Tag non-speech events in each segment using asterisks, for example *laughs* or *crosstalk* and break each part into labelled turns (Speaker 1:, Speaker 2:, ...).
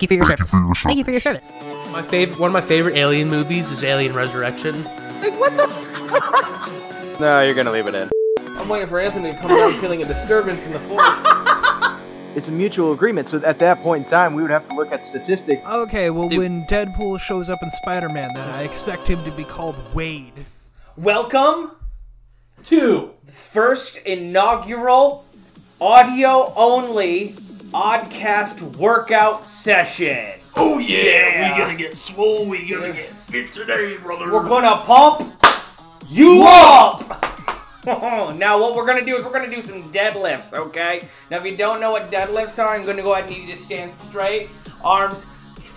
Speaker 1: you for your service.
Speaker 2: for your
Speaker 1: Thank you for your service.
Speaker 3: My favorite, one of my favorite Alien movies is Alien Resurrection.
Speaker 4: No, you're gonna leave it in.
Speaker 3: I'm waiting for Anthony to come around feeling a disturbance in the force.
Speaker 5: It's a mutual agreement, so at that point in time, we would have to look at statistics.
Speaker 6: Okay, well, when Deadpool shows up in Spider Man, then I expect him to be called Wade.
Speaker 7: Welcome,
Speaker 3: Two.
Speaker 7: first inaugural audio only Oddcast workout session.
Speaker 8: Oh yeah,
Speaker 7: Yeah.
Speaker 8: we gonna get swole, we gonna get fit today, brother.
Speaker 7: We're gonna pump you up. *laughs* now what we're gonna do is we're gonna do some deadlifts, okay? Now if you don't know what deadlifts are, I'm gonna go ahead and need you to stand straight, arms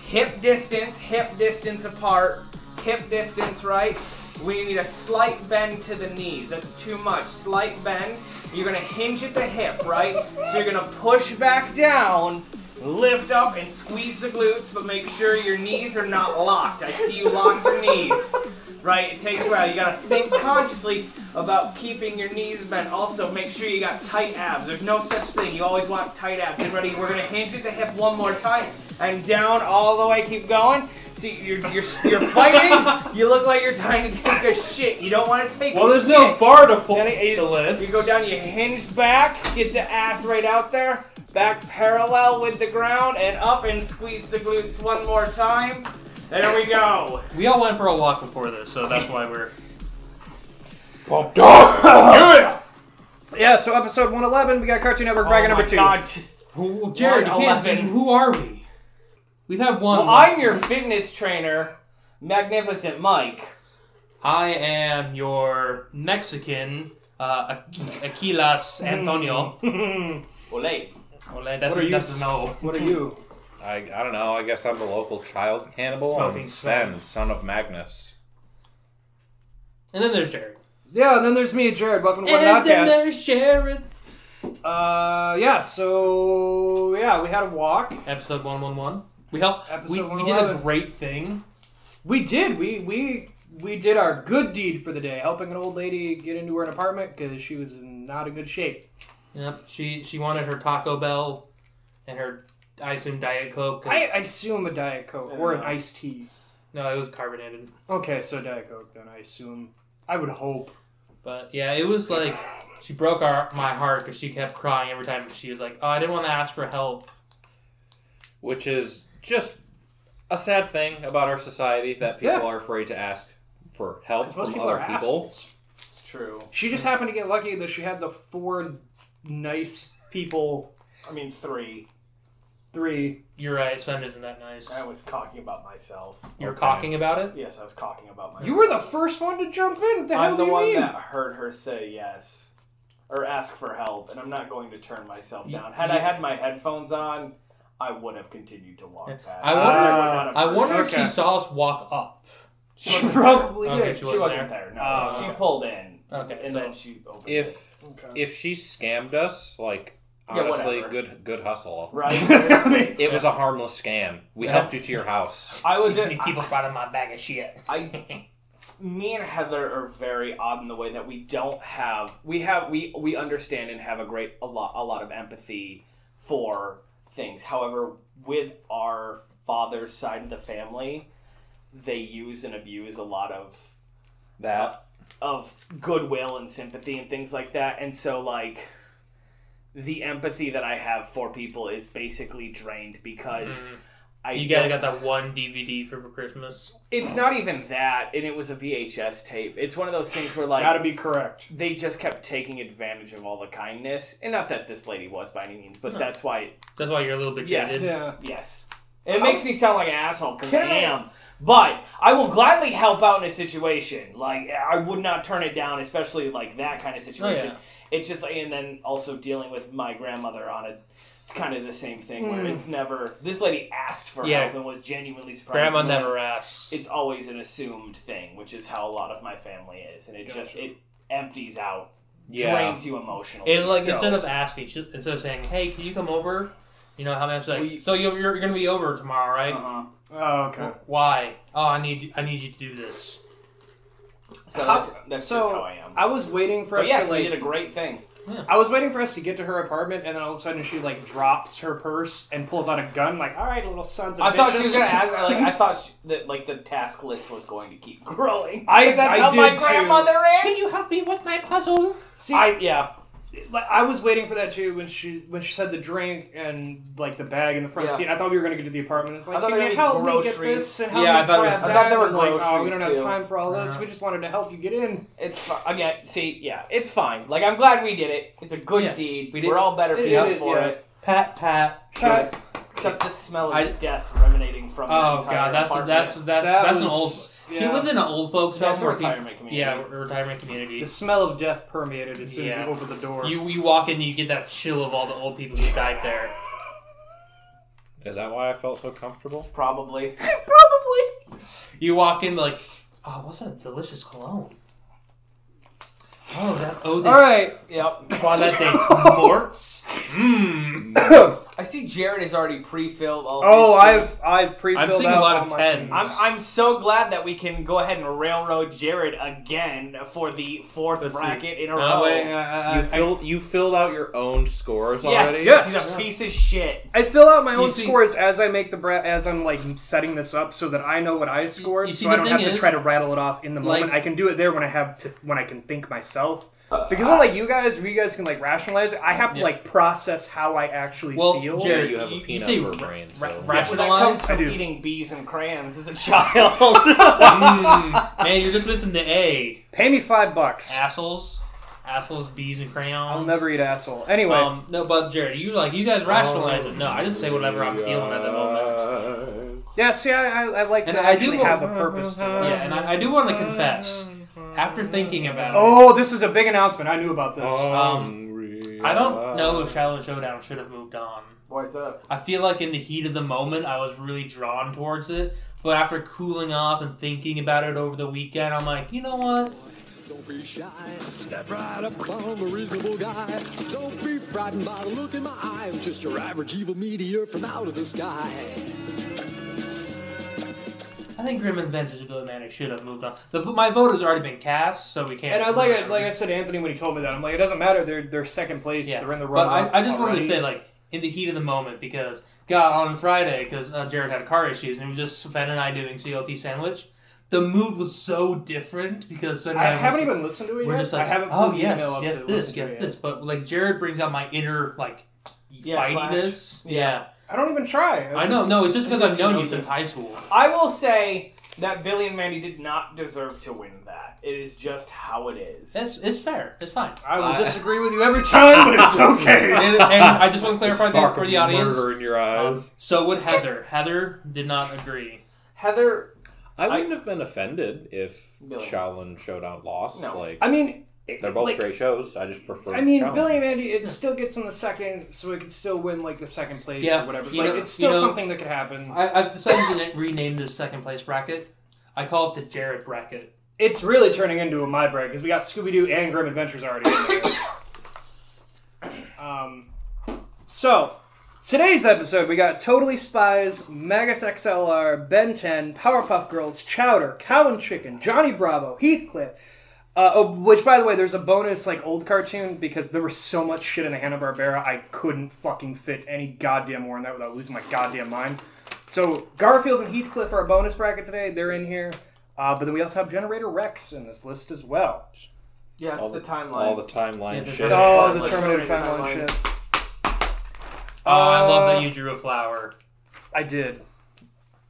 Speaker 7: hip distance, hip distance apart, hip distance right. We need a slight bend to the knees. That's too much. Slight bend. You're gonna hinge at the hip, right? So you're gonna push back down, lift up, and squeeze the glutes, but make sure your knees are not locked. I see you lock your knees. Right, it takes a while. You gotta think consciously about keeping your knees bent. Also, make sure you got tight abs. There's no such thing. You always want tight abs. And ready, we're gonna hinge at the hip one more time and down all the way. Keep going. See, you're you're, you're fighting. you look like you're trying to take a shit. You don't want to take.
Speaker 3: Well,
Speaker 7: a
Speaker 3: there's
Speaker 7: shit.
Speaker 3: no bar to pull.
Speaker 7: Then it- You go down, you hinge back, get the ass right out there, back parallel with the ground, and up and squeeze the glutes one more time. There we go.
Speaker 3: We all went for a walk before this, so that's why we're.
Speaker 8: Pumped up. yeah.
Speaker 3: Yeah, so episode 111, we got Cartoon Network brag
Speaker 7: oh
Speaker 3: number
Speaker 7: my
Speaker 3: two.
Speaker 7: God, just
Speaker 3: Well, Jared, you can't.
Speaker 7: 111.
Speaker 3: Who are we? We've had one.
Speaker 7: well, I'm your fitness trainer, Magnificent Mike.
Speaker 3: I am your Mexican uh, Aqu- Aquilas Antonio.
Speaker 7: Olay.
Speaker 3: Ole, that's
Speaker 6: What are
Speaker 3: a, that's
Speaker 6: you-
Speaker 3: a no.
Speaker 6: What are you?
Speaker 4: I, I don't know. I guess I'm the local child cannibal.
Speaker 3: Smoking
Speaker 4: I'm Sven, son of Magnus.
Speaker 3: And then there's Jared.
Speaker 6: Yeah, and then there's me, Jared. Welcome to One Podcast.
Speaker 3: there's Jared.
Speaker 6: Uh, yeah, so, yeah, we had a walk.
Speaker 3: Episode 111. We helped.
Speaker 6: Episode
Speaker 3: We, we did a
Speaker 6: 111.
Speaker 3: great thing.
Speaker 6: We did. We, we, we did our good deed for the day, helping an old lady get into her apartment because she was in not a good shape.
Speaker 3: Yep. She she wanted her Taco Bell and her I assume Diet Coke. 'cause-
Speaker 6: I, I assume a Diet Coke or an iced tea.
Speaker 3: no, it was carbonated.
Speaker 6: Okay, so Diet Coke, then I assume. I would hope.
Speaker 3: But yeah, it was like she broke our my heart because she kept crying every time. She was like, "Oh, I didn't want to ask for help."
Speaker 4: which is just a sad thing about our society that people
Speaker 6: Yeah.
Speaker 4: are afraid to ask for help
Speaker 6: 'Cause most
Speaker 4: from
Speaker 6: people
Speaker 4: other
Speaker 6: are
Speaker 4: people.
Speaker 6: assholes.
Speaker 7: It's true.
Speaker 6: She just happened to get lucky that she had the four nice people,
Speaker 7: I mean, three.
Speaker 6: three.
Speaker 3: You're right. Sven isn't that nice.
Speaker 7: I was talking about myself.
Speaker 3: You're talking about it.
Speaker 7: Yes, I was talking about myself.
Speaker 6: You were the first one to jump in. What the hell
Speaker 7: I'm
Speaker 6: do
Speaker 7: the
Speaker 6: you
Speaker 7: one
Speaker 6: mean?
Speaker 7: that heard her say yes or ask for help, and I'm not going to turn myself
Speaker 3: Yeah.
Speaker 7: down. Had I had my headphones on, I would have continued to walk past.
Speaker 3: I wonder-
Speaker 7: because would not have
Speaker 3: I
Speaker 7: heard
Speaker 3: wonder
Speaker 7: her.
Speaker 3: if she saw us walk up.
Speaker 6: She probably
Speaker 3: Okay,
Speaker 6: did.
Speaker 3: she
Speaker 7: She
Speaker 3: wasn't
Speaker 7: wasn't,
Speaker 3: there.
Speaker 7: there. No,
Speaker 6: Oh,
Speaker 7: she
Speaker 3: okay.
Speaker 7: pulled in,
Speaker 3: Okay,
Speaker 7: and
Speaker 3: so-
Speaker 7: then she opened. it.
Speaker 4: If if she scammed us, like
Speaker 7: Yeah,
Speaker 4: honestly,
Speaker 7: whatever.
Speaker 4: good good hustle.
Speaker 7: right,
Speaker 3: *laughs*
Speaker 7: seriously,
Speaker 4: It was a harmless scam. We
Speaker 3: Yeah.
Speaker 4: helped you to your house.
Speaker 7: I was.
Speaker 3: *laughs* These
Speaker 7: in-
Speaker 3: people brought in my bag of shit.
Speaker 7: I me and Heather are very odd in the way that we don't have we have we we understand and have a great a lot a lot of empathy for things. However, with our father's side of the family, they use and abuse a lot of
Speaker 4: That
Speaker 7: of goodwill and sympathy and things like that. And so like the empathy that I have for people is basically drained
Speaker 6: Mm-hmm.
Speaker 7: because I
Speaker 3: You guys got
Speaker 7: don't-
Speaker 3: that one DVD for Christmas.
Speaker 7: it's not even that, and it was a VHS tape. It's one of those things where like
Speaker 6: Gotta be correct.
Speaker 7: they just kept taking advantage of all the kindness, and not that this lady was by any means, but that's why
Speaker 3: That's why you're a little bit
Speaker 7: Yes.
Speaker 3: jaded.
Speaker 6: Yeah.
Speaker 7: yes, it makes me sound like an asshole because I
Speaker 6: Can I-
Speaker 7: am. But I will gladly help out in a situation. Like I would not turn it down, especially like that kind of situation.
Speaker 3: Oh, yeah.
Speaker 7: It's just like, and then also dealing with my grandmother on a kind of the same thing where it's never this lady asked for
Speaker 3: Hmm. Yeah.
Speaker 7: help and was genuinely surprised.
Speaker 3: Grandma
Speaker 7: and then-
Speaker 3: never asks.
Speaker 7: it's always an assumed thing, which is how a lot of my family is, and it just it empties out,
Speaker 4: yeah.
Speaker 7: drains you emotionally.
Speaker 3: It like
Speaker 7: So,
Speaker 3: instead of asking, she, instead of saying, "Hey, can you come over?" You know how much like,
Speaker 7: We-
Speaker 3: so you're, you're gonna be over tomorrow, right?
Speaker 7: uh-huh.
Speaker 6: Oh, okay.
Speaker 3: Why? Oh, I need I need you to do this.
Speaker 7: so
Speaker 6: How-
Speaker 7: that's, that's
Speaker 6: so
Speaker 7: just how I am.
Speaker 6: I was waiting for
Speaker 7: but
Speaker 6: us
Speaker 7: yes,
Speaker 6: to like. *laughs*
Speaker 7: we did a great thing.
Speaker 6: I was waiting for us to get to her apartment, and then all of a sudden she like drops her purse and pulls out a gun. Like, all right, little sons of
Speaker 7: I thought she
Speaker 6: bitches."
Speaker 7: was gonna ask. Like, I thought she, that like the task list was going to keep *laughs* growing.
Speaker 6: I-
Speaker 7: that's
Speaker 6: I
Speaker 7: how my
Speaker 6: did too.
Speaker 7: grandmother is.
Speaker 3: you help me with my puzzle?
Speaker 6: See, I,
Speaker 7: I yeah.
Speaker 6: like, I was waiting for that too when she when she said the drink and like the bag in the front
Speaker 7: Yeah.
Speaker 6: seat. I thought we were gonna get to the apartment. It's like,
Speaker 7: thought
Speaker 6: can
Speaker 7: there
Speaker 6: you
Speaker 7: were
Speaker 6: help me get
Speaker 7: groceries.
Speaker 6: this and help
Speaker 3: Yeah,
Speaker 6: me
Speaker 3: I thought it
Speaker 6: grab
Speaker 3: was-
Speaker 7: I thought
Speaker 6: that?
Speaker 7: there were
Speaker 6: And, like, oh, we
Speaker 7: groceries,
Speaker 6: don't have
Speaker 7: too.
Speaker 6: time for all this.
Speaker 3: Yeah.
Speaker 6: We just wanted to help you get in.
Speaker 7: It's fi- again. See, yeah, it's fine. Like I'm glad we did it. It's a good
Speaker 3: Yeah.
Speaker 7: deed.
Speaker 3: We
Speaker 7: We
Speaker 3: did-
Speaker 7: are all better
Speaker 6: it-
Speaker 7: people
Speaker 6: it-
Speaker 7: for
Speaker 6: yeah.
Speaker 7: it.
Speaker 4: Pat, pat.
Speaker 7: Sure. Except the smell of
Speaker 3: I-
Speaker 7: death emanating from. the
Speaker 3: Oh
Speaker 7: entire
Speaker 3: god, that's
Speaker 7: apartment.
Speaker 3: that's that's
Speaker 6: That
Speaker 3: that's an
Speaker 6: was-
Speaker 3: old. She
Speaker 6: yeah.
Speaker 3: lived in an old folks' home.
Speaker 7: That's a
Speaker 3: where people-
Speaker 7: retirement community.
Speaker 3: Yeah, a retirement community.
Speaker 6: The smell of death permeated as soon
Speaker 3: Yeah.
Speaker 6: as you opened the door.
Speaker 3: You you walk in, and you get that chill of all the old people who died there.
Speaker 4: Is that why I felt so comfortable?
Speaker 3: *laughs*
Speaker 7: probably.
Speaker 3: You walk in like, oh, what's that delicious cologne? Oh, that oh, they
Speaker 6: all right. *coughs*
Speaker 7: Yep. *laughs*
Speaker 3: Toilette de Morts. Mmm.
Speaker 7: I see Jared has already pre-filled all.
Speaker 6: Oh,
Speaker 7: this shit.
Speaker 6: I've I've pre-filled
Speaker 3: I'm seeing a
Speaker 6: out
Speaker 3: lot
Speaker 6: all
Speaker 3: of
Speaker 6: my
Speaker 3: 10s.
Speaker 6: things.
Speaker 7: I'm, I'm so glad that we can go ahead and railroad Jared again for the 4th
Speaker 4: Let's see.
Speaker 7: bracket in a row.
Speaker 3: Oh, wait, uh,
Speaker 4: you filled you filled out your own scores
Speaker 7: yes,
Speaker 4: already.
Speaker 6: Yes.
Speaker 7: he's a piece of shit.
Speaker 6: I fill out my own
Speaker 3: see-
Speaker 6: scores as I make the bra- as I'm like setting this up so that I know what I scored,
Speaker 3: you see,
Speaker 6: so I
Speaker 3: the
Speaker 6: don't have
Speaker 3: thing
Speaker 6: to
Speaker 3: is,
Speaker 6: try to rattle it off in the moment.
Speaker 3: like-
Speaker 6: I can do it there when I have to when I can think myself. Because unlike you guys, where you guys can like rationalize it, I have to
Speaker 3: Yeah.
Speaker 6: like process how I actually
Speaker 3: Well,
Speaker 6: feel.
Speaker 4: Jerry,
Speaker 3: Jared,
Speaker 4: you have a
Speaker 3: you- you
Speaker 4: peanut
Speaker 3: say
Speaker 4: for a
Speaker 3: ra-
Speaker 4: brain.
Speaker 3: ra-
Speaker 4: so-
Speaker 3: ra-
Speaker 7: Well, that comes
Speaker 6: I
Speaker 7: from
Speaker 6: do.
Speaker 7: eating bees and crayons as a *laughs* child.
Speaker 3: Mm. Man, you're just missing the A.
Speaker 6: Pay me five bucks.
Speaker 3: Assholes, assholes, bees, and crayons.
Speaker 6: I'll never eat asshole. Anyway,
Speaker 3: Um, no, but Jared, you like you guys rationalize it. No, I just say whatever I'm feeling at the moment.
Speaker 6: yeah. See, I I, I like
Speaker 3: and
Speaker 6: to
Speaker 3: I do
Speaker 6: actually
Speaker 3: go-
Speaker 6: have
Speaker 3: *laughs*
Speaker 6: a purpose to it.
Speaker 3: Yeah, and I, I do want to confess, after thinking about it,
Speaker 6: Oh, this is a big announcement. I knew about this.
Speaker 3: Oh.
Speaker 4: Um,
Speaker 3: I don't know if Shadow and Showdown should have moved on.
Speaker 7: What's up?
Speaker 3: I feel like in the heat of the moment, I was really drawn towards it. But after cooling off and thinking about it over the weekend, I'm like, you know what?
Speaker 9: Don't be shy. Step right up on the reasonable guy. Don't be frightened by the look in my eye. I'm just your average evil meteor from out of the sky.
Speaker 3: I think Grim Adventures of Billy Manning should have moved on. The, my vote has already been cast, so we can't.
Speaker 6: And I like I, like I said, to Anthony, when he told me that, I'm like, it doesn't matter. They're they're second place.
Speaker 3: yeah.
Speaker 6: They're in the
Speaker 3: but
Speaker 6: run.
Speaker 3: I, I just wanted to
Speaker 6: already.
Speaker 3: say, like, in the heat of the moment, because God, on Friday, because uh, Jared had car issues, and we just Sven and I doing CLT sandwich. The mood was so different because Sven and
Speaker 6: I
Speaker 3: was-
Speaker 6: haven't even listened to it
Speaker 3: We're
Speaker 6: yet.
Speaker 3: just like,
Speaker 6: I haven't.
Speaker 3: oh
Speaker 6: pulled the
Speaker 3: yes,
Speaker 6: email up
Speaker 3: yes,
Speaker 6: to
Speaker 3: this,
Speaker 6: listen to
Speaker 3: yes,
Speaker 6: it yet.
Speaker 3: this. But like Jared brings out my inner like
Speaker 7: Yeah,
Speaker 3: fightiness.
Speaker 7: clash.
Speaker 3: Yeah,
Speaker 6: I don't even try.
Speaker 3: I know.
Speaker 6: just-
Speaker 3: No, it's just because I've known you
Speaker 6: knows
Speaker 3: since
Speaker 6: it.
Speaker 3: high school.
Speaker 7: I will say that Billy and Mandy did not deserve to win that. It is just how it is.
Speaker 3: It's, it's fair. It's fine. Uh,
Speaker 6: I will
Speaker 4: I-
Speaker 6: disagree with you every time, but
Speaker 3: *laughs*
Speaker 6: it's okay.
Speaker 3: And, and I just want to
Speaker 4: The
Speaker 3: clarify that
Speaker 4: spark
Speaker 3: for
Speaker 4: of
Speaker 3: the audience.
Speaker 4: Murder in your
Speaker 3: Um,
Speaker 4: eyes.
Speaker 3: so would Heather. Heather did not agree.
Speaker 7: Heather,
Speaker 4: I wouldn't have been offended if
Speaker 7: No.
Speaker 4: Shaolin Showdown lost.
Speaker 7: No.
Speaker 4: Like
Speaker 6: I mean, it-
Speaker 4: they're both
Speaker 6: like,
Speaker 4: great shows. I just prefer.
Speaker 6: I mean,
Speaker 4: Shaolin.
Speaker 6: Billy and Andy, it still gets in the second, so it could still win like the second place
Speaker 3: Yeah,
Speaker 6: or whatever.
Speaker 3: you
Speaker 6: Like
Speaker 3: know-
Speaker 6: it's still
Speaker 3: you know-
Speaker 6: something that could happen.
Speaker 3: I, I've decided to na- rename this second place bracket. I call it the Jared bracket.
Speaker 6: It's really turning into a my break because we got Scooby Doo and Grim Adventures already. In there. um, so today's episode we got Totally Spies, Magus XLR, Ben 10, Powerpuff Girls, Chowder, Cow and Chicken, Johnny Bravo, Heathcliff. Uh, oh, which, by the way, there's a bonus like old cartoon because there was so much shit in the Hanna Barbera I couldn't fucking fit any goddamn more in that without losing my goddamn mind. So Garfield and Heathcliff are a bonus bracket today. They're in here. Uh, but then we also have Generator Rex in this list as well.
Speaker 7: yeah, it's
Speaker 4: all
Speaker 7: the timeline.
Speaker 4: all the timeline
Speaker 3: Yeah,
Speaker 4: shit.
Speaker 3: the-
Speaker 6: Oh, the
Speaker 7: like
Speaker 6: Terminator
Speaker 7: Terminator
Speaker 6: timeline
Speaker 7: timelines.
Speaker 6: shit.
Speaker 3: Oh, I love
Speaker 6: Uh,
Speaker 3: that you drew a flower
Speaker 6: I did.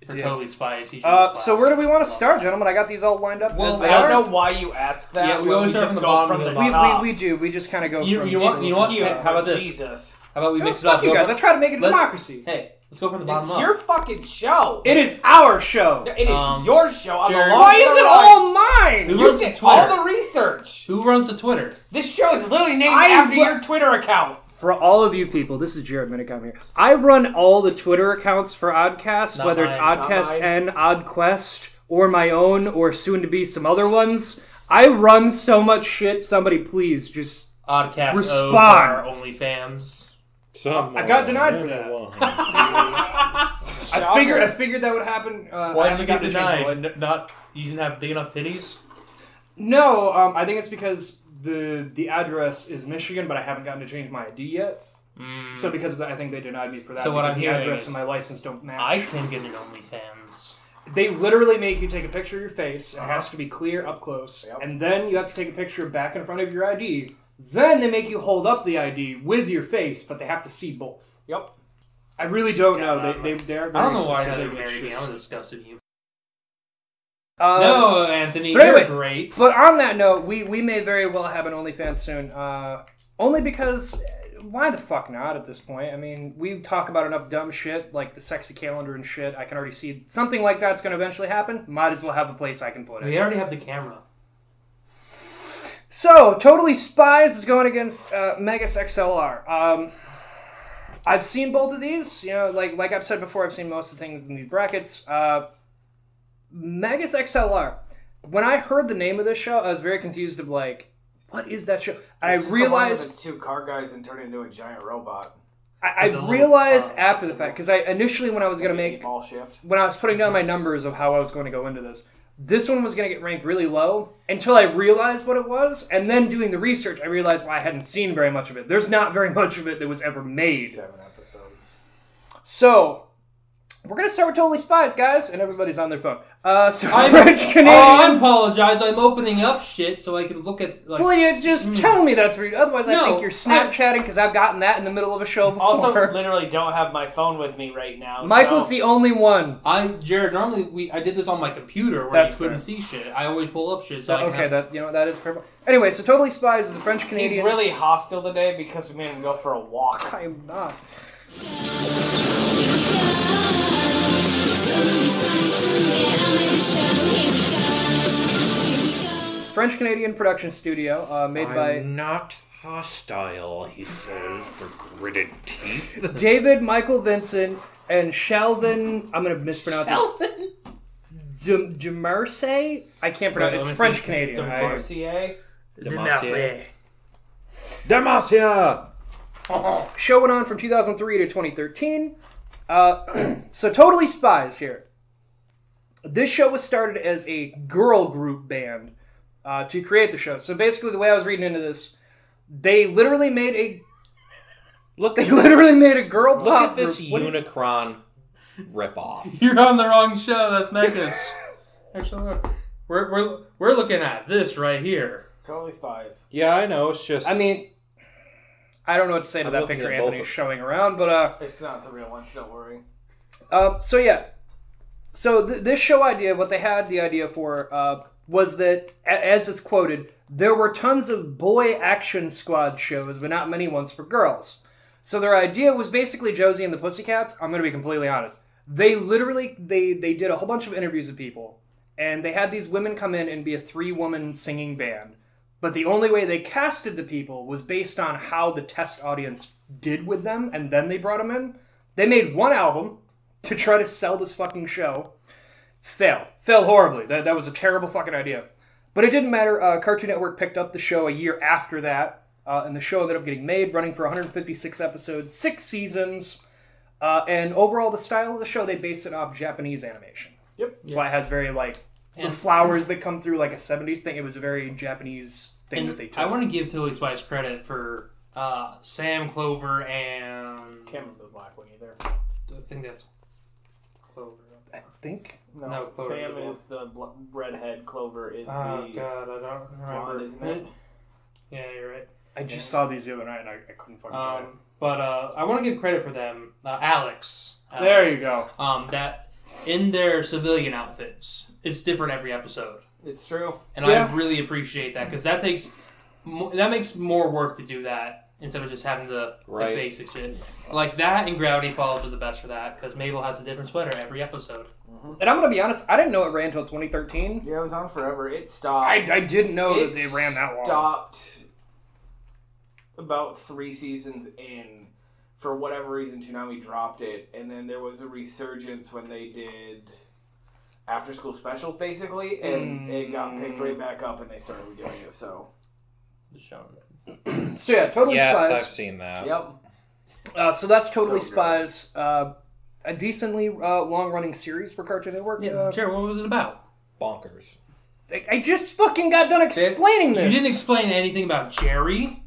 Speaker 3: for
Speaker 6: yeah.
Speaker 3: totally spicy. You drew a
Speaker 6: Uh,
Speaker 3: flower.
Speaker 6: so where do we want to start, gentlemen? I got these all lined up.
Speaker 3: Well,
Speaker 6: as
Speaker 7: I
Speaker 6: they
Speaker 7: don't
Speaker 6: are.
Speaker 7: know why you asked that.
Speaker 3: Yeah, we
Speaker 7: when
Speaker 3: always start
Speaker 7: just
Speaker 3: from the
Speaker 7: go
Speaker 3: bottom
Speaker 7: from
Speaker 3: to
Speaker 7: the,
Speaker 3: the
Speaker 6: We,
Speaker 7: top.
Speaker 6: we, we do. We just kind of go.
Speaker 3: You-
Speaker 6: from
Speaker 3: you want-
Speaker 6: from-
Speaker 3: you want-
Speaker 7: Here,
Speaker 3: how about this?
Speaker 7: Jesus.
Speaker 3: how about we mix it
Speaker 6: fuck
Speaker 3: up?
Speaker 6: you
Speaker 3: Go
Speaker 6: guys. I
Speaker 3: from-
Speaker 6: try to make it a
Speaker 3: Let-
Speaker 6: democracy.
Speaker 3: hey, let's go from the bottom
Speaker 7: It's
Speaker 3: up.
Speaker 7: your fucking show.
Speaker 6: It is our show.
Speaker 7: It is
Speaker 3: Um,
Speaker 7: your show. I'm
Speaker 3: Jared-
Speaker 7: along
Speaker 6: Why
Speaker 7: for
Speaker 6: is
Speaker 7: the
Speaker 6: it
Speaker 7: ride.
Speaker 6: all mine?
Speaker 3: Who
Speaker 7: You
Speaker 3: runs the
Speaker 7: did
Speaker 3: Twitter?
Speaker 7: all the research.
Speaker 3: Who runs the Twitter?
Speaker 7: This show is literally named
Speaker 6: I
Speaker 7: after
Speaker 6: wa-
Speaker 7: your Twitter account.
Speaker 6: For all of you people, this is Jared Minicom here. I run all the Twitter accounts for Oddcast,
Speaker 3: Not
Speaker 6: whether it's
Speaker 3: mine,
Speaker 7: not
Speaker 6: Oddcast
Speaker 7: mine.
Speaker 6: N, Oddquest, or my own, or soon to be some other ones. I run so much shit. Somebody please just.
Speaker 3: Oddcast O for
Speaker 6: Respond.
Speaker 3: our OnlyFans.
Speaker 4: Oh, Someone
Speaker 6: I got denied for that.
Speaker 4: will.
Speaker 6: I figured. I figured that would happen. Uh, I
Speaker 3: Why did
Speaker 6: haven't
Speaker 3: you get
Speaker 6: gotten to change
Speaker 3: denied?
Speaker 6: my mind.
Speaker 3: N- Not you didn't have big enough titties.
Speaker 6: No, um, I think it's because the the address is Michigan, but I haven't gotten to change my ID yet. So because of that, I think they denied me for that.
Speaker 3: Hmm. So what
Speaker 6: because
Speaker 3: I'm
Speaker 6: the
Speaker 3: hearing
Speaker 6: address
Speaker 3: is-
Speaker 6: and my license don't match.
Speaker 3: I can get an OnlyFans.
Speaker 6: They literally make you take a picture of your face. It
Speaker 3: Uh-huh.
Speaker 6: has to be clear up close, and then you have to take a picture back in front of your ID. Then they make you hold up the ID with your face, but they have to see both.
Speaker 10: Yep.
Speaker 6: I really don't
Speaker 3: Yeah, I
Speaker 6: know.
Speaker 3: don't
Speaker 6: They, they, they're
Speaker 3: I don't
Speaker 6: very
Speaker 3: know why they
Speaker 6: specific.
Speaker 3: married me.
Speaker 6: It's
Speaker 3: I'm
Speaker 6: just-
Speaker 3: disgusted with you.
Speaker 6: Um,
Speaker 3: no, Anthony,
Speaker 6: but
Speaker 3: you're
Speaker 6: anyway,
Speaker 3: great.
Speaker 6: But on that note, we, we may very well have an OnlyFans soon. Uh, only because, uh, why the fuck not at this point? I mean, we talk about enough dumb shit, like the sexy calendar and shit. I can already see something like that's going to eventually happen. Might as well have a place I can put it.
Speaker 3: we already have the
Speaker 6: *laughs*
Speaker 3: camera.
Speaker 6: So, Totally Spies is going against uh, Megas XLR. Um, I've seen both of these. You know, like like I've said before, I've seen most of the things in these brackets. Uh, Megas XLR. When I heard the name of this show, I was very confused of like, what is that show? And I realized
Speaker 7: two car guys and turn into a giant robot.
Speaker 6: I,
Speaker 3: the
Speaker 6: I
Speaker 3: little,
Speaker 6: realized
Speaker 3: uh,
Speaker 6: after the fact because I initially when I was gonna make
Speaker 7: ball shift.
Speaker 6: when I was putting down my numbers of how I was going to go into this, this one was going to get ranked really low until I realized what it was. And then doing the research, I realized well, I hadn't seen very much of it. There's not very *laughs* much of it that was ever made.
Speaker 7: Seven episodes.
Speaker 6: So, we're going to start with Totally Spies, guys. And everybody's on their phone. Uh, so, *laughs* French Canadian.
Speaker 3: Oh, I apologize. I'm opening up shit so I can look at like.
Speaker 6: Will you
Speaker 10: Hmm.
Speaker 6: just tell me that's rude? Otherwise, I
Speaker 3: No,
Speaker 6: think you're
Speaker 3: I-
Speaker 6: Snapchatting because I've gotten that in the middle of a show before.
Speaker 10: Also, literally don't have my phone with me right now.
Speaker 6: Michael's
Speaker 10: so-
Speaker 6: the only one.
Speaker 3: I Jared. Normally, we I did this on my computer where
Speaker 6: That's
Speaker 3: you couldn't
Speaker 6: fair.
Speaker 3: see shit. I always pull up shit so I can
Speaker 6: Okay,
Speaker 3: have-
Speaker 6: that you know that is perfect. Anyway, so Totally Spies is a French
Speaker 10: He's
Speaker 6: Canadian.
Speaker 10: really hostile today because we made him go for a walk.
Speaker 6: I am not. French Canadian production studio uh, made by
Speaker 2: not hostile, he says, the gritted
Speaker 4: *laughs*
Speaker 2: teeth.
Speaker 6: *laughs* David Michael Vincent and Shelvin. I'm going to mispronounce it. Demerse? I can't pronounce
Speaker 3: Wait,
Speaker 6: it.
Speaker 3: let me
Speaker 6: It's French
Speaker 3: see.
Speaker 6: Canadian. I-
Speaker 10: RCA.
Speaker 2: Demacia. Demacia!
Speaker 6: *laughs* Show went on from 2003 to 2013. Uh, *clears throat* so totally spies here. This show was started as a girl group band uh, to create the show. So basically, the way I was reading into this, they literally made a look. They *laughs* literally made a girl
Speaker 2: Look
Speaker 6: pop
Speaker 2: at this
Speaker 6: group. What is-
Speaker 2: Unicron ripoff.
Speaker 3: *laughs* You're on the wrong show.
Speaker 6: *laughs*
Speaker 3: That's Megas. Actually, look. We're, we're, we're looking at this right here.
Speaker 7: Totally spies.
Speaker 2: Yeah, I know. It's just
Speaker 6: I mean, I don't know what to say to
Speaker 2: I'm
Speaker 6: that
Speaker 2: looking
Speaker 6: picture
Speaker 2: at both
Speaker 6: Anthony's
Speaker 2: of-
Speaker 6: showing around, but uh,
Speaker 7: It's not the real ones. Don't worry.
Speaker 6: Um, so yeah, so th- this show idea, what they had the idea for, uh, was that a- as it's quoted, there were tons of boy action squad shows, but not many ones for girls. So their idea was basically Josie and the Pussycats. I'm going to be completely honest. They literally they they did a whole bunch of interviews with people, and they had these women come in and be a three woman singing band. But the only way they casted the people was based on how the test audience did with them, and then they brought them in. They made one album, to try to sell this fucking show. Failed. Failed horribly. That, that was a terrible fucking idea. But it didn't matter. Uh, Cartoon Network picked up the show a year after that, uh, and the show ended up getting made, running for 156 episodes, six seasons. Uh, and overall, the style of the show, they based it off Japanese animation. Yep. That's why it has very, like, the
Speaker 3: And-
Speaker 6: flowers that come through, like a 70s thing. It was a very Japanese thing that they
Speaker 3: And
Speaker 6: took.
Speaker 3: I want to give Tilly Spice credit for uh, Sam Clover and
Speaker 7: Can't remember the black one either.
Speaker 3: I think that's Clover.
Speaker 6: think.
Speaker 7: No,
Speaker 3: No, Clover
Speaker 7: Sam
Speaker 3: is
Speaker 7: is the bl- redhead. Clover is
Speaker 3: Oh
Speaker 7: the.
Speaker 3: God, I don't remember.
Speaker 7: Blonde, isn't it?
Speaker 3: Yeah, you're right.
Speaker 6: I just saw these the other night and I, I couldn't fucking find
Speaker 3: Um, but uh, I want to give credit for them, uh, Alex.
Speaker 6: it.
Speaker 3: Alex.
Speaker 6: There you go.
Speaker 3: Um, that in their civilian outfits, it's different every episode,
Speaker 7: It's true.
Speaker 3: and
Speaker 6: Yeah.
Speaker 3: I really appreciate that because that takes mo- that makes more work to do that instead of just having the like,
Speaker 2: Right.
Speaker 3: basic shit like that. And Gravity Falls are the best for that because Mabel has a different sweater every episode.
Speaker 6: And I'm going to be honest, I didn't know it ran until 2013.
Speaker 7: Yeah, it was on forever. It stopped.
Speaker 6: I, I didn't know
Speaker 7: it
Speaker 6: that they ran that long.
Speaker 7: Stopped about three seasons in. For whatever reason, Toonami dropped it, and then there was a resurgence when they did after school specials, basically, and it got picked right back up, and they started redoing it. So,
Speaker 6: So yeah, totally
Speaker 2: yes, I've
Speaker 6: spies.
Speaker 2: seen that.
Speaker 7: yep,
Speaker 6: Uh, so that's totally
Speaker 7: So good.
Speaker 6: spies. Uh, a decently uh, long-running series for Cartoon Network.
Speaker 3: Yeah,
Speaker 6: uh,
Speaker 3: Jared, what was it about?
Speaker 2: Bonkers.
Speaker 6: I, I just fucking got done explaining
Speaker 3: You
Speaker 6: this.
Speaker 3: didn't explain anything about Jerry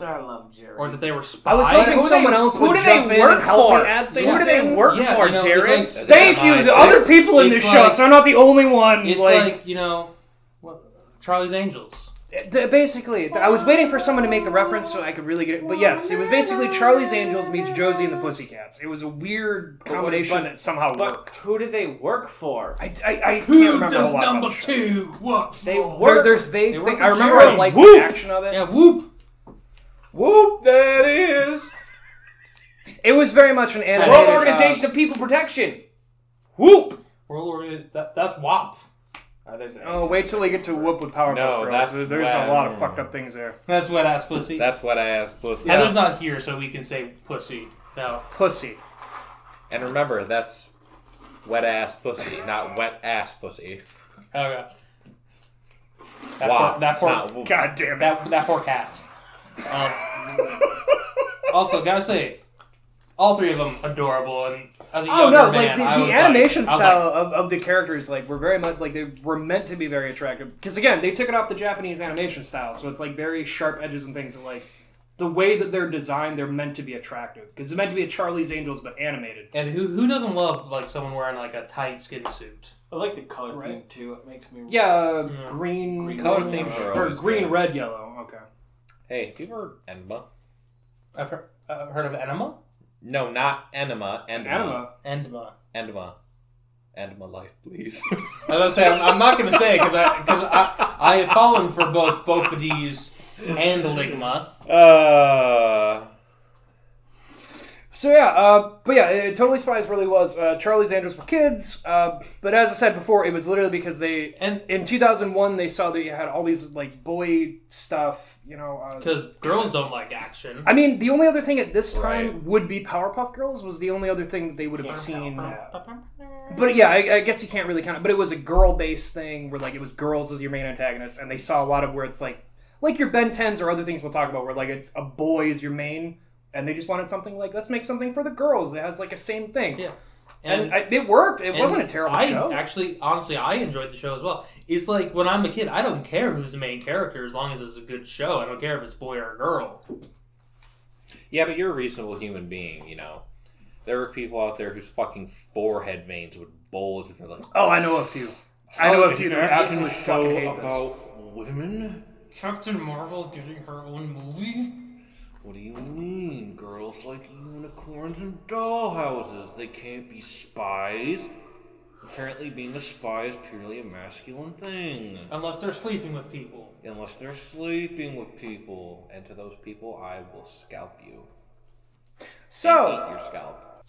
Speaker 11: I love Jerry.
Speaker 3: or that they were spies.
Speaker 6: I was hoping
Speaker 7: Who do
Speaker 6: someone
Speaker 7: they-
Speaker 6: else
Speaker 7: who
Speaker 6: would
Speaker 7: do they
Speaker 6: jump in
Speaker 7: work
Speaker 6: and help
Speaker 7: for?
Speaker 6: me add things
Speaker 7: Who do
Speaker 6: in.
Speaker 7: they work
Speaker 3: Yeah,
Speaker 7: for,
Speaker 3: you know,
Speaker 7: Jared?
Speaker 3: it's like-
Speaker 6: Thank you. The other people in
Speaker 3: It's
Speaker 6: this show,
Speaker 3: like-
Speaker 6: so I'm not the only one.
Speaker 3: It's like,
Speaker 6: like,
Speaker 3: you know, what, Charlie's Angels.
Speaker 6: th- basically, th- I was waiting for someone to make the reference so I could really get it. But yes, it was basically Charlie's Angels meets Josie and the Pussycats. It was a weird combination
Speaker 7: but-
Speaker 6: that somehow
Speaker 7: But
Speaker 6: worked.
Speaker 7: who do they work for?
Speaker 6: I, I, I can't
Speaker 12: Who
Speaker 6: remember
Speaker 12: does
Speaker 6: a lot about
Speaker 12: number
Speaker 6: the show.
Speaker 12: two work for?
Speaker 7: They
Speaker 6: There-
Speaker 7: work.
Speaker 6: there's vague.
Speaker 3: work
Speaker 6: thing-
Speaker 3: for
Speaker 6: I remember
Speaker 3: Jerry.
Speaker 6: I like the
Speaker 3: Whoop!
Speaker 6: action of it.
Speaker 3: Yeah, whoop!
Speaker 7: Whoop, that is.
Speaker 6: It was very much an animated.
Speaker 7: World
Speaker 6: uh,
Speaker 7: Organization of People Protection. Whoop.
Speaker 3: World Organ- that, that's WAP.
Speaker 7: Oh, there's an
Speaker 6: Oh, wait till they get to Whoop with Powerpuff
Speaker 4: No,
Speaker 6: Girls.
Speaker 4: that's
Speaker 6: There's a
Speaker 4: when-
Speaker 6: lot of fucked up things there.
Speaker 3: That's what ass pussy.
Speaker 4: That's what I asked Pussy.
Speaker 3: Heather's not here, so we can say pussy. No.
Speaker 6: Pussy.
Speaker 4: And remember, that's wet ass pussy, not wet ass pussy.
Speaker 3: Okay. That
Speaker 4: Wow,
Speaker 3: poor, that
Speaker 4: it's
Speaker 3: poor,
Speaker 4: not whoop.
Speaker 6: God damn it.
Speaker 3: that, that poor cat. Um,
Speaker 4: *laughs*
Speaker 3: also, gotta say, all three of them adorable. And as a
Speaker 6: Oh
Speaker 3: younger
Speaker 6: no!
Speaker 3: man,
Speaker 6: like
Speaker 3: I
Speaker 6: the,
Speaker 3: was
Speaker 6: the animation
Speaker 3: I was
Speaker 6: style of, of the characters, like were very much like they were meant to be very attractive. Because again, they took it off the Japanese animation style, so it's like very sharp edges and things. That, like the way that they're designed, they're meant to be attractive because they're meant to be a Charlie's Angels but animated.
Speaker 3: and who who doesn't love like someone wearing like a tight skin suit?
Speaker 11: I like the color
Speaker 6: Right.
Speaker 11: theme too. It makes me
Speaker 6: Yeah, uh, green,
Speaker 4: Color themes are
Speaker 6: or
Speaker 4: always
Speaker 6: green,
Speaker 4: good.
Speaker 6: red, yellow. Okay.
Speaker 4: Hey, have you ever enema?
Speaker 3: I've heard, uh, heard of enema.
Speaker 4: No, not enema. Enema.
Speaker 6: Anima.
Speaker 3: Enema.
Speaker 4: Enema. Enema life, please.
Speaker 3: *laughs* I was gonna say I'm, I'm not gonna say because I because I I have fallen for both both of these and ligma.
Speaker 4: uh,
Speaker 6: So yeah, uh, but yeah, it, it totally spies really was uh, Charlie's Angels for kids. Uh, but as I said before, it was literally because they
Speaker 3: And-
Speaker 6: in 2001 they saw that you had all these like boy stuff, you know. Uh,
Speaker 3: Because girls don't like action.
Speaker 6: I mean, the only other thing at this time
Speaker 4: Right.
Speaker 6: would be Powerpuff Girls was the only other thing that they would have seen. But yeah, I, I guess you can't really count it. But it was a girl-based thing where like it was girls as your main antagonist, and they saw a lot of where it's like like your Ben Tens or other things we'll talk about where like it's a boy is your main. And they just wanted something like let's make something for the girls that has like a same thing.
Speaker 3: Yeah.
Speaker 6: And, I, it worked. It
Speaker 3: and
Speaker 6: wasn't a terrible
Speaker 3: I
Speaker 6: show.
Speaker 3: Actually, honestly, I enjoyed the show as well. It's like when I'm a kid, I don't care who's the main character as long as it's a good show. I don't care if it's boy or girl.
Speaker 4: yeah, but you're a reasonable human being, you know. There are people out there whose fucking forehead veins would bulge if they're like,
Speaker 6: oh, I know a few. I know a few that
Speaker 4: "There is
Speaker 6: absolutely
Speaker 4: a
Speaker 6: fucking hate this.
Speaker 4: about women?
Speaker 3: Captain Marvel doing her own movie.
Speaker 4: What do you mean? Girls like unicorns and dollhouses. They can't be spies. Apparently, being a spy is purely a masculine thing.
Speaker 3: Unless they're sleeping with people.
Speaker 4: Unless they're sleeping with people. And to those people, I will scalp you.
Speaker 6: So
Speaker 4: Eat your scalp.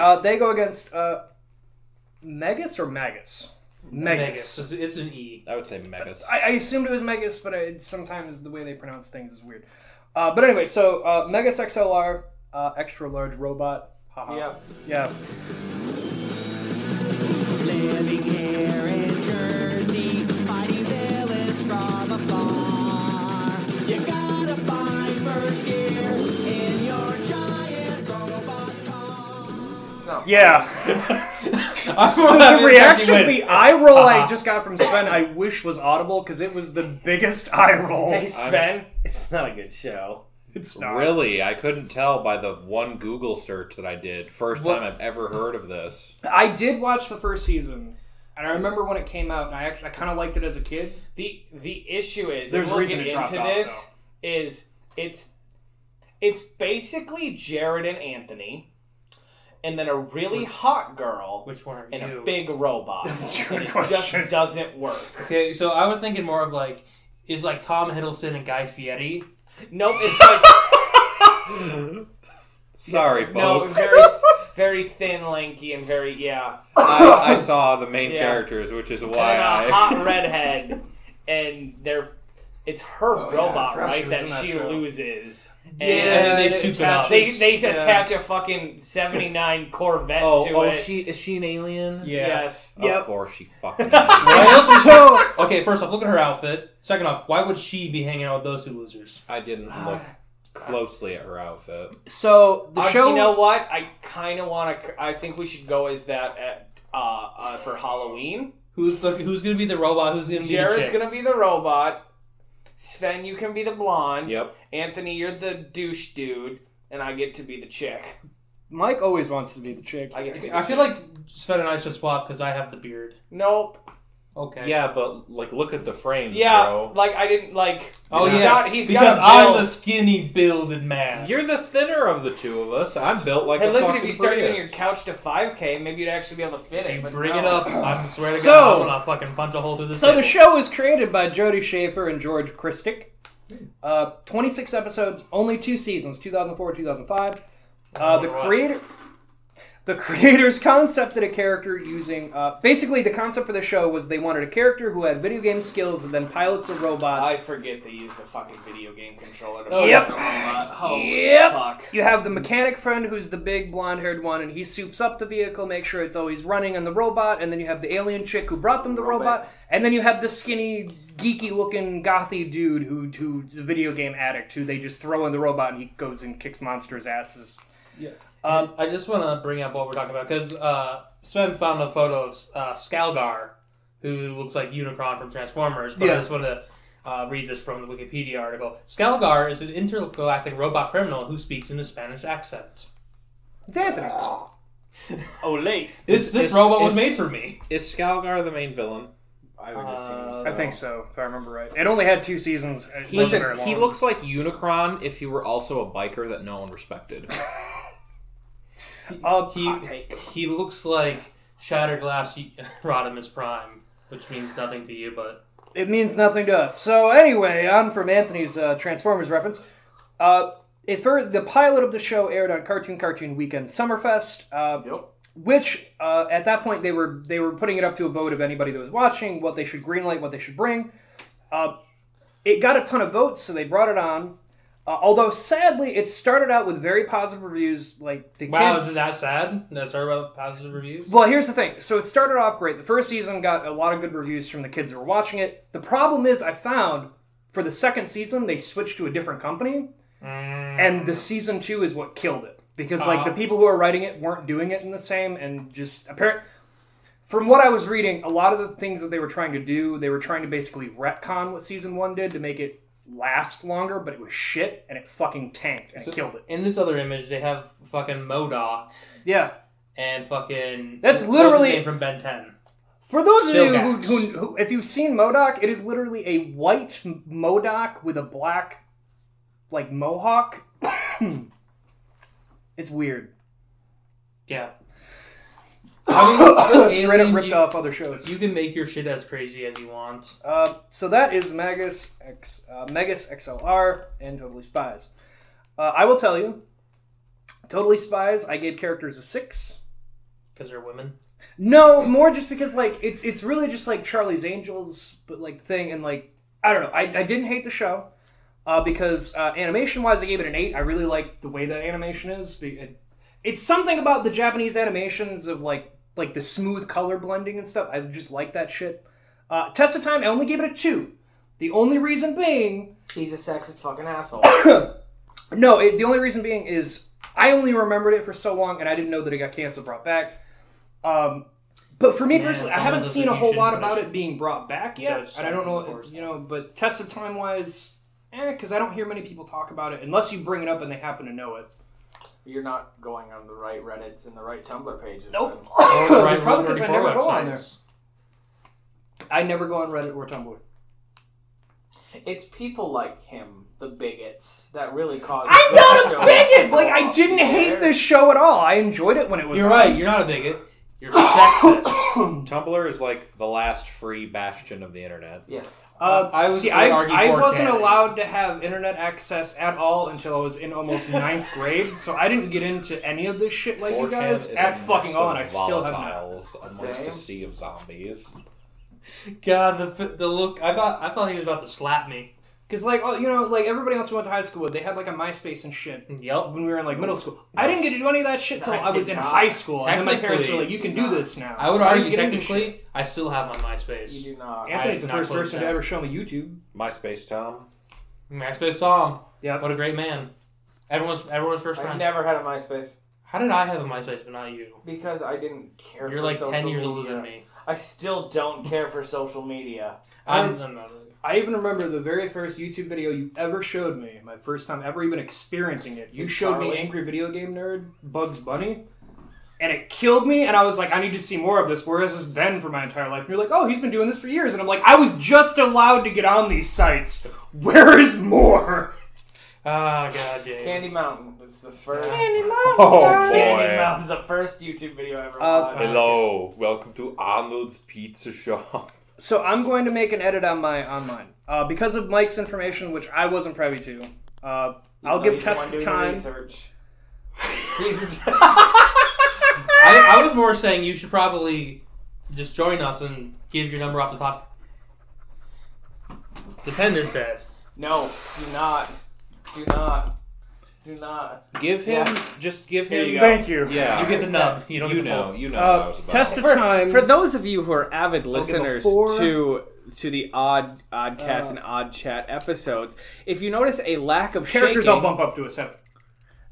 Speaker 6: uh, they go against uh, Megas or Magus.
Speaker 3: Megas.
Speaker 6: Megas.
Speaker 3: It's, it's an E.
Speaker 4: I would say Megas.
Speaker 6: I, I assumed it was Megas, but I, sometimes the way they pronounce things is weird. Uh, but anyway, so uh, Megas XLR, uh, extra large robot. Haha.
Speaker 11: Yeah.
Speaker 6: Yeah.
Speaker 13: Living here in Jersey, fighting villains from afar. You gotta find first gear in your giant robot car.
Speaker 6: Yeah. *laughs* the reaction, the eye roll I just got from Sven, I wish was audible because it was the biggest eye roll.
Speaker 7: Hey Sven, it's not a good show.
Speaker 6: *laughs* It's not.
Speaker 4: Really, I couldn't tell by the one Google search that I did. First
Speaker 3: What-
Speaker 4: time I've ever heard
Speaker 7: *laughs*
Speaker 4: of this.
Speaker 6: I did watch the first season, and I remember when it came out, and I actually I kind of liked it as a kid.
Speaker 7: The the issue is
Speaker 6: There's
Speaker 7: there's
Speaker 6: a
Speaker 7: we'll
Speaker 6: reason
Speaker 7: get
Speaker 6: it dropped
Speaker 7: into
Speaker 6: off,
Speaker 7: this is it's it's basically Jared and Anthony, and then a really hot girl
Speaker 3: Which one are
Speaker 7: and
Speaker 3: you?
Speaker 7: a big robot.
Speaker 6: your
Speaker 7: and it
Speaker 6: question.
Speaker 7: just
Speaker 3: *laughs*
Speaker 7: doesn't work.
Speaker 3: okay, so I was thinking more of like, is like Tom Hiddleston and Guy Fieri.
Speaker 7: Nope, it's like
Speaker 4: Sorry,
Speaker 7: no,
Speaker 4: folks.
Speaker 7: very very thin, lanky, and very yeah,
Speaker 4: I, I saw the
Speaker 7: *laughs*
Speaker 4: main
Speaker 7: Yeah.
Speaker 4: characters, which is
Speaker 7: and
Speaker 4: why
Speaker 7: then a hot
Speaker 4: I.
Speaker 7: redhead, and they're. It's her robot,
Speaker 6: forgot she
Speaker 7: right?
Speaker 6: was
Speaker 7: That,
Speaker 6: in that
Speaker 7: she
Speaker 6: show.
Speaker 7: loses.
Speaker 3: And then they
Speaker 6: they
Speaker 3: soup it
Speaker 6: attach-
Speaker 3: up.
Speaker 7: They, they
Speaker 6: Yeah.
Speaker 7: attach a fucking 79 Corvette
Speaker 4: *laughs* Oh,
Speaker 7: to
Speaker 4: oh,
Speaker 7: it.
Speaker 4: is she is she an alien?
Speaker 7: Yes.
Speaker 4: Of
Speaker 6: Yep.
Speaker 4: course, she fucking. is.
Speaker 6: so
Speaker 3: *laughs* Okay, first off, look at her outfit. Second off, why would she be hanging out with those two losers?
Speaker 4: I didn't look closely at her outfit.
Speaker 6: so the
Speaker 7: Uh,
Speaker 6: show.
Speaker 7: You know what? I kind of want to. I think we should go as that at uh, uh, for Halloween.
Speaker 3: Who's the, who's gonna be the robot? Who's gonna be the
Speaker 7: Jared's
Speaker 3: chick?
Speaker 7: gonna be the robot. Sven, you can be the blonde.
Speaker 2: Yep.
Speaker 7: Anthony, you're the douche dude, and I get to be the chick.
Speaker 6: Mike always wants to be the chick.
Speaker 7: I get to be. The
Speaker 3: I feel
Speaker 7: chick.
Speaker 3: like Sven and I should swap because I have the beard.
Speaker 7: nope.
Speaker 3: Okay.
Speaker 4: Yeah, but like, look at the frames,
Speaker 7: Yeah,
Speaker 4: bro.
Speaker 7: like I didn't like.
Speaker 3: Oh
Speaker 7: he's
Speaker 3: yeah.
Speaker 7: got, he's
Speaker 3: because
Speaker 7: got a
Speaker 3: I'm
Speaker 7: build.
Speaker 3: the skinny builded man.
Speaker 4: You're the thinner of the two of us. I'm built like
Speaker 7: Hey,
Speaker 4: a
Speaker 7: listen,
Speaker 4: fucking
Speaker 7: if you start
Speaker 4: Prius.
Speaker 7: getting your couch to 5K, maybe you'd actually be able to fit it.
Speaker 3: You
Speaker 7: but
Speaker 3: bring
Speaker 7: no.
Speaker 3: it
Speaker 7: *laughs*
Speaker 3: up. I swear to
Speaker 6: So-
Speaker 3: God, I'm gonna fucking punch a hole through this.
Speaker 6: So the
Speaker 3: table.
Speaker 6: show was created by Jody Schaefer and George Christick. Uh, 26 episodes, only two seasons, 2004 2005.
Speaker 7: Oh,
Speaker 6: Uh, the
Speaker 3: Alright.
Speaker 6: creator, the creators concepted a character using. Uh, basically, the concept for the show was they wanted a character who had video game skills and then pilots a robot.
Speaker 7: I forget they use a fucking video game controller. To
Speaker 3: Oh,
Speaker 7: play
Speaker 6: yep.
Speaker 7: the robot. Holy
Speaker 6: Yep.
Speaker 7: fuck.
Speaker 6: You have the mechanic friend who's the big blonde haired one, and he soups up the vehicle, make sure it's always running on the robot, and then you have the alien chick who brought them the
Speaker 7: Robot.
Speaker 6: robot, and then you have the skinny, geeky looking, gothy dude who, who's a video game addict who they just throw in the robot and he goes and kicks monsters' asses.
Speaker 3: Um, I just want to bring up what we're talking about because uh, Sven found a photo of uh, Skalgar, who looks like Unicron from Transformers. But I
Speaker 6: Yeah.
Speaker 3: just want to uh, read this from the Wikipedia article. Skalgar is an intergalactic robot criminal who speaks in a Spanish accent.
Speaker 6: It's Anthony.
Speaker 7: Ah.
Speaker 10: Oh, late.
Speaker 3: This this
Speaker 4: Is-
Speaker 3: robot was
Speaker 4: is-
Speaker 3: made for me.
Speaker 4: Is Skalgar the main villain? I would
Speaker 7: assume
Speaker 6: I think so, if I remember right. It only had two seasons. It wasn't very
Speaker 2: Listen,
Speaker 6: long.
Speaker 2: he looks like Unicron if he were also a biker that no one respected.
Speaker 6: Uh,
Speaker 3: He he looks like Shattered Glass *laughs* Rodimus Prime, which means nothing to you, but
Speaker 6: it means nothing to us. So anyway, on from Anthony's uh, Transformers reference. Uh, it first, the pilot of the show aired on Cartoon Cartoon Weekend Summerfest, uh,
Speaker 7: Yep.
Speaker 6: which uh, at that point they were they were putting it up to a vote of anybody that was watching, what they should greenlight, what they should bring. Uh, it got a ton of votes, so they brought it on. Uh, although sadly, it started out with very positive reviews. Like the
Speaker 3: wow,
Speaker 6: kids,
Speaker 3: is it that sad? That's our about positive reviews.
Speaker 6: well, here's the thing. So it started off great. The first season got a lot of good reviews from the kids that were watching it. The problem is, I found for the second season they switched to a different company, and the season two is what killed it because like the
Speaker 3: Ah.
Speaker 6: people who are writing it weren't doing it in the same, and just apparent. From what I was reading, a lot of the things that they were trying to do, they were trying to basically retcon what season one did to make it last longer, but it was shit and it fucking tanked and
Speaker 3: So-
Speaker 6: it killed it.
Speaker 3: In this other image, they have fucking Modoc
Speaker 6: Yeah.
Speaker 3: and fucking
Speaker 6: That's
Speaker 3: what's his
Speaker 6: literally-
Speaker 3: name from Ben Ten.
Speaker 6: For those of
Speaker 3: Bill
Speaker 6: you who,
Speaker 3: Gax.
Speaker 6: who, who, if you've seen Modoc, it is literally a white M- Modoc with a black, like mohawk. *coughs* it's weird. *coughs*
Speaker 3: Yeah. I mean, with
Speaker 6: Straight up
Speaker 3: aliens,
Speaker 6: ripped
Speaker 3: you,
Speaker 6: off other shows.
Speaker 3: you can make your shit as crazy as you want.
Speaker 6: Uh, so that is Magus X, uh, Magus XLR and Totally Spies. Uh, I will tell you, Totally Spies. I gave characters a six.
Speaker 3: Because they're women.
Speaker 6: No, more just because like it's it's really just like Charlie's Angels, but like thing and like I don't know. I, I didn't hate the show uh, because uh, animation wise, I gave it an eight. I really like the way that animation is. The- it- It's something about the Japanese animations of like like the smooth color blending and stuff. I just like that shit. Uh, Test of Time, I only gave it a two. The only reason being
Speaker 7: He's a sexist fucking asshole.
Speaker 6: no, it, the only reason being is I only remembered it for so long, and I didn't know that it got canceled, brought back. Um, but for me
Speaker 3: Man,
Speaker 6: personally, I
Speaker 3: some of
Speaker 6: haven't
Speaker 3: those
Speaker 6: seen a
Speaker 3: things you
Speaker 6: whole
Speaker 3: shouldn't
Speaker 6: lot about
Speaker 3: punish.
Speaker 6: it being brought back yet.
Speaker 3: Judge
Speaker 6: And I don't
Speaker 3: something
Speaker 6: know,
Speaker 3: for
Speaker 6: you know, but test of time wise, eh, because I don't hear many people talk about it unless you bring it up and they happen to know it.
Speaker 7: You're not going on the right Reddits and the right Tumblr pages.
Speaker 6: Nope.
Speaker 7: then.
Speaker 6: *coughs* It's probably because I
Speaker 3: 34
Speaker 6: never go on there.
Speaker 3: websites.
Speaker 6: I never go on Reddit or Tumblr.
Speaker 7: It's people like him, the bigots, that really cause.
Speaker 6: I'm
Speaker 7: the
Speaker 6: not a
Speaker 7: shows to
Speaker 6: bigot.
Speaker 7: go
Speaker 6: Like I
Speaker 7: off
Speaker 6: didn't
Speaker 7: the
Speaker 6: hate
Speaker 7: air.
Speaker 6: this show at all. I enjoyed it when it was.
Speaker 3: You're
Speaker 6: on.
Speaker 3: right, you're not a bigot. You're
Speaker 6: *coughs*
Speaker 3: sexist.
Speaker 4: Tumblr is like the last free bastion of the internet.
Speaker 7: Yes.
Speaker 6: Uh,
Speaker 3: I was
Speaker 6: see,
Speaker 3: gonna
Speaker 6: I,
Speaker 3: argue
Speaker 6: I
Speaker 3: for
Speaker 6: wasn't
Speaker 3: Janet.
Speaker 6: allowed to have internet access at all until I was
Speaker 3: *laughs*
Speaker 6: in almost ninth grade, so I didn't get into any of this shit like you
Speaker 4: 4chan
Speaker 6: guys.
Speaker 4: is a
Speaker 6: At fucking
Speaker 4: nest
Speaker 6: all,
Speaker 4: of
Speaker 6: and I still have not.
Speaker 4: volatiles amongst
Speaker 7: Same.
Speaker 4: a sea of zombies.
Speaker 3: God, the, f- the look. I thought I thought he was about to slap me.
Speaker 6: Because like, all, you know, like everybody else we went to high school with, they had like a MySpace and shit
Speaker 3: Yep.
Speaker 6: when we were in like middle school. I didn't get to do any of that shit till
Speaker 7: No, I
Speaker 6: I was
Speaker 7: did
Speaker 6: in
Speaker 7: not.
Speaker 6: high school, and then my parents were
Speaker 3: Technically,
Speaker 6: like, "You can do this now."
Speaker 3: I would
Speaker 6: So didn't
Speaker 3: argue
Speaker 6: get into shit.
Speaker 3: technically, I still have my MySpace.
Speaker 7: You do not.
Speaker 6: Anthony's
Speaker 3: I did
Speaker 6: the
Speaker 3: not
Speaker 6: first
Speaker 3: close
Speaker 6: person to
Speaker 3: that.
Speaker 6: ever show me YouTube.
Speaker 4: MySpace Tom.
Speaker 3: MySpace song.
Speaker 6: Yeah.
Speaker 3: What a great man. Everyone's everyone's first
Speaker 7: I
Speaker 3: friend.
Speaker 7: never had a MySpace.
Speaker 3: How did I have a MySpace but not you?
Speaker 7: Because I didn't care.
Speaker 3: You're
Speaker 7: for
Speaker 3: like
Speaker 7: social
Speaker 3: ten years
Speaker 7: media.
Speaker 3: older than me.
Speaker 7: I still don't care for social media.
Speaker 3: I'm, I'm not.
Speaker 6: I even remember the very first YouTube video you ever showed me, my first time ever even experiencing it. You
Speaker 7: it
Speaker 6: showed me
Speaker 7: Charlie?
Speaker 6: Angry Video Game Nerd, Bugs Bunny, and it killed me, and I was like, I need to see more of this. Where has this been for my entire life? And you're like, oh, he's been doing this for years. And I'm like, I was just allowed to get on these sites. Where
Speaker 7: *laughs*
Speaker 6: is more?
Speaker 3: Oh god, James.
Speaker 7: Candy Mountain was the first.
Speaker 4: Oh
Speaker 7: Candy
Speaker 4: boy.
Speaker 7: Mountain's the first YouTube video I ever
Speaker 6: Uh,
Speaker 7: watched.
Speaker 4: Hello, welcome to Arnold's Pizza Shop.
Speaker 6: So I'm going to make an edit on my on mine. Uh, because of Mike's information, which I wasn't privy to, uh, I'll
Speaker 7: No,
Speaker 6: give
Speaker 7: Oh, he's the one
Speaker 6: Test
Speaker 7: doing the
Speaker 6: time. *laughs*
Speaker 7: Research. He's
Speaker 14: *laughs*
Speaker 3: I, I was more saying you should probably just join us and give your number off the top. The pen is dead.
Speaker 7: no, do not, do not, do not.
Speaker 4: Give him,
Speaker 7: Yes.
Speaker 4: just give
Speaker 3: Here
Speaker 4: him.
Speaker 3: you go.
Speaker 6: Thank you.
Speaker 4: Yeah,
Speaker 3: You get the nub. You don't
Speaker 4: *laughs* You
Speaker 3: get the
Speaker 4: know,
Speaker 3: full.
Speaker 4: you know. what I
Speaker 6: Uh,
Speaker 4: was about.
Speaker 6: test of
Speaker 4: For-
Speaker 6: time.
Speaker 14: For those of you who are avid
Speaker 6: give a
Speaker 14: listeners
Speaker 6: four. Uh.
Speaker 14: to to the odd oddcast and odd chat episodes, if you notice a lack of
Speaker 6: characters,
Speaker 14: shaking,
Speaker 6: I'll bump up to a seven.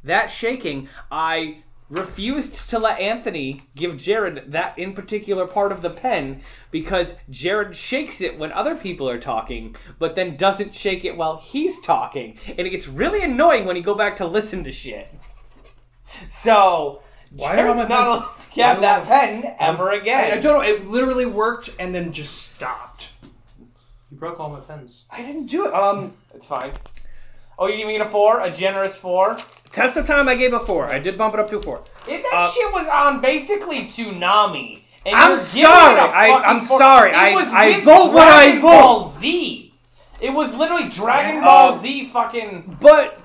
Speaker 14: that shaking, I refused to let Anthony give Jared that in particular part of the pen because Jared shakes it when other people are talking, but then doesn't shake it while he's talking, and it gets really annoying when you go back to listen to shit.
Speaker 10: So,
Speaker 3: do I
Speaker 10: Jared's
Speaker 3: want
Speaker 10: not
Speaker 3: this-
Speaker 10: allowed to have that pen ever
Speaker 6: I, I
Speaker 10: again.
Speaker 6: don't know. It literally worked and then just stopped.
Speaker 3: You broke all my pens.
Speaker 6: I didn't do it. Um,
Speaker 7: It's fine. Oh, you give me a four, a generous four.
Speaker 6: test of time. I gave a four. I did bump it up to a four.
Speaker 10: Yeah, that shit was on basically Toonami. And
Speaker 6: Uh, I'm
Speaker 10: you're giving
Speaker 6: sorry.
Speaker 10: it a
Speaker 6: I-
Speaker 10: fucking
Speaker 6: I'm
Speaker 10: four.
Speaker 6: sorry.
Speaker 10: It
Speaker 6: I-
Speaker 10: was
Speaker 6: I
Speaker 10: with
Speaker 6: vote what I
Speaker 10: Dragon
Speaker 6: vote. uh,
Speaker 10: Ball Z. It was literally Dragon Ball Z fucking.
Speaker 6: But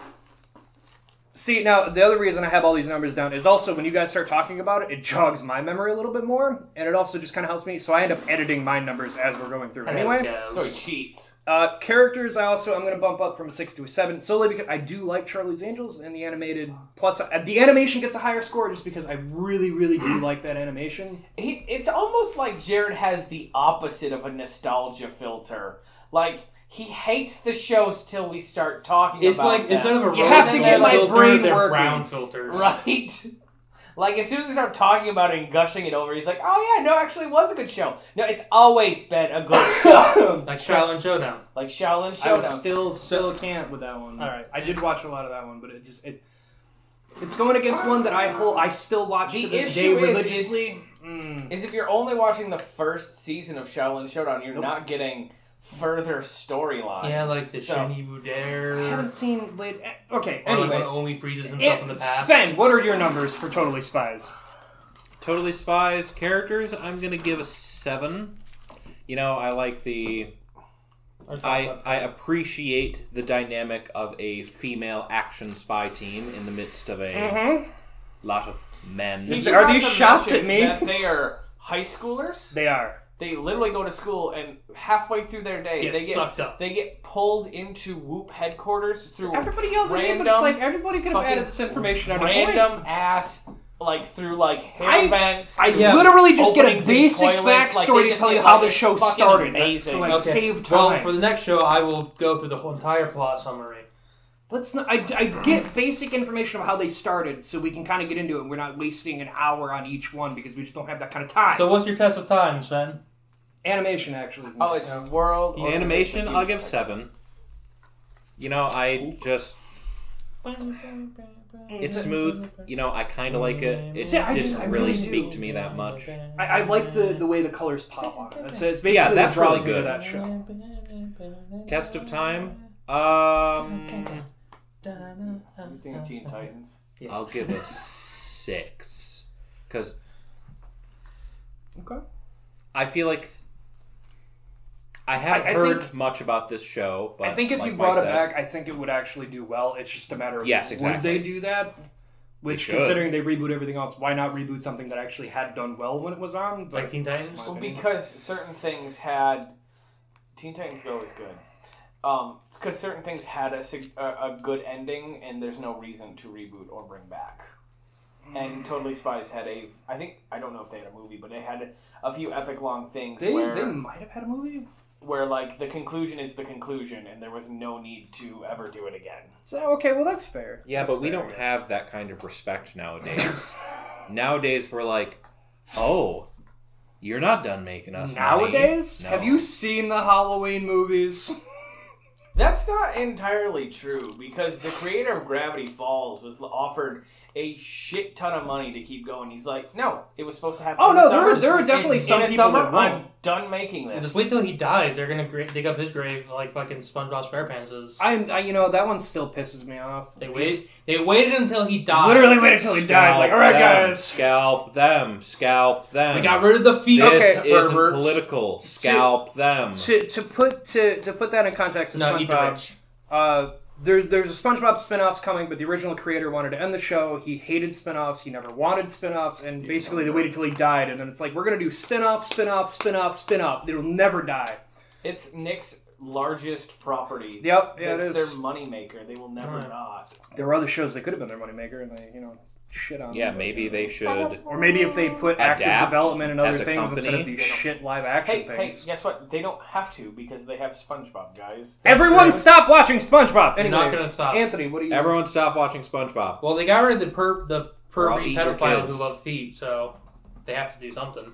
Speaker 6: see, now the other reason I have all these numbers down is also when you guys start talking about it, it jogs my memory a little bit more, and it also just kind of helps me. So I end up editing my numbers as we're going through. Anyway,
Speaker 7: So he cheats.
Speaker 6: uh, characters I also I'm going to bump up from a six to a seven solely because I do like Charlie's Angels and the animated. Plus, uh, the animation gets a higher score just because I really, really do like that *coughs* animation.
Speaker 10: He, it's almost like Jared has the opposite of a nostalgia filter. Like he hates the shows till we start talking
Speaker 3: It's
Speaker 10: about
Speaker 3: like
Speaker 10: them.
Speaker 3: instead of a
Speaker 6: You
Speaker 3: rose
Speaker 6: have to
Speaker 3: gold
Speaker 6: get my
Speaker 3: filter,
Speaker 6: brain
Speaker 3: they're
Speaker 6: working.
Speaker 3: brown filters.
Speaker 10: Right? *laughs* Like, as soon as we start talking about it and gushing it over, he's like, oh, yeah, no, actually, it was a good show. No, it's always been a good
Speaker 3: *laughs*
Speaker 10: show.
Speaker 3: Like Shaolin Showdown.
Speaker 10: like Shaolin
Speaker 6: I
Speaker 10: Showdown.
Speaker 6: was still still can't with that one.
Speaker 3: All right.
Speaker 6: I did watch a lot of that one, but it just it it's going against one that I hold I still watch
Speaker 10: The
Speaker 6: to this
Speaker 10: issue
Speaker 6: day
Speaker 10: is-
Speaker 6: religiously. Hmm.
Speaker 10: is if you're only watching the first season of Shaolin Showdown, you're not getting further storylines.
Speaker 3: Yeah, like the
Speaker 10: So-
Speaker 3: Shiny Budare.
Speaker 6: I haven't seen late. eh, Okay,
Speaker 3: Or like when
Speaker 6: anyway.
Speaker 3: Omi freezes himself in the
Speaker 6: It,
Speaker 3: past.
Speaker 6: Sven, what are your numbers for Totally Spies?
Speaker 4: Totally Spies characters, I'm gonna give a seven. You know, I like the I, I appreciate the dynamic of a female action spy team in the midst of a
Speaker 6: *laughs* Mm-hmm.
Speaker 4: lot of men.
Speaker 6: He's-
Speaker 7: You're
Speaker 6: Are
Speaker 7: about
Speaker 6: these
Speaker 7: to
Speaker 6: shots
Speaker 7: mention
Speaker 6: at me?
Speaker 7: That they are high schoolers.
Speaker 6: They are.
Speaker 7: They literally go to school, and halfway through their day,
Speaker 3: Get
Speaker 7: they get
Speaker 3: sucked up.
Speaker 7: They get pulled into Whoop headquarters through
Speaker 6: Everybody yells at me,
Speaker 7: random,
Speaker 6: but it's like everybody could have
Speaker 7: fucking
Speaker 6: added this information on
Speaker 7: random ass, like through like hair
Speaker 6: I-
Speaker 7: vents.
Speaker 6: I
Speaker 7: through
Speaker 14: Yeah.
Speaker 6: literally just get a
Speaker 7: openings in
Speaker 6: basic
Speaker 7: toilets, like,
Speaker 6: backstory
Speaker 7: they
Speaker 6: to
Speaker 7: just
Speaker 6: tell you
Speaker 7: get,
Speaker 6: how
Speaker 7: like,
Speaker 6: the show
Speaker 7: fucking
Speaker 6: started.
Speaker 7: amazing.
Speaker 6: So like
Speaker 7: Okay.
Speaker 6: save time.
Speaker 3: Well, for the next show, I will go through the whole entire plot summary.
Speaker 6: Let's not. I, I get basic information of how they started, so we can kind of get into it. and We're not wasting an hour on each one because we just don't have that kind of time.
Speaker 3: So, what's your test of time, Sven?
Speaker 6: animation actually. is
Speaker 7: Oh, it's
Speaker 6: nice.
Speaker 7: world
Speaker 4: The animation, I'll give seven. You know, I just it's smooth. You know, I kind of like it. It
Speaker 6: See, I
Speaker 4: didn't
Speaker 6: just- I
Speaker 4: really
Speaker 6: really
Speaker 4: speak
Speaker 6: do.
Speaker 4: to me that much.
Speaker 6: I, I like the the way the colors pop on it. That's, it's basically
Speaker 4: Yeah, that's
Speaker 6: what draws
Speaker 4: really
Speaker 6: me to
Speaker 4: good.
Speaker 6: That show.
Speaker 4: Test of time. Um,
Speaker 7: You think of Teen Titans?
Speaker 4: I'll give a six because
Speaker 6: Okay.
Speaker 4: I feel like I haven't
Speaker 6: I- I
Speaker 4: heard
Speaker 6: think-
Speaker 4: much about this show. But
Speaker 6: I think if
Speaker 4: like
Speaker 6: you brought
Speaker 4: Mike
Speaker 6: it
Speaker 4: said,
Speaker 6: back, I think it would actually do well. It's just a matter of
Speaker 4: Yes,
Speaker 6: would
Speaker 4: exactly.
Speaker 6: they do that? Which,
Speaker 4: should.
Speaker 6: considering they reboot everything else, why not reboot something that actually had done well when it was on? But
Speaker 3: Like Teen Titans?
Speaker 7: Well, because certain things had Teen Titans Go is good. Um, because certain things had a, sig- a a good ending, and there's no reason to reboot or bring back. And Totally Spies had a, I think I don't know if they had a movie, but they had a few epic long things
Speaker 6: they,
Speaker 7: where
Speaker 6: they might have had a movie.
Speaker 7: where like the conclusion is the conclusion, and there was no need to ever do it again.
Speaker 6: So okay, well that's fair.
Speaker 4: Yeah, but we don't have that kind of respect nowadays.
Speaker 6: *laughs*
Speaker 4: nowadays, we're like, oh, you're not done making us. money."
Speaker 6: Nowadays,
Speaker 4: No.
Speaker 6: have you seen the
Speaker 3: *laughs*
Speaker 6: Halloween movies?
Speaker 7: That's not entirely true because the creator of Gravity Falls was offered a shit ton of money to keep going. He's like, no, it was supposed to happen.
Speaker 6: Oh,
Speaker 7: in
Speaker 6: no,
Speaker 7: the
Speaker 6: there
Speaker 7: summer.
Speaker 6: are- there are
Speaker 7: It's
Speaker 6: definitely some
Speaker 7: in the
Speaker 6: people
Speaker 7: summer.
Speaker 6: that won't.
Speaker 7: I'm done making this.
Speaker 3: Just wait till he dies. They're gonna gra- dig up his grave like fucking SpongeBob SquarePants is.
Speaker 6: I'm, I, you know, that one still pisses me off.
Speaker 3: They wait. They waited until he died.
Speaker 6: Literally waited till he died. Like, all right,
Speaker 4: them,
Speaker 6: guys.
Speaker 4: Scalp them. Scalp them.
Speaker 3: We got rid of the feet.
Speaker 4: This
Speaker 6: Okay.
Speaker 4: is
Speaker 6: Perverts.
Speaker 4: political. Scalp them.
Speaker 6: To, to put to, to put that in context, of
Speaker 3: No, eat the
Speaker 6: SpongeBob.
Speaker 3: rich.
Speaker 6: Uh, there's there's a SpongeBob spin-offs coming, but the original creator wanted to end the show. He hated spin-offs. He never wanted spin-offs, and basically they waited till he died, and then it's like we're gonna do spin-off, spin-off, spin-off, spin-off. It'll never die.
Speaker 7: It's Nick's largest property.
Speaker 6: Yep, yeah, it
Speaker 7: That's
Speaker 6: is.
Speaker 7: their moneymaker. They will never not.
Speaker 6: There were other shows that could have been their moneymaker, and they you know shit on.
Speaker 4: Yeah,
Speaker 6: them.
Speaker 4: maybe they should.
Speaker 6: Or maybe if they put active
Speaker 4: Adapt
Speaker 6: development and other
Speaker 4: as a
Speaker 6: things instead of
Speaker 4: company.
Speaker 6: these shit live action
Speaker 7: Hey, hey,
Speaker 6: things.
Speaker 7: guess what? They don't have to because they have SpongeBob, guys.
Speaker 6: Everyone, stop watching SpongeBob.
Speaker 3: You're
Speaker 6: Anyway,
Speaker 3: not gonna stop.
Speaker 6: Anthony, what do you?
Speaker 4: Everyone stop watching SpongeBob.
Speaker 3: Well, they got rid of the per the
Speaker 4: Or I'll
Speaker 3: pervy
Speaker 4: eat your
Speaker 3: pedophile
Speaker 4: kids.
Speaker 3: who loved feet, so they have to do something.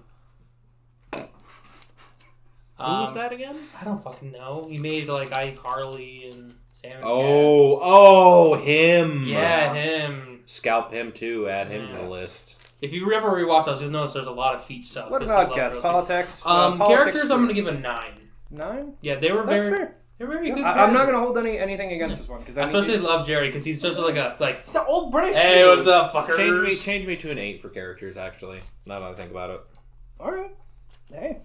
Speaker 4: Who was
Speaker 3: Um,
Speaker 4: that again?
Speaker 3: I don't fucking know. He made like iCarly and Sam.
Speaker 4: Oh, oh, him.
Speaker 3: yeah, him.
Speaker 4: Scalp him too. Add him to the list.
Speaker 3: If you ever rewatch those, you'll notice there's a lot of feet stuff.
Speaker 6: What
Speaker 3: 'cause I
Speaker 6: about
Speaker 3: love
Speaker 6: guests?
Speaker 3: those
Speaker 6: Politics.
Speaker 3: people. Um,
Speaker 6: Uh, politics
Speaker 3: characters, I'm gonna give a nine.
Speaker 6: nine.
Speaker 3: Yeah, they were
Speaker 6: That's
Speaker 3: very,
Speaker 6: fair.
Speaker 3: they're very
Speaker 6: Yeah,
Speaker 3: good.
Speaker 6: I, am not
Speaker 3: characters.
Speaker 6: gonna hold any anything against this one because
Speaker 3: I especially love Jerry because he's just like a like.
Speaker 7: It's an old British.
Speaker 3: Hey,
Speaker 7: dude.
Speaker 3: what's up, fuckers?
Speaker 4: Change me, change me to an eight for characters. Actually, now that I think about it,
Speaker 6: all right. Hey,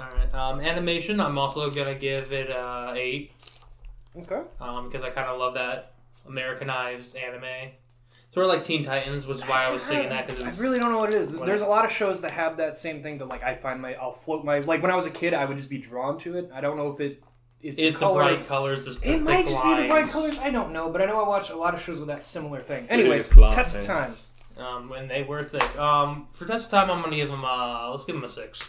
Speaker 3: All right. Um, animation. I'm also gonna give it uh, eight
Speaker 6: okay.
Speaker 3: um, because I kind of love that Americanized anime. Sort of like Teen Titans, which is why I was singing that because
Speaker 6: I
Speaker 3: it's
Speaker 6: really don't know what it is.
Speaker 3: What
Speaker 6: There's
Speaker 3: is-
Speaker 6: a lot of shows that have that same thing that like I find my I'll float my like when I was a kid I would just be drawn to it. I don't know if it is
Speaker 3: is
Speaker 6: the
Speaker 3: the
Speaker 6: color.
Speaker 3: bright colors. Just the
Speaker 6: it might
Speaker 3: thick
Speaker 6: just be the bright
Speaker 3: lines.
Speaker 6: colors. I don't know, but I know I watch a lot of shows with that similar thing. Anyway,
Speaker 4: Thick lines.
Speaker 6: test time.
Speaker 3: Um, when they were thick. Um, for test of time, I'm gonna give him uh, let's give him a
Speaker 6: *laughs*
Speaker 3: six.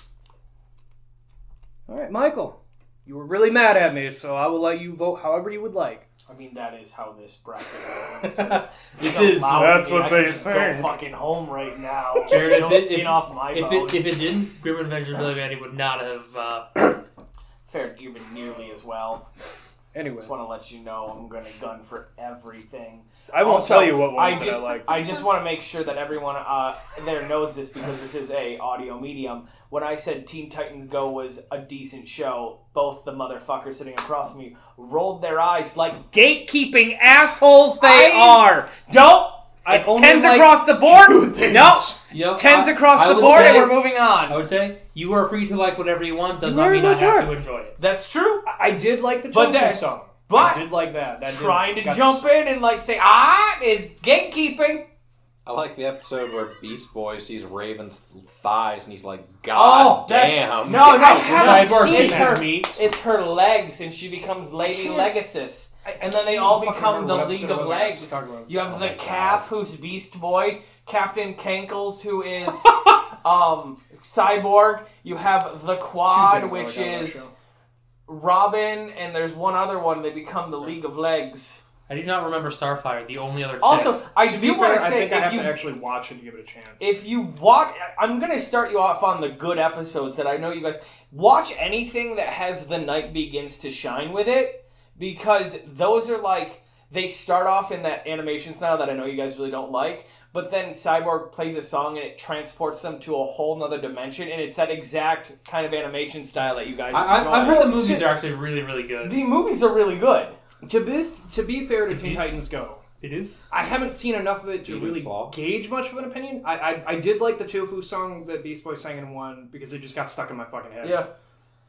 Speaker 6: All right, Michael, you were really mad at me, so I will let you vote however you would like.
Speaker 7: I mean, that is how this bracket works.
Speaker 3: this
Speaker 7: It's
Speaker 3: is
Speaker 7: allowed
Speaker 6: That's
Speaker 7: me.
Speaker 6: what
Speaker 7: I could
Speaker 6: they
Speaker 7: just
Speaker 6: think.
Speaker 7: Go fucking home right now.
Speaker 3: *laughs* Jared.
Speaker 7: Don't
Speaker 3: If it,
Speaker 7: skin
Speaker 3: if,
Speaker 7: off my
Speaker 3: if
Speaker 7: bones.
Speaker 3: it if it didn't, Grim Adventures of Billy Mandy would not have. Uh,
Speaker 7: fair given nearly as well.
Speaker 6: Anyway,
Speaker 7: Just want to let you know I'm gonna gun for everything.
Speaker 6: I won't
Speaker 7: Also,
Speaker 6: tell you what ones
Speaker 7: I
Speaker 6: that
Speaker 7: just,
Speaker 6: I like.
Speaker 7: just want to make sure that everyone uh, there knows this because this is a audio medium. When I said Teen Titans Go was a decent show, both the motherfuckers sitting across from me rolled their eyes like
Speaker 10: Gatekeeping assholes they are. Don't.
Speaker 6: I
Speaker 10: it's
Speaker 6: only
Speaker 10: tens
Speaker 6: like
Speaker 10: across the board. No.
Speaker 3: yep,
Speaker 10: Tens
Speaker 3: I-
Speaker 10: across
Speaker 3: I
Speaker 10: the
Speaker 3: would
Speaker 10: board,
Speaker 3: say-
Speaker 10: and we're moving
Speaker 3: I
Speaker 10: on.
Speaker 3: would say you are free to like whatever you want. Does
Speaker 6: You
Speaker 3: not
Speaker 6: very
Speaker 3: mean I
Speaker 6: much
Speaker 3: have
Speaker 6: are.
Speaker 3: to enjoy it.
Speaker 7: that's true.
Speaker 6: I did like the
Speaker 7: But
Speaker 6: Joker
Speaker 7: that-
Speaker 6: song.
Speaker 7: but-
Speaker 6: I did like that. that did-
Speaker 7: Trying to
Speaker 6: got-
Speaker 7: jump in and like say ah is gatekeeping.
Speaker 4: I like the episode where Beast Boy sees Raven's thighs and he's
Speaker 6: Oh,
Speaker 4: like, "God damn!"
Speaker 7: Uh, no, no,
Speaker 10: I haven't
Speaker 7: sidebar
Speaker 10: seen
Speaker 7: it's
Speaker 10: that.
Speaker 7: her, it's her legs, and she becomes Lady Legasis, and then they all
Speaker 6: fucking
Speaker 7: become
Speaker 6: remember
Speaker 7: the
Speaker 6: what
Speaker 7: League
Speaker 6: episode
Speaker 7: of
Speaker 6: it was. I was
Speaker 7: Legs.
Speaker 6: talking about-
Speaker 7: You have the calf, who's Beast Boy, Captain Cankles, who is
Speaker 6: *laughs*
Speaker 7: um, Cyborg. You have the Quad,
Speaker 6: things I
Speaker 7: which
Speaker 6: like on that
Speaker 7: is
Speaker 6: show.
Speaker 7: Robin, and there's one other one. They become the League of Legs.
Speaker 3: I do not remember Starfire. The only other
Speaker 7: Also, I
Speaker 6: To be
Speaker 7: do want to
Speaker 6: fair, I
Speaker 7: say
Speaker 6: think I
Speaker 7: if
Speaker 6: have
Speaker 7: you
Speaker 6: to actually watch it to give it a chance.
Speaker 7: if you watch i'm gonna start you off on the good episodes that i know you guys watch anything that has the night begins to shine with it because those are like they start off in that animation style that i know you guys really don't like but then cyborg plays a song and it transports them to a whole nother dimension and it's that exact kind of animation style that you guys
Speaker 3: I, I've,
Speaker 7: don't
Speaker 3: I've heard
Speaker 7: like.
Speaker 3: the movies are actually really, really good.
Speaker 7: the movies are really good
Speaker 6: to be to be fair to Teen Titans Go, I haven't seen enough of it to
Speaker 4: Even
Speaker 6: really
Speaker 4: Flaw?
Speaker 6: gauge much of an opinion. I, I I did like the Tofu song that Beast Boy sang in one because it just got stuck in my fucking head.
Speaker 7: yeah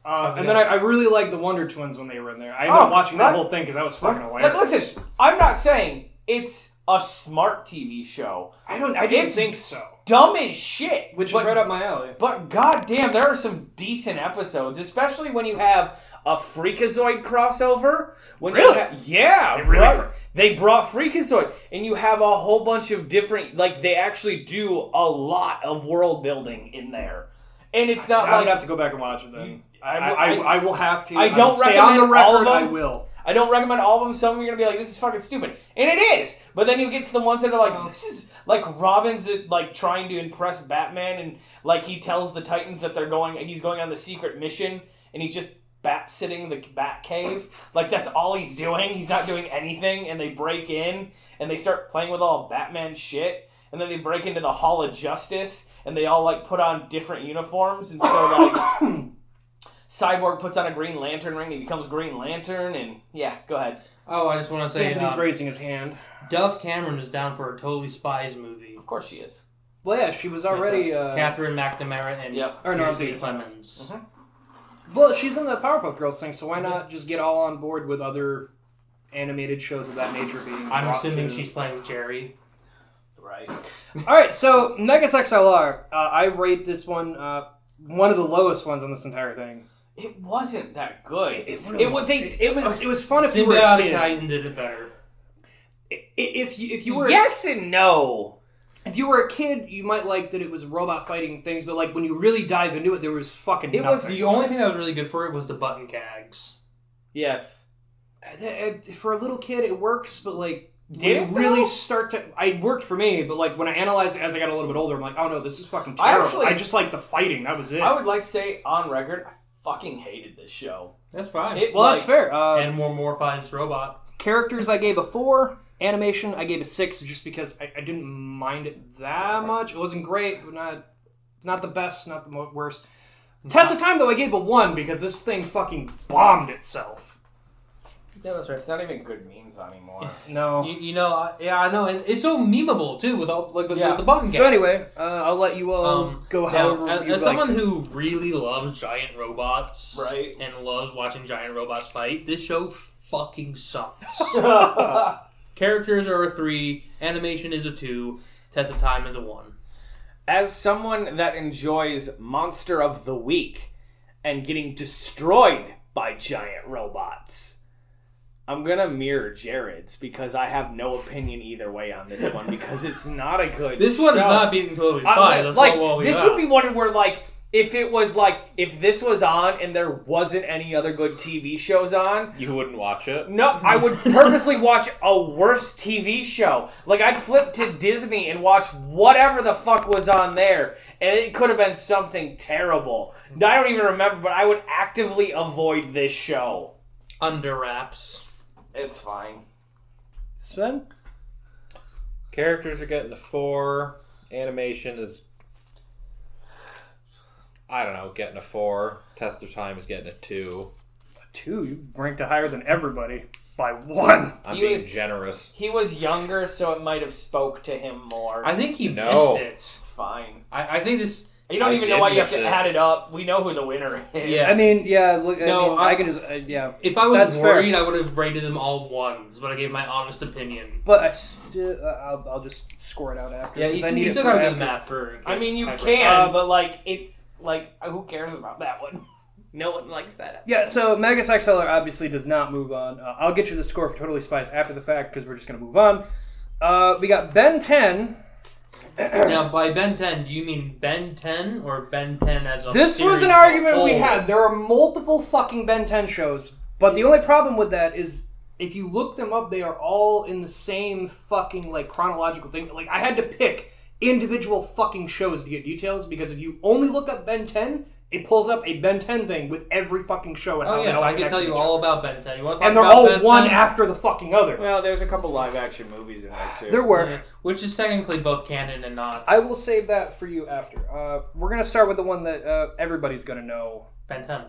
Speaker 6: Uh, and then I, I really liked the Wonder Twins when they were in there. I ended
Speaker 7: Oh,
Speaker 6: up watching that
Speaker 7: right.
Speaker 6: whole thing because that was fucking hilarious.
Speaker 7: like listen i'm not saying it's a smart tv show
Speaker 6: I don't. I didn't
Speaker 7: It's-
Speaker 6: think so.
Speaker 7: dumb as shit
Speaker 6: Which
Speaker 7: but
Speaker 6: is right up my alley.
Speaker 7: But goddamn, there are some decent episodes, especially when you have a Freakazoid crossover. When You
Speaker 6: Really?
Speaker 7: ha- yeah,
Speaker 6: really
Speaker 7: right.
Speaker 6: br-
Speaker 7: They brought Freakazoid, and you have a whole bunch of different. Like they actually do a lot of world building in there, and it's not
Speaker 6: I would
Speaker 7: like
Speaker 6: have to go back and watch it then. I, I, I will have to.
Speaker 7: I don't
Speaker 6: say
Speaker 7: recommend
Speaker 6: on the record.
Speaker 7: all of them.
Speaker 6: I will.
Speaker 7: I don't recommend all of them. Some of them you're gonna be like, "This is fucking stupid," and it is. But then you get to the ones that are like, "This is like Robin's uh, like trying to impress Batman, and like he tells the Titans that they're going, he's going on the secret mission, and he's just bat sitting the bat cave. Like that's all he's doing. He's not doing anything, and they break in and they start playing with all Batman shit, and then they break into the Hall of Justice, and they all like put on different uniforms, and so like. Cyborg puts on a Green Lantern ring. He becomes Green Lantern, and yeah, go ahead.
Speaker 3: Oh, I just want to say
Speaker 7: Anthony's
Speaker 6: raising his hand.
Speaker 3: Dove Cameron is down for a totally spies movie. Of
Speaker 7: course she is.
Speaker 6: Well, yeah, she was already. Uh,
Speaker 3: Catherine McNamara and
Speaker 7: yep.
Speaker 6: Or no, I'm
Speaker 3: Kirstie
Speaker 6: thinking something
Speaker 3: Clemens.
Speaker 6: Well, she's in the Powerpuff Girls thing, so why not just get all on board with other animated shows of that nature being.
Speaker 3: I'm
Speaker 6: brought
Speaker 3: assuming
Speaker 6: to-
Speaker 3: she's playing Jerry.
Speaker 7: Right.
Speaker 6: All right, so Megas XLR. Uh, I rate this one uh, one of the lowest ones on this entire thing.
Speaker 7: It wasn't that good. It,
Speaker 6: really
Speaker 7: was a. It, was.
Speaker 6: It was fun if you were a kid.
Speaker 3: Titan did it better.
Speaker 6: If you if you were
Speaker 7: Yes and no.
Speaker 6: if you were a kid, you might like that it was robot fighting things, but like when you really dive into it, there was fucking.
Speaker 3: It was
Speaker 6: nothing.
Speaker 3: the only thing that was really good for it was the button gags.
Speaker 7: Yes.
Speaker 6: That- uh, for a little kid it works but like when
Speaker 3: Did
Speaker 6: you
Speaker 3: it,
Speaker 6: really
Speaker 3: though?
Speaker 6: start to I worked for me but like when I analyzed it as I got a little bit older I'm like oh no this is fucking
Speaker 7: I
Speaker 6: terrible I,
Speaker 7: actually-
Speaker 6: just like the fighting that was it
Speaker 7: I would like to say on record, I fucking hated this show.
Speaker 3: That's fine.
Speaker 7: It,
Speaker 6: well
Speaker 7: like,
Speaker 6: that's fair uh,
Speaker 3: and more morphized robot.
Speaker 6: characters I gave a 4 animation I gave a 6 just because I, I didn't mind it that much it wasn't great but not not the best not the mo- worst Test of time though I gave a 1 because this thing fucking bombed itself
Speaker 3: Yeah, that's right.
Speaker 7: It's not even good memes *laughs* anymore.
Speaker 6: no
Speaker 3: You, you know, I, yeah, I know, and it's so memeable too with all like with, with the button.
Speaker 6: so
Speaker 3: gag.
Speaker 6: anyway uh, I'll let you all
Speaker 3: Um,
Speaker 6: go
Speaker 3: now,
Speaker 6: however
Speaker 3: as,
Speaker 6: you
Speaker 3: as
Speaker 6: like.
Speaker 3: someone who really loves giant robots,
Speaker 7: Right.
Speaker 3: and loves watching giant robots fight, this show fucking sucks. *laughs* Characters are a three, animation is a two, test of time is a one.
Speaker 7: As someone that enjoys Monster of the Week and getting destroyed by giant robots, I'm gonna mirror Jared's because I have no opinion either way on this one because it's not a good.
Speaker 3: This one is
Speaker 7: show.
Speaker 3: not beating totally
Speaker 7: I'm
Speaker 3: spies. That's
Speaker 7: like
Speaker 3: what we're all
Speaker 7: this
Speaker 3: about.
Speaker 7: would be one where like if it was like if this was on and there wasn't any other good TV shows on,
Speaker 4: You wouldn't watch it.
Speaker 7: no, I would purposely watch a worse TV show. Like I'd flip to Disney and watch whatever the fuck was on there, and it could have been something terrible. I don't even remember, but I would actively avoid this show.
Speaker 3: under wraps.
Speaker 7: It's fine.
Speaker 6: Sven
Speaker 4: Characters are getting a four. Animation is, I don't know, getting a four. Test of time is getting a two.
Speaker 6: Two, you ranked it higher than everybody by one.
Speaker 4: I'm
Speaker 7: You-
Speaker 4: being generous.
Speaker 7: He was younger, so it might have spoke to him more.
Speaker 3: I think he
Speaker 4: No.
Speaker 3: missed
Speaker 7: it's fine.
Speaker 3: it. I, I think this.
Speaker 7: You don't
Speaker 4: I
Speaker 7: even know why
Speaker 4: did
Speaker 7: you have
Speaker 4: miss
Speaker 7: to
Speaker 4: it.
Speaker 7: add it up. We know who the winner is.
Speaker 3: Yeah.
Speaker 6: I mean, yeah, look, I,
Speaker 3: No,
Speaker 6: mean,
Speaker 3: I-
Speaker 6: I, can just, uh, yeah.
Speaker 3: If I was
Speaker 6: That's fair.
Speaker 3: worried, I would have rated them all ones, but I gave my honest opinion.
Speaker 6: But I st- uh, I'll, I'll just score it out after.
Speaker 3: Yeah,
Speaker 6: 'cause
Speaker 3: you,
Speaker 6: I
Speaker 3: still-
Speaker 6: need
Speaker 3: you
Speaker 6: it
Speaker 3: still
Speaker 6: for
Speaker 3: gotta do
Speaker 6: after.
Speaker 3: the math for.
Speaker 7: I mean, you
Speaker 3: hybrid.
Speaker 7: can,
Speaker 6: Um,
Speaker 7: but like, it's like, who cares about that one? *laughs* No one likes that.
Speaker 6: Yeah, so Magus XLR obviously does not move on. Uh, I'll get you the score for Totally Spies after the fact because we're just going to move on. Uh, we got Ben 10.
Speaker 3: Now, by Ben 10, do you mean Ben 10 or Ben 10 as a
Speaker 6: This was
Speaker 3: series
Speaker 6: an
Speaker 3: as a
Speaker 6: argument we
Speaker 3: whole?
Speaker 6: had. There are multiple fucking Ben 10 shows, but the only problem with that is if you look them up, they are all in the same fucking like chronological thing. Like I had to pick individual fucking shows to get details because if you only look up Ben 10, it pulls up a Ben 10 thing with every fucking show and how
Speaker 3: Oh,
Speaker 6: they
Speaker 3: yeah, so
Speaker 6: all
Speaker 3: I can
Speaker 6: connect
Speaker 3: tell
Speaker 6: to
Speaker 3: you
Speaker 6: each
Speaker 3: all
Speaker 6: other.
Speaker 3: about Ben 10. You want to
Speaker 6: And they're all one after the fucking other.
Speaker 7: Well, there's a couple live action movies in there too.
Speaker 6: There were.
Speaker 3: Which is technically both canon and not.
Speaker 6: I will save that for you after. Uh, we're gonna start with the one that uh, everybody's gonna know.
Speaker 3: Ben 10.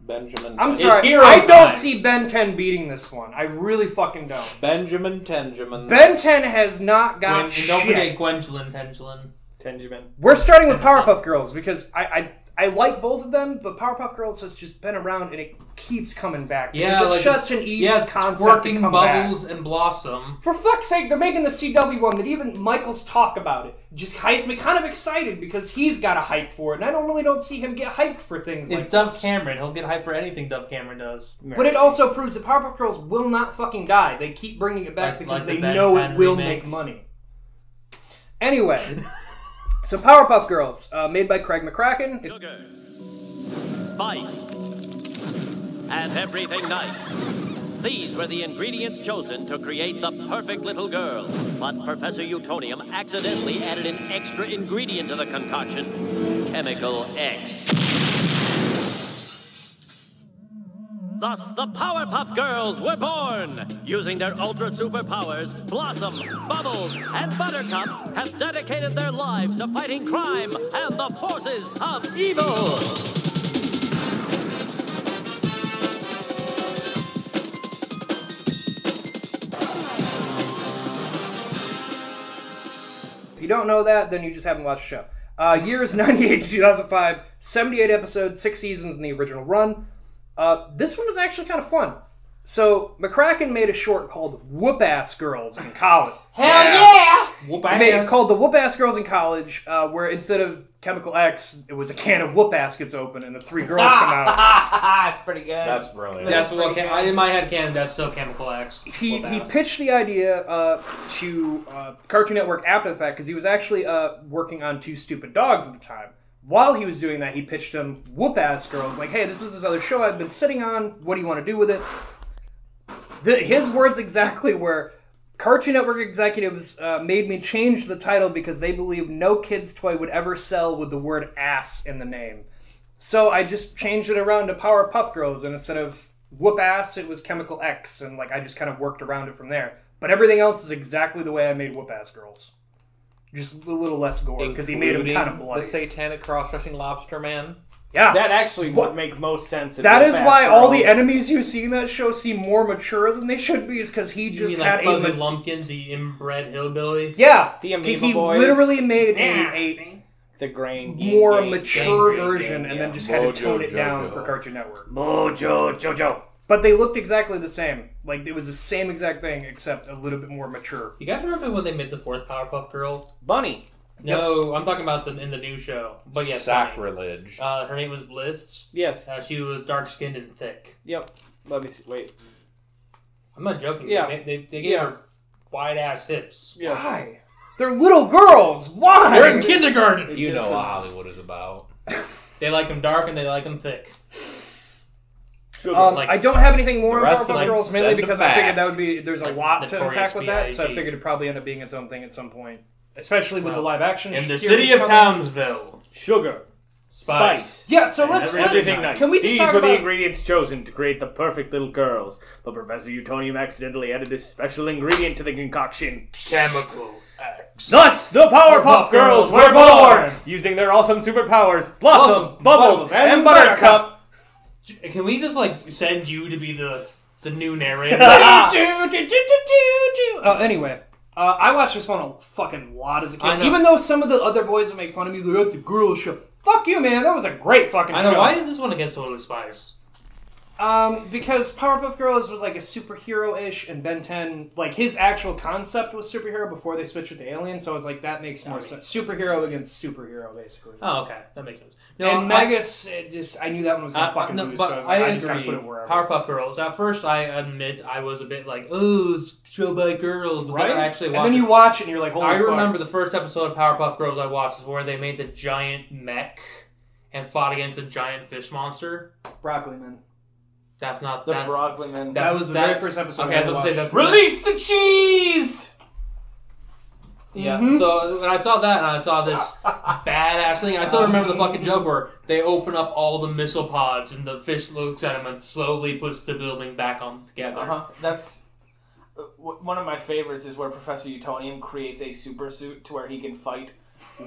Speaker 4: Benjamin.
Speaker 6: I'm
Speaker 4: Ten-
Speaker 6: sorry,
Speaker 3: hero
Speaker 6: I
Speaker 3: time.
Speaker 6: don't see Ben 10 beating this one. I really fucking don't.
Speaker 4: Benjamin Tenjamin.
Speaker 6: Ben 10 has
Speaker 3: Gwen,
Speaker 6: not got
Speaker 3: and
Speaker 6: Ah, shit.
Speaker 3: don't forget Gwendolyn Tengelin.
Speaker 7: Benjamin.
Speaker 6: We're starting with
Speaker 3: Tennyson.
Speaker 6: Powerpuff Girls because I, I I like both of them, but Powerpuff Girls has just been around and it keeps coming back. because
Speaker 3: Yeah,
Speaker 6: it
Speaker 3: like-
Speaker 6: shuts an easy
Speaker 3: Yeah,
Speaker 6: concept
Speaker 3: working
Speaker 6: to come back.
Speaker 3: Bubbles and Blossom.
Speaker 6: For fuck's sake, they're making the CW one that even Michaels talk about it. Just has me kind of excited because he's got a hype for it, and I don't really don't see him get hyped for things
Speaker 3: It's
Speaker 6: like
Speaker 3: Dove Cameron. He'll get hyped for anything Dove Cameron does.
Speaker 6: But it also proves that Powerpuff Girls will not fucking die. They keep bringing it back
Speaker 3: Like-
Speaker 6: because
Speaker 3: like the
Speaker 6: they
Speaker 3: Ben
Speaker 6: know
Speaker 3: 10
Speaker 6: it will
Speaker 3: remake.
Speaker 6: make money.
Speaker 3: *laughs*
Speaker 6: Anyway, so Powerpuff Girls, uh, made by Craig McCracken.
Speaker 15: spice, and everything nice. These were the ingredients chosen to create the perfect little girl. But Professor Utonium accidentally added an extra ingredient to the concoction Chemical X. Thus, the Powerpuff Girls were born! Using their ultra superpowers, Blossom, Bubbles, and Buttercup have dedicated their lives to fighting crime and the forces of evil!
Speaker 6: If you don't know that, then you just haven't watched the show. Uh, years *laughs* 98 to 2005, 78 episodes, six seasons in the original run. Uh, this one was actually kind of fun. So, McCracken made a short called Whoop Ass Girls in College. Hell yeah!
Speaker 3: Whoop
Speaker 6: He made it
Speaker 3: ass.
Speaker 6: called the Whoop Ass Girls in College, uh, where instead of Chemical X, it was a can of whoop ass gets open and the three girls come
Speaker 7: *laughs*
Speaker 6: out.
Speaker 10: That's pretty good.
Speaker 4: That's brilliant.
Speaker 3: That's what chem- I, in my head canon. That's still chemical X.
Speaker 6: He, he pitched the idea uh, to uh, Cartoon Network after the fact because he was actually uh, working on Two Stupid Dogs at the time. While he was doing that, he pitched them Whoop Ass Girls, like, hey, this is this other show I've been sitting on. What do you want to do with it? The, his words exactly were Cartoon Network executives uh, made me change the title because they believed no kid's toy would ever sell with the word ass in the name. So I just changed it around to Powerpuff Girls, and instead of whoop ass, it was Chemical X, and like I just kind of worked around it from there. But everything else is exactly the way I made whoop ass girls, just a little less gore because he made them kind of
Speaker 4: Including
Speaker 6: bloody.
Speaker 4: The satanic cross-dressing lobster man.
Speaker 6: yeah,
Speaker 7: That actually would make most sense. if
Speaker 6: that
Speaker 7: Whoop
Speaker 6: is
Speaker 7: Ass
Speaker 6: why all
Speaker 7: Girls-
Speaker 6: the enemies you see in that show seem more mature than they should be, is because he
Speaker 3: You
Speaker 6: just
Speaker 3: mean
Speaker 6: had
Speaker 3: like
Speaker 6: a
Speaker 3: Fuzzy Lumpkin, the inbred hillbilly?
Speaker 6: Yeah,
Speaker 3: The
Speaker 6: he-
Speaker 3: Amoeba
Speaker 6: he
Speaker 3: Boys.
Speaker 6: literally made
Speaker 3: Yeah.
Speaker 6: a,
Speaker 7: the grain
Speaker 6: more
Speaker 7: gang,
Speaker 6: mature
Speaker 7: gang, gang,
Speaker 6: version,
Speaker 7: gang,
Speaker 6: and
Speaker 7: yeah.
Speaker 6: then just had to
Speaker 7: Mojo
Speaker 6: tone it down
Speaker 7: Jojo.
Speaker 6: for Cartoon Network.
Speaker 7: Mojo Jojo.
Speaker 6: But they looked exactly the same. Like it was the same exact thing, except a little bit more mature.
Speaker 3: You guys remember when they made the fourth Powerpuff Girl?
Speaker 10: Bunny.
Speaker 3: No, I'm talking about the in the new show. But yeah,
Speaker 4: Sacrilege.
Speaker 3: Uh, her name was Blitz.
Speaker 10: Yes.
Speaker 3: Uh, she was dark skinned and thick.
Speaker 10: Yep. Let me see. Wait.
Speaker 3: I'm not joking.
Speaker 10: Yeah.
Speaker 3: They, they, they gave
Speaker 10: Yeah.
Speaker 3: her wide ass hips.
Speaker 10: Yeah.
Speaker 6: Why? They're little girls. Why?
Speaker 3: They're in kindergarten.
Speaker 4: You know what Hollywood is about.
Speaker 3: They like them dark and they like them thick.
Speaker 6: Um, I don't have anything more
Speaker 3: The
Speaker 6: on
Speaker 3: rest of
Speaker 6: Powerpuff
Speaker 3: them
Speaker 6: Girls mainly
Speaker 3: send
Speaker 6: because
Speaker 3: them
Speaker 6: I
Speaker 3: back.
Speaker 6: figured that would be there's a lot to
Speaker 3: Notorious
Speaker 6: unpack with that, so I
Speaker 3: B.I.G..
Speaker 6: figured it'd probably end up being its own thing at some point, especially with the live action.
Speaker 3: In the
Speaker 6: series
Speaker 3: city of
Speaker 6: coming.
Speaker 3: Townsville.
Speaker 7: Sugar.
Speaker 3: Spice.
Speaker 6: Yeah, so let's,
Speaker 7: And
Speaker 6: let's
Speaker 7: everything nice.
Speaker 6: can we just
Speaker 7: These
Speaker 6: talk
Speaker 7: were the
Speaker 6: about
Speaker 7: ingredients chosen to create the perfect little girls, but Professor Utonium accidentally added this special ingredient to the concoction.
Speaker 3: Chemical.
Speaker 7: Thus, the Powerpuff
Speaker 3: Powerpuff
Speaker 7: Girls
Speaker 3: Girls
Speaker 7: were
Speaker 3: were
Speaker 7: born, using their awesome superpowers, Blossom, Bubbles, and Buttercup.
Speaker 3: Can we just like send you to be the the new *laughs* narrator?
Speaker 6: Do, do, do, do, do, do. Uh, anyway, uh, I watched this one a fucking lot as a
Speaker 3: I
Speaker 6: kid.
Speaker 3: know.
Speaker 6: Even though some of the other boys would make fun of me, like, that's a girl show. Fuck you, man. That was a great fucking
Speaker 3: I know.
Speaker 6: show.
Speaker 3: Why is this one against Totally Spies?
Speaker 6: Um, because Powerpuff Girls was like a superhero-ish, and Ben 10, like his actual concept was superhero before they switched it to alien. So I was like, that makes more sense. Superhero against superhero, basically.
Speaker 3: Oh, okay, that makes sense.
Speaker 6: and Magus, it just I knew that one was gonna
Speaker 3: Uh,
Speaker 6: fucking
Speaker 3: no,
Speaker 6: lose,
Speaker 3: but
Speaker 6: so I, was
Speaker 3: I,
Speaker 6: like, I, just
Speaker 3: agree.
Speaker 6: gotta put it wherever.
Speaker 3: Powerpuff Girls. At first, I admit I was a bit like, "Oh, it's show by girls," but
Speaker 6: right?
Speaker 3: then I actually
Speaker 6: and
Speaker 3: watched.
Speaker 6: then you
Speaker 3: it.
Speaker 6: watch it, and you're like, holy
Speaker 3: I
Speaker 6: fuck.
Speaker 3: remember the first episode of Powerpuff Girls I watched is where they made the giant mech and fought against a giant fish monster.
Speaker 6: Broccoli Man.
Speaker 3: That's not
Speaker 7: The
Speaker 3: that's,
Speaker 7: broccoli man.
Speaker 3: that's-
Speaker 6: That was the very
Speaker 3: that's-
Speaker 6: first episode
Speaker 3: Okay,
Speaker 6: I
Speaker 3: I was about to say that's
Speaker 7: Release the cheese!
Speaker 3: Yeah.
Speaker 6: Hmm? Mm-hmm.
Speaker 3: So when I saw that and I saw this badass thing, and I still remember the fucking joke where they open up all the missile pods and the fish looks at him and slowly puts the building back on together.
Speaker 7: Uh huh. That's uh, w- one of my favorites is where Professor Utonium creates a super suit to where he can fight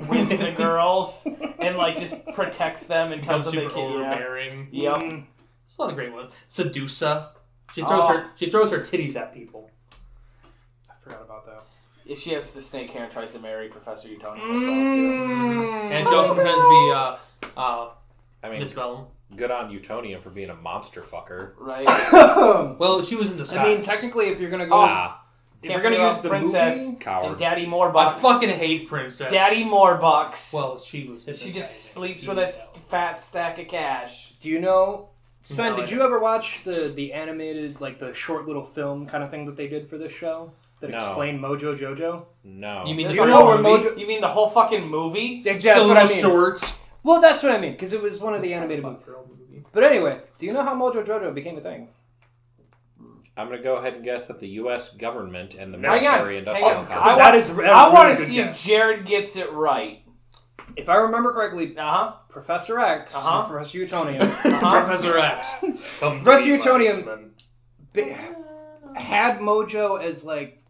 Speaker 7: with the girls and like just protects them and tells
Speaker 3: Becomes
Speaker 7: them they
Speaker 3: super
Speaker 7: can. Yeah.
Speaker 3: overbearing.
Speaker 7: Yep.
Speaker 6: Mm.
Speaker 3: It's not a great one. Sedusa. She throws
Speaker 7: Oh.
Speaker 3: her she throws her titties at people.
Speaker 6: I forgot about that.
Speaker 7: Yeah, She has the snake hair and tries to marry Professor Utonium
Speaker 6: Hmm.
Speaker 3: And she also pretends to be uh uh
Speaker 4: I mean,
Speaker 3: Miss Bellum.
Speaker 4: good on Utonium for being a monster fucker.
Speaker 7: as well, too. Right?
Speaker 3: Well, she was in the
Speaker 6: *coughs* I mean, technically, if you're gonna go,
Speaker 4: Ah,
Speaker 6: if
Speaker 7: Oh. Can't
Speaker 6: you're gonna
Speaker 7: forget
Speaker 6: use
Speaker 7: about
Speaker 6: the
Speaker 7: Princess
Speaker 6: movie,
Speaker 7: and
Speaker 4: coward.
Speaker 7: Daddy Moorbucks.
Speaker 3: I fucking hate Princess.
Speaker 7: Daddy Moorbucks.
Speaker 3: Well, she was
Speaker 7: she just sleeps with a s- fat stack of cash.
Speaker 6: do you know? Sven,
Speaker 3: No, I
Speaker 6: did you ever watch the the animated, like the short little film kind of thing that they did for this show that
Speaker 4: No.
Speaker 6: explained Mojo Jojo?
Speaker 4: No.
Speaker 3: You mean
Speaker 7: Do
Speaker 3: the
Speaker 7: you
Speaker 3: fucking
Speaker 7: know where
Speaker 3: movie?
Speaker 7: Mojo? You mean the whole fucking movie?
Speaker 6: Yeah, that's what I mean.
Speaker 3: shorts.
Speaker 6: Well, that's what I mean, because it was one of the animated movies. But anyway, do you know how Mojo Jojo became a thing?
Speaker 4: I'm going to go ahead and guess that the U.S. government and the
Speaker 7: Hang on.
Speaker 4: military
Speaker 7: Hang
Speaker 4: industrial
Speaker 7: on.
Speaker 4: complex.
Speaker 7: Oh, I want, I want to see if Jared gets it right.
Speaker 6: If I remember
Speaker 7: *laughs*
Speaker 6: correctly,
Speaker 7: uh-huh.
Speaker 6: Professor X,
Speaker 7: Uh-huh.
Speaker 6: Professor Utonium, *laughs* Professor
Speaker 3: X,
Speaker 6: Professor Utonium ba- had Mojo as like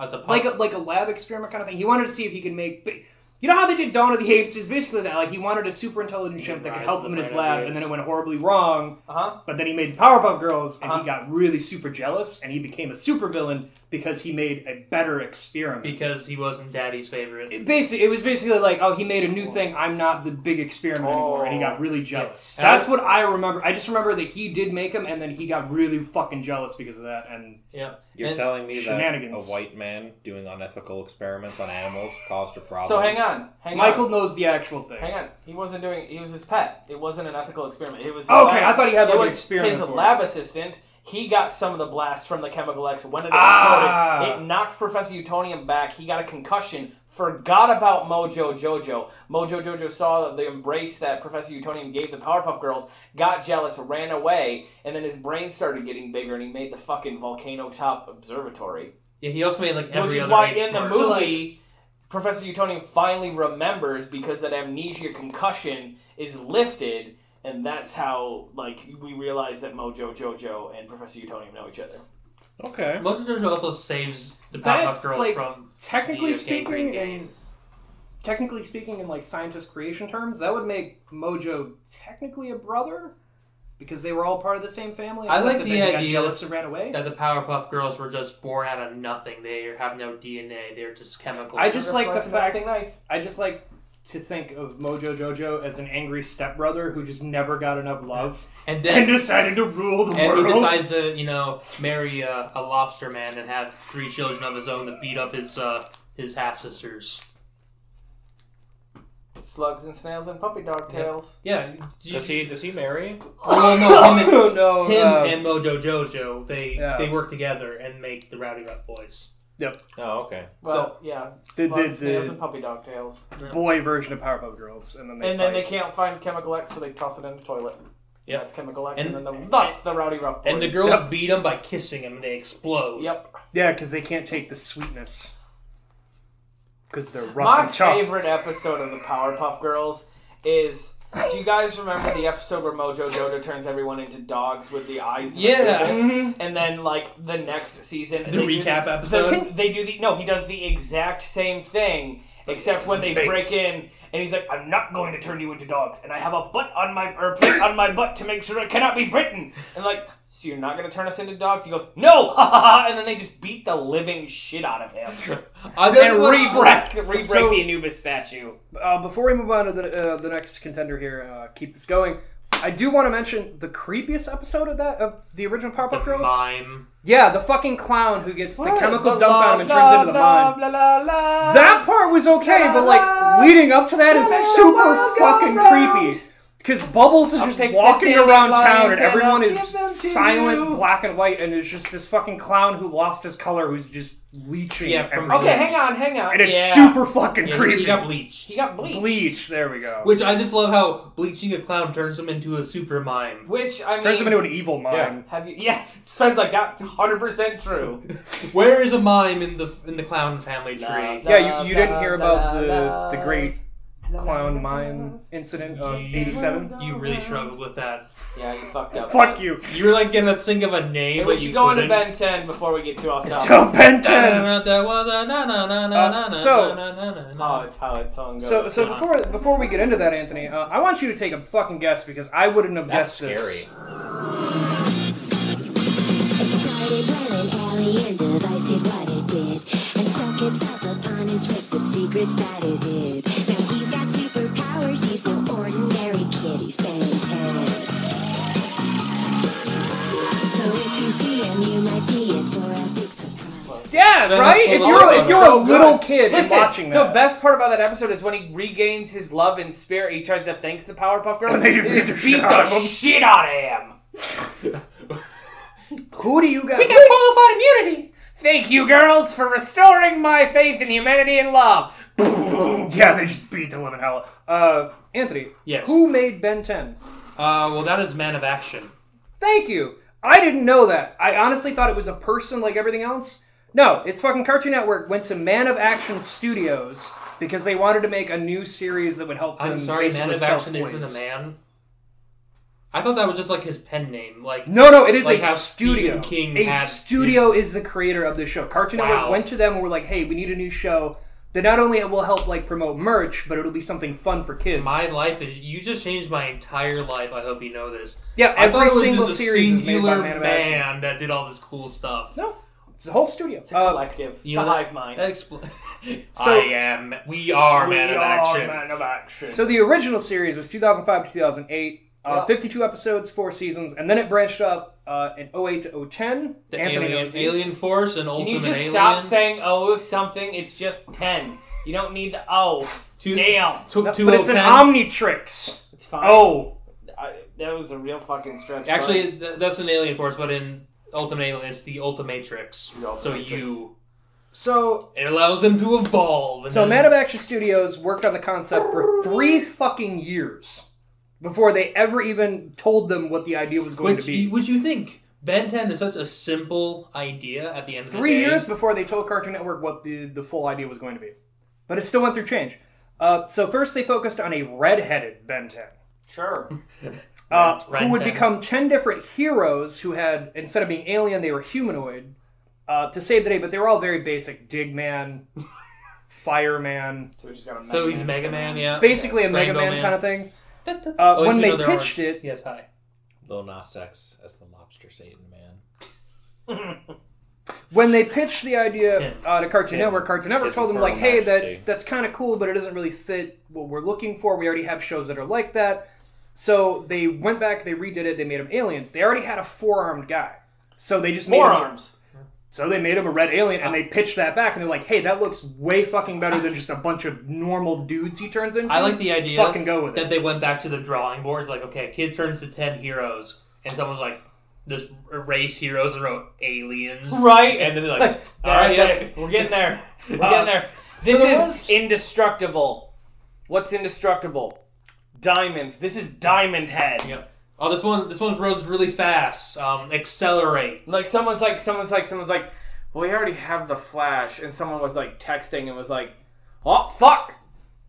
Speaker 3: As a
Speaker 6: like a, like a lab experiment kind of thing. He wanted to see if he could make. ba- You know how they did Dawn of the Apes? It's basically that. Like he wanted a super intelligent chimp that could help him in his
Speaker 3: Planet of the
Speaker 6: lab, and then it went horribly wrong.
Speaker 7: Uh-huh.
Speaker 6: But then he made the Powerpuff Girls,
Speaker 3: Uh-huh.
Speaker 6: and he got really super jealous, and he became a super villain because he made a better experiment.
Speaker 3: because he wasn't Daddy's favorite.
Speaker 6: It basically, it was basically like, oh, he made a new thing. I'm not the big experiment anymore, and he got really jealous.
Speaker 3: Oh. Yeah.
Speaker 6: That's what I remember. I just remember that he did make him, and then he got really fucking jealous because of that. And
Speaker 3: yeah,
Speaker 4: You're telling me that a
Speaker 6: shenanigans.
Speaker 4: white man doing unethical experiments on animals caused a problem.
Speaker 7: So hang on, hang
Speaker 6: Michael
Speaker 7: on.
Speaker 6: knows the actual thing.
Speaker 7: Hang on, he wasn't doing. He was his pet. It wasn't an ethical experiment. It was his
Speaker 6: Okay, I thought he had,
Speaker 7: it
Speaker 6: like, an
Speaker 7: was
Speaker 6: experiment
Speaker 7: His
Speaker 6: for it.
Speaker 7: lab assistant. He got some of the blast from the chemical X when it exploded.
Speaker 6: Ah.
Speaker 7: It knocked Professor Utonium back. He got a concussion. Forgot about Mojo Jojo. Mojo Jojo saw the embrace that Professor Utonium gave the Powerpuff Girls, got jealous, ran away, and then his brain started getting bigger, and he made the fucking volcano top observatory.
Speaker 3: Yeah, he also made like every
Speaker 7: Which is
Speaker 3: other
Speaker 7: why
Speaker 3: ape
Speaker 7: in the
Speaker 3: smart.
Speaker 7: movie, Professor Utonium finally remembers because that amnesia concussion is lifted, and that's how like we realize that Mojo Jojo and Professor Utonium know each other.
Speaker 4: Okay.
Speaker 3: Most of also saves the Powerpuff
Speaker 6: That,
Speaker 3: Girls
Speaker 6: like,
Speaker 3: from
Speaker 6: technically
Speaker 3: the gangrene
Speaker 6: speaking,
Speaker 3: gang.
Speaker 6: in, technically speaking, in like scientist creation terms, that would make Mojo technically a brother because they were all part of the same family.
Speaker 3: I
Speaker 6: except
Speaker 3: like
Speaker 6: that
Speaker 3: the
Speaker 6: they got
Speaker 3: idea
Speaker 6: jealous and ran away.
Speaker 3: that the Powerpuff Girls were just born out of nothing. They have no DNA. They're just chemicals.
Speaker 6: I just like the fact.
Speaker 7: Nice.
Speaker 6: I just like to think of Mojo Jojo as an angry stepbrother who just never got enough love
Speaker 3: And then-
Speaker 6: decided to rule the
Speaker 3: and
Speaker 6: world.
Speaker 3: he decides to, you know, marry uh, a lobster man and have three children of his own to beat up his uh, his half sisters.
Speaker 7: Slugs and snails and puppy dog tails.
Speaker 3: Yeah. Does
Speaker 4: he does he marry?
Speaker 3: Well, no, him and,
Speaker 6: *laughs* *laughs* Oh, no,
Speaker 3: him
Speaker 6: uh,
Speaker 3: and Mojo Jojo, they
Speaker 6: Yeah.
Speaker 3: they work together and make the Rowdy Rough Boys.
Speaker 6: Yep.
Speaker 4: Oh, okay.
Speaker 7: Well, yeah,
Speaker 6: Did-
Speaker 7: slugs,
Speaker 6: did-
Speaker 7: snails, and puppy dog tails.
Speaker 6: boy version of Powerpuff Girls, and then they
Speaker 7: And then they
Speaker 6: fight.
Speaker 7: can't find Chemical X, so they toss it in the toilet. Yeah,
Speaker 3: Yep.
Speaker 7: that's Chemical X, and,
Speaker 3: And-
Speaker 7: then the, thus the Rowdy Rough Boys.
Speaker 3: And the girls beat him by kissing him, and they explode.
Speaker 7: Yep.
Speaker 6: Yeah, because they can't take the sweetness. Because they're rough
Speaker 7: My
Speaker 6: and tough.
Speaker 7: favorite episode of the Powerpuff Girls is. Do you guys remember the episode where Mojo Jojo turns everyone into dogs with the eyes? and the
Speaker 3: Yeah.
Speaker 7: ears?
Speaker 3: Mhm.
Speaker 7: and then like the next season,
Speaker 3: The
Speaker 7: they do
Speaker 3: recap
Speaker 7: the-
Speaker 3: episode?
Speaker 7: they do the no. He does the exact same thing, except when they break in, and he's like, "I'm not going to turn you into dogs, and I have a butt on my or plate on my butt to make sure it cannot be bitten." And like, so you're not going to turn us into dogs? He goes, "No!" *laughs* and then they just beat the living shit out
Speaker 3: *laughs*
Speaker 7: of him.
Speaker 3: I-
Speaker 7: and
Speaker 3: that's what-
Speaker 7: re-break, re-break
Speaker 6: So-
Speaker 7: the Anubis statue.
Speaker 6: Uh, before we move on to the, uh, the next contender here, uh, keep this going. I do want to mention the creepiest episode of that of the original Powerpuff Girls.
Speaker 3: Mime.
Speaker 6: Yeah, the fucking clown who gets the chemical
Speaker 3: The
Speaker 6: dumped on him and turns into the mime. That part was okay, but like leading up to that, it's super fucking creepy. Because Bubbles is just
Speaker 10: pick
Speaker 6: walking
Speaker 10: fifteen
Speaker 6: around
Speaker 10: dandelions
Speaker 6: town and
Speaker 10: and I'll
Speaker 6: everyone is
Speaker 10: give them to
Speaker 6: silent,
Speaker 10: you.
Speaker 6: black and white, and it's just this fucking clown who lost his color who's just leeching.
Speaker 3: Yeah, from
Speaker 6: everywhere.
Speaker 3: Okay, hang
Speaker 7: on, hang on.
Speaker 6: And it's
Speaker 3: Yeah.
Speaker 6: super fucking
Speaker 3: Yeah, he-
Speaker 6: creepy.
Speaker 3: He got bleached.
Speaker 7: He got bleached.
Speaker 6: Bleach, there we go.
Speaker 3: Which I just love how bleaching a clown turns him into a super mime. *laughs*
Speaker 7: Which I
Speaker 6: turns
Speaker 7: mean,
Speaker 6: him into an evil mime.
Speaker 7: Have you? Yeah, sounds like that. Hundred percent true.
Speaker 3: Where is a mime in the in the clown family tree?
Speaker 6: Yeah, you, you didn't hear about the, the great *laughs* clown mime incident of 87?
Speaker 3: You really struggled with that.
Speaker 7: Yeah, you fucked up.
Speaker 6: Fuck you.
Speaker 3: You were like gonna think of a name,
Speaker 7: Hey,
Speaker 3: but
Speaker 7: we
Speaker 3: you
Speaker 7: should go into
Speaker 3: couldn't.
Speaker 7: Ben 10 before we get too off topic.
Speaker 6: So, Ben 10.
Speaker 3: *laughs* Uh,
Speaker 6: Uh, so-
Speaker 7: oh, it's how that song goes.
Speaker 6: So, so before before we get into that, Anthony, uh, I want you to take a fucking guess because I wouldn't have
Speaker 4: That's
Speaker 6: guessed
Speaker 4: scary.
Speaker 6: this. Yeah,
Speaker 10: Then
Speaker 6: right.
Speaker 10: it's
Speaker 6: If
Speaker 10: full
Speaker 6: you're
Speaker 10: of
Speaker 6: if you're a
Speaker 10: so good.
Speaker 6: little kid and
Speaker 10: Listen,
Speaker 6: watching
Speaker 10: the
Speaker 6: that,
Speaker 10: best part about that episode is when he regains his love and spirit. He tries to thank the Powerpuff Girls.
Speaker 6: *laughs* They
Speaker 10: beat
Speaker 6: beat the
Speaker 10: the,
Speaker 6: shit out of him.
Speaker 10: shit out of him.
Speaker 6: who do you got?
Speaker 10: We got qualified immunity.
Speaker 7: Thank you, girls, for restoring my faith in humanity and love.
Speaker 6: yeah, they just beat the living hell. Uh, Anthony.
Speaker 3: Yes.
Speaker 6: Who made Ben 10?
Speaker 3: Uh, well, that is Man of Action.
Speaker 6: Thank you. I didn't know that. I honestly thought it was a person like everything else. No, it's fucking Cartoon Network went to Man of Action Studios because they wanted to make a new series that would help them.
Speaker 3: I'm sorry, Man
Speaker 6: basically
Speaker 3: of
Speaker 6: sell
Speaker 3: Action
Speaker 6: toys.
Speaker 3: isn't a man. I thought that was just like his pen name. Like
Speaker 6: No, no, it is
Speaker 3: like
Speaker 6: a
Speaker 3: how
Speaker 6: studio.
Speaker 3: Stephen King
Speaker 6: a
Speaker 3: had
Speaker 6: studio is the creator of the show. Cartoon Network
Speaker 3: Wow.
Speaker 6: went to them and were like, "Hey, we need a new show that not only will help like promote merch, but it'll be something fun for kids."
Speaker 3: My life is. You just changed my entire life. I hope you know this.
Speaker 6: Yeah,
Speaker 3: I thought
Speaker 6: every
Speaker 3: it was
Speaker 6: single
Speaker 3: just a
Speaker 6: series is made by
Speaker 3: singular
Speaker 6: Man of Action.
Speaker 3: man that did all this cool stuff.
Speaker 6: No, it's the whole studio. Uh, It's
Speaker 3: a collective.
Speaker 6: It's a hive
Speaker 3: mind. *laughs*
Speaker 6: So-
Speaker 3: I am. We are man
Speaker 6: We
Speaker 3: of
Speaker 6: are
Speaker 3: action.
Speaker 6: Man of Action. So the original series was 2005 to 2008, uh,
Speaker 3: Yeah.
Speaker 6: 52 episodes, four seasons, and then it branched off uh, in 08 to 010.
Speaker 3: The
Speaker 6: Anthony
Speaker 3: Alien-
Speaker 6: knows these.
Speaker 3: Alien Force and
Speaker 7: Can you
Speaker 3: Ultimate
Speaker 7: just
Speaker 3: Alien.
Speaker 7: stop saying oh something? It's just ten. You don't need the oh. Damn.
Speaker 3: Two-
Speaker 6: No, but it's
Speaker 3: 2010.
Speaker 6: an Omnitrix.
Speaker 7: It's fine.
Speaker 6: Oh.
Speaker 7: I, that was a real fucking stretch.
Speaker 3: Actually,
Speaker 7: but-
Speaker 3: th- that's an Alien Force, but in Ultimate Alien, it's the Ultimatrix. so you.
Speaker 6: So
Speaker 3: It allows them to evolve. and
Speaker 6: So
Speaker 3: then-
Speaker 6: Man of Action Studios worked on the concept for three fucking years before they ever even told them what the idea was going
Speaker 3: Which
Speaker 6: to be.
Speaker 3: you, would you think Ben 10 is such a simple idea at the end of the
Speaker 6: Three
Speaker 3: day?
Speaker 6: years before they told Cartoon Network what the, the full idea was going to be. But it still went through change. Uh, so first they focused on a redheaded Ben 10.
Speaker 7: Sure.
Speaker 6: Uh,
Speaker 3: Ren-
Speaker 6: who would
Speaker 3: Ren-ten.
Speaker 6: become 10 different heroes who had, instead of being alien, they were humanoid uh, to save the day, but they were all very basic. Dig Man, *laughs* Fireman.
Speaker 7: So, he's got a
Speaker 3: So he's Mega Man, yeah.
Speaker 6: Basically a Mega
Speaker 3: Rainbow
Speaker 6: Man, kind of thing. Uh,
Speaker 3: Oh, yes,
Speaker 6: when
Speaker 3: we
Speaker 6: they
Speaker 3: know there are-
Speaker 6: pitched it,
Speaker 3: Yes, hi.
Speaker 4: Lil Nas X as the lobster Satan man.
Speaker 6: when they pitched the idea uh, to Cartoon
Speaker 4: Yeah.
Speaker 6: Network, Cartoon Network
Speaker 4: His
Speaker 6: told them like,
Speaker 4: Infernal
Speaker 6: "Hey,
Speaker 4: Majesty.
Speaker 6: that that's kind of cool, but it doesn't really fit what we're looking for. We already have shows that are like that." So they went back, they redid it, they made him aliens. They already had a four-armed guy, so they just made him-
Speaker 7: Forearms.
Speaker 6: so they made him a red alien, and they pitched that back, and they're like, "Hey, that looks way fucking better than just a bunch of normal dudes he turns into."
Speaker 3: I like the idea
Speaker 6: Fucking go with it.
Speaker 3: that they went back to the drawing boards. Like, okay, kid turns to 10 heroes, and someone's like, this erase heroes and wrote aliens.
Speaker 7: *laughs* Right.
Speaker 3: And then they're like,
Speaker 7: That's
Speaker 3: all right, yeah.
Speaker 7: it. We're
Speaker 3: *laughs*
Speaker 7: getting there. We're
Speaker 3: Uh,
Speaker 7: getting there.
Speaker 3: so
Speaker 7: This
Speaker 3: there
Speaker 7: is
Speaker 3: was-
Speaker 7: indestructible. What's indestructible? Diamonds. This is Diamond Head.
Speaker 3: Yep. Oh, this one, this one runs really fast. Um, accelerate.
Speaker 7: Like someone's like someone's like someone's like, well, we already have the Flash, and someone was like texting and was like, oh fuck,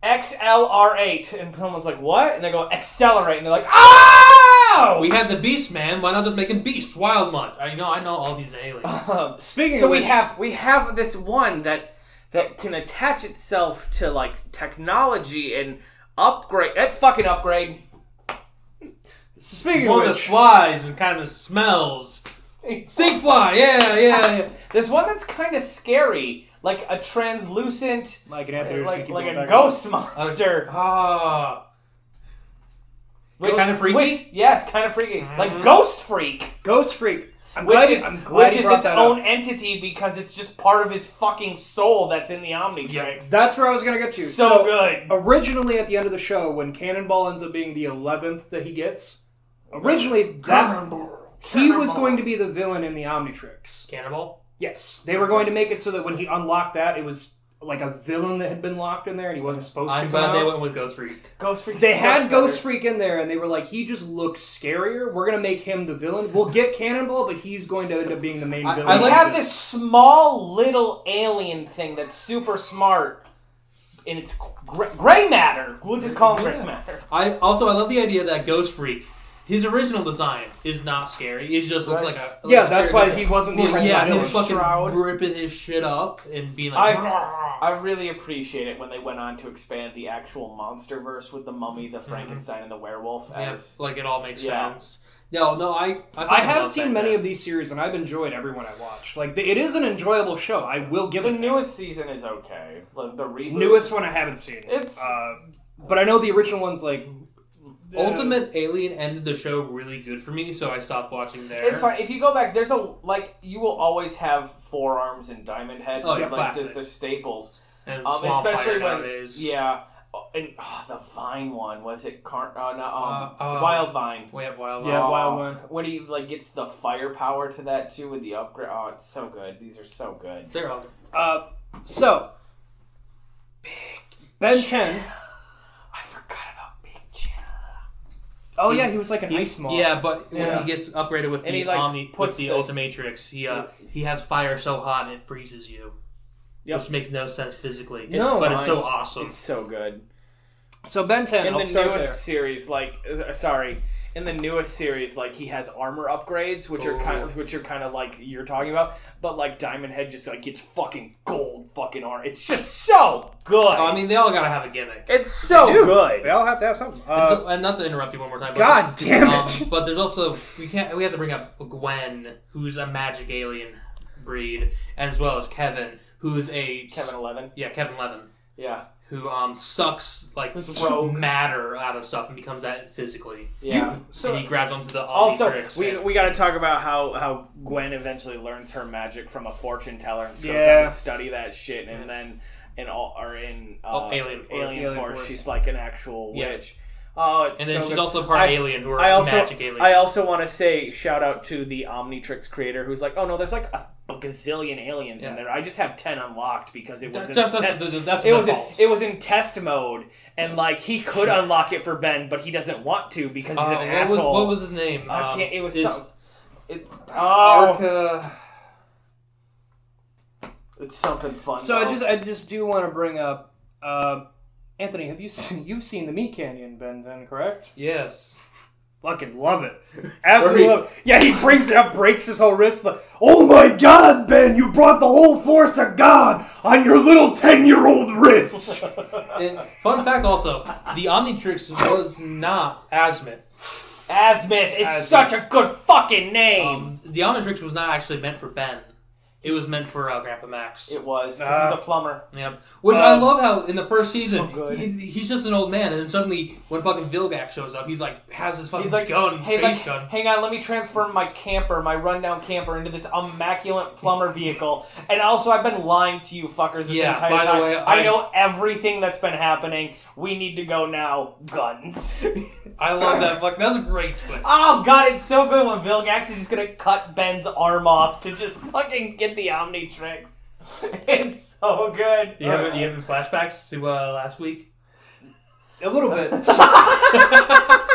Speaker 7: XLR8, and someone's like, what? And they go accelerate, and they're like, oh!
Speaker 3: We had the Beast Man. Why not just make him Beast? Wild Mutt. I know, I know all these aliens.
Speaker 7: Um,
Speaker 6: Speaking
Speaker 7: so
Speaker 6: of
Speaker 7: we
Speaker 6: which-
Speaker 7: have we have this one that that can attach itself to like technology and upgrade. That's fucking upgrade.
Speaker 6: Speaking
Speaker 3: one
Speaker 6: of
Speaker 3: that
Speaker 6: which-
Speaker 3: flies and kind of smells. Stink fly, yeah, yeah, yeah.
Speaker 7: There's one that's kind of scary, like a translucent,
Speaker 6: like
Speaker 3: Anthony, just
Speaker 7: like,
Speaker 3: keep
Speaker 7: like
Speaker 3: going
Speaker 7: a
Speaker 3: back.
Speaker 7: ghost
Speaker 3: Uh,
Speaker 7: monster.
Speaker 3: Ah.
Speaker 7: Which-
Speaker 3: kind of freaky?
Speaker 7: which- yes, kind of freaky, like Ghost Freak,
Speaker 6: Ghost Freak. I'm
Speaker 7: which
Speaker 6: glad,
Speaker 7: is
Speaker 6: Mm. I'm glad
Speaker 7: which
Speaker 6: you
Speaker 7: is
Speaker 6: brought
Speaker 7: its
Speaker 6: that
Speaker 7: own
Speaker 6: up.
Speaker 7: entity because it's just part of his fucking soul that's in the Omnitrix.
Speaker 6: That's where I was gonna get to.
Speaker 7: So good.
Speaker 6: Originally, at the end of the show, when Cannonball ends up being the eleventh that he gets, originally that he was going to be the villain in the Omnitrix.
Speaker 3: Cannibal?
Speaker 6: Yes, they were going to make it so that when he unlocked that, it was like a villain that had been locked in there and he wasn't supposed to.
Speaker 3: I'm
Speaker 6: come
Speaker 3: glad they
Speaker 6: out.
Speaker 3: went with Ghost Freak.
Speaker 7: Ghost Freak.
Speaker 6: They
Speaker 7: sucks
Speaker 6: had
Speaker 7: better.
Speaker 6: Ghost Freak in there, and they were like, "He just looks scarier. We're gonna make him the villain. We'll get Cannonball, but he's going to end up being the main villain."
Speaker 7: I have this small little alien thing that's super smart, and it's gray, gray matter. We'll just call him gray matter.
Speaker 3: I also I love the idea that Ghost Freak, his original design is not scary. It just looks
Speaker 7: Right.
Speaker 3: like a like
Speaker 6: Yeah,
Speaker 3: a
Speaker 6: that's
Speaker 3: scary
Speaker 6: why he wasn't the
Speaker 3: Well,
Speaker 6: original
Speaker 3: yeah,
Speaker 6: villain.
Speaker 3: him fucking
Speaker 7: Shroud.
Speaker 3: ripping his shit up and being like,
Speaker 7: I I really appreciate it when they went on to expand the actual monster verse with the mummy,
Speaker 6: Mm-hmm.
Speaker 7: the Frankenstein, and the werewolf. As
Speaker 3: yes, like it all makes
Speaker 7: Yeah.
Speaker 3: sense. No, no, I I,
Speaker 6: I
Speaker 3: fucking
Speaker 6: have
Speaker 3: love
Speaker 6: seen
Speaker 3: Ben
Speaker 6: many
Speaker 3: 10.
Speaker 6: of these series, and I've enjoyed everyone I watch. Like the, it is an enjoyable show. I will give
Speaker 7: the
Speaker 6: it.
Speaker 7: newest season is okay. Like the reboot.
Speaker 6: Newest one I haven't seen.
Speaker 7: It's-
Speaker 6: uh, but I know the original one's like
Speaker 3: Ultimate Alien ended the show really good for me, so I stopped watching there.
Speaker 7: It's fine. If you go back, there's a like you will always have forearms and diamond head.
Speaker 3: Oh, yeah,
Speaker 7: like there's
Speaker 3: classic.
Speaker 7: the staples.
Speaker 3: and
Speaker 7: Um,
Speaker 3: small
Speaker 7: especially
Speaker 3: fire
Speaker 7: when
Speaker 3: nowadays.
Speaker 7: yeah, Uh, and oh, the vine one was it? Car- uh, no, um,
Speaker 3: Uh, uh,
Speaker 7: wild vine.
Speaker 3: We have wild.
Speaker 7: Oh,
Speaker 3: Vine.
Speaker 7: When he like gets the firepower to that too with the upgrade. Oh, it's so good. These are so good.
Speaker 3: They're all good.
Speaker 6: Uh, so Ben Ten. Oh yeah, he was like an
Speaker 3: He-
Speaker 6: ice moth.
Speaker 3: Yeah, but when
Speaker 6: Yeah.
Speaker 3: he gets upgraded with
Speaker 6: And
Speaker 3: the
Speaker 6: he, like,
Speaker 3: Omni, with
Speaker 6: puts
Speaker 3: the,
Speaker 6: the-
Speaker 3: Ultimatrix, he uh, he has fire so hot it freezes you, which makes no sense physically. It's,
Speaker 6: No,
Speaker 3: but it's so
Speaker 7: fine.
Speaker 3: awesome.
Speaker 7: It's so good.
Speaker 6: So Ben Ten.
Speaker 7: in
Speaker 6: I'll
Speaker 7: the
Speaker 6: start
Speaker 7: newest
Speaker 6: there.
Speaker 7: series, like uh, sorry, in the newest series, like he has armor upgrades, which are kind of which are kind of like you're talking about. But like Diamond Head just like gets fucking gold fucking armor. It's just so good.
Speaker 3: I mean, they all gotta have a gimmick.
Speaker 7: It's so
Speaker 6: Dude,
Speaker 7: good.
Speaker 6: They all have to have something.
Speaker 3: and,
Speaker 6: Uh,
Speaker 3: th- and not to interrupt you one more time. But,
Speaker 6: God damn it. *laughs*
Speaker 3: Um, but there's also we can't we have to bring up Gwen, who's a magic alien breed, as well as Kevin, who's a
Speaker 7: Kevin Eleven.
Speaker 3: Yeah, Kevin Eleven.
Speaker 7: Yeah.
Speaker 3: Who um sucks like
Speaker 7: rogue.
Speaker 3: matter out of stuff and becomes that physically.
Speaker 7: Yeah.
Speaker 3: so and he grabs onto the
Speaker 7: Also,
Speaker 3: Omnitrix
Speaker 7: we,
Speaker 3: and-
Speaker 7: we got to talk about how, how Gwen eventually learns her magic from a fortune teller and goes
Speaker 3: Yeah.
Speaker 7: out to study that shit, and then in all or in uh,
Speaker 3: Oh, Alien Force. Alien
Speaker 7: Force,
Speaker 3: Force.
Speaker 7: she's like an actual
Speaker 3: Yeah.
Speaker 7: witch. Oh, it's
Speaker 3: And then
Speaker 7: so
Speaker 3: she's
Speaker 7: good.
Speaker 3: also part alien, who are
Speaker 7: I also,
Speaker 3: magic aliens.
Speaker 7: I also want to say shout out to the Omnitrix creator, who's like, oh no, there's like a gazillion aliens in
Speaker 3: Yeah.
Speaker 7: there. I just have ten unlocked because it
Speaker 3: That's-
Speaker 7: was in
Speaker 3: that's-
Speaker 7: test-
Speaker 3: that's- that's
Speaker 7: it was
Speaker 3: their
Speaker 7: in,
Speaker 3: fault.
Speaker 7: it was in test mode, and like he could unlock it for Ben, but he doesn't want to because he's
Speaker 3: Uh,
Speaker 7: an
Speaker 3: what was-
Speaker 7: asshole.
Speaker 3: what was his name?
Speaker 7: I
Speaker 3: Um,
Speaker 7: can't. It was
Speaker 3: is-
Speaker 7: some. It's oh,
Speaker 3: Arca-
Speaker 7: It's something fun.
Speaker 6: so I
Speaker 7: though.
Speaker 6: just I just do want to bring up uh, Anthony. Have you *laughs* seen you've seen the Meat Canyon Ben Ten? Correct.
Speaker 3: Yes.
Speaker 6: Fucking love *laughs* it. Absolutely
Speaker 3: Where he-
Speaker 6: love it. Yeah, he brings it up, breaks his whole wrist. Like, oh my god, Ben, you brought the whole force of God on your little 10 year old wrist.
Speaker 3: And fun fact also, the Omnitrix was not Asmith.
Speaker 7: Asmith, it's such a good fucking name.
Speaker 3: Um, the Omnitrix was not actually meant for Ben. It was meant for uh, Grandpa Max. It
Speaker 7: was because he's a plumber.
Speaker 3: Yep. Which I
Speaker 7: Um,
Speaker 3: love how in the first season
Speaker 7: so good.
Speaker 3: he, he's just an old man, and then suddenly when fucking Vilgax shows up, he's like has his fucking
Speaker 7: He's like,
Speaker 3: gun,
Speaker 7: Um, hey,
Speaker 3: space
Speaker 7: like,
Speaker 3: gun.
Speaker 7: hang on, let me transform my camper, my rundown camper, into this immaculate plumber vehicle. And also, I've been lying to you fuckers this
Speaker 3: Yeah,
Speaker 7: entire
Speaker 3: by the
Speaker 7: time.
Speaker 3: way,
Speaker 7: I,
Speaker 3: I-
Speaker 7: know everything that's been happening. We need to go now. Guns.
Speaker 3: I love that fucking. That's a great twist.
Speaker 7: Oh god, it's so good when Vilgax is just gonna cut Ben's arm off to just fucking get the Omnitrix. *laughs* It's so good.
Speaker 3: You having you having flashbacks to uh, last week?
Speaker 6: A little bit. *laughs*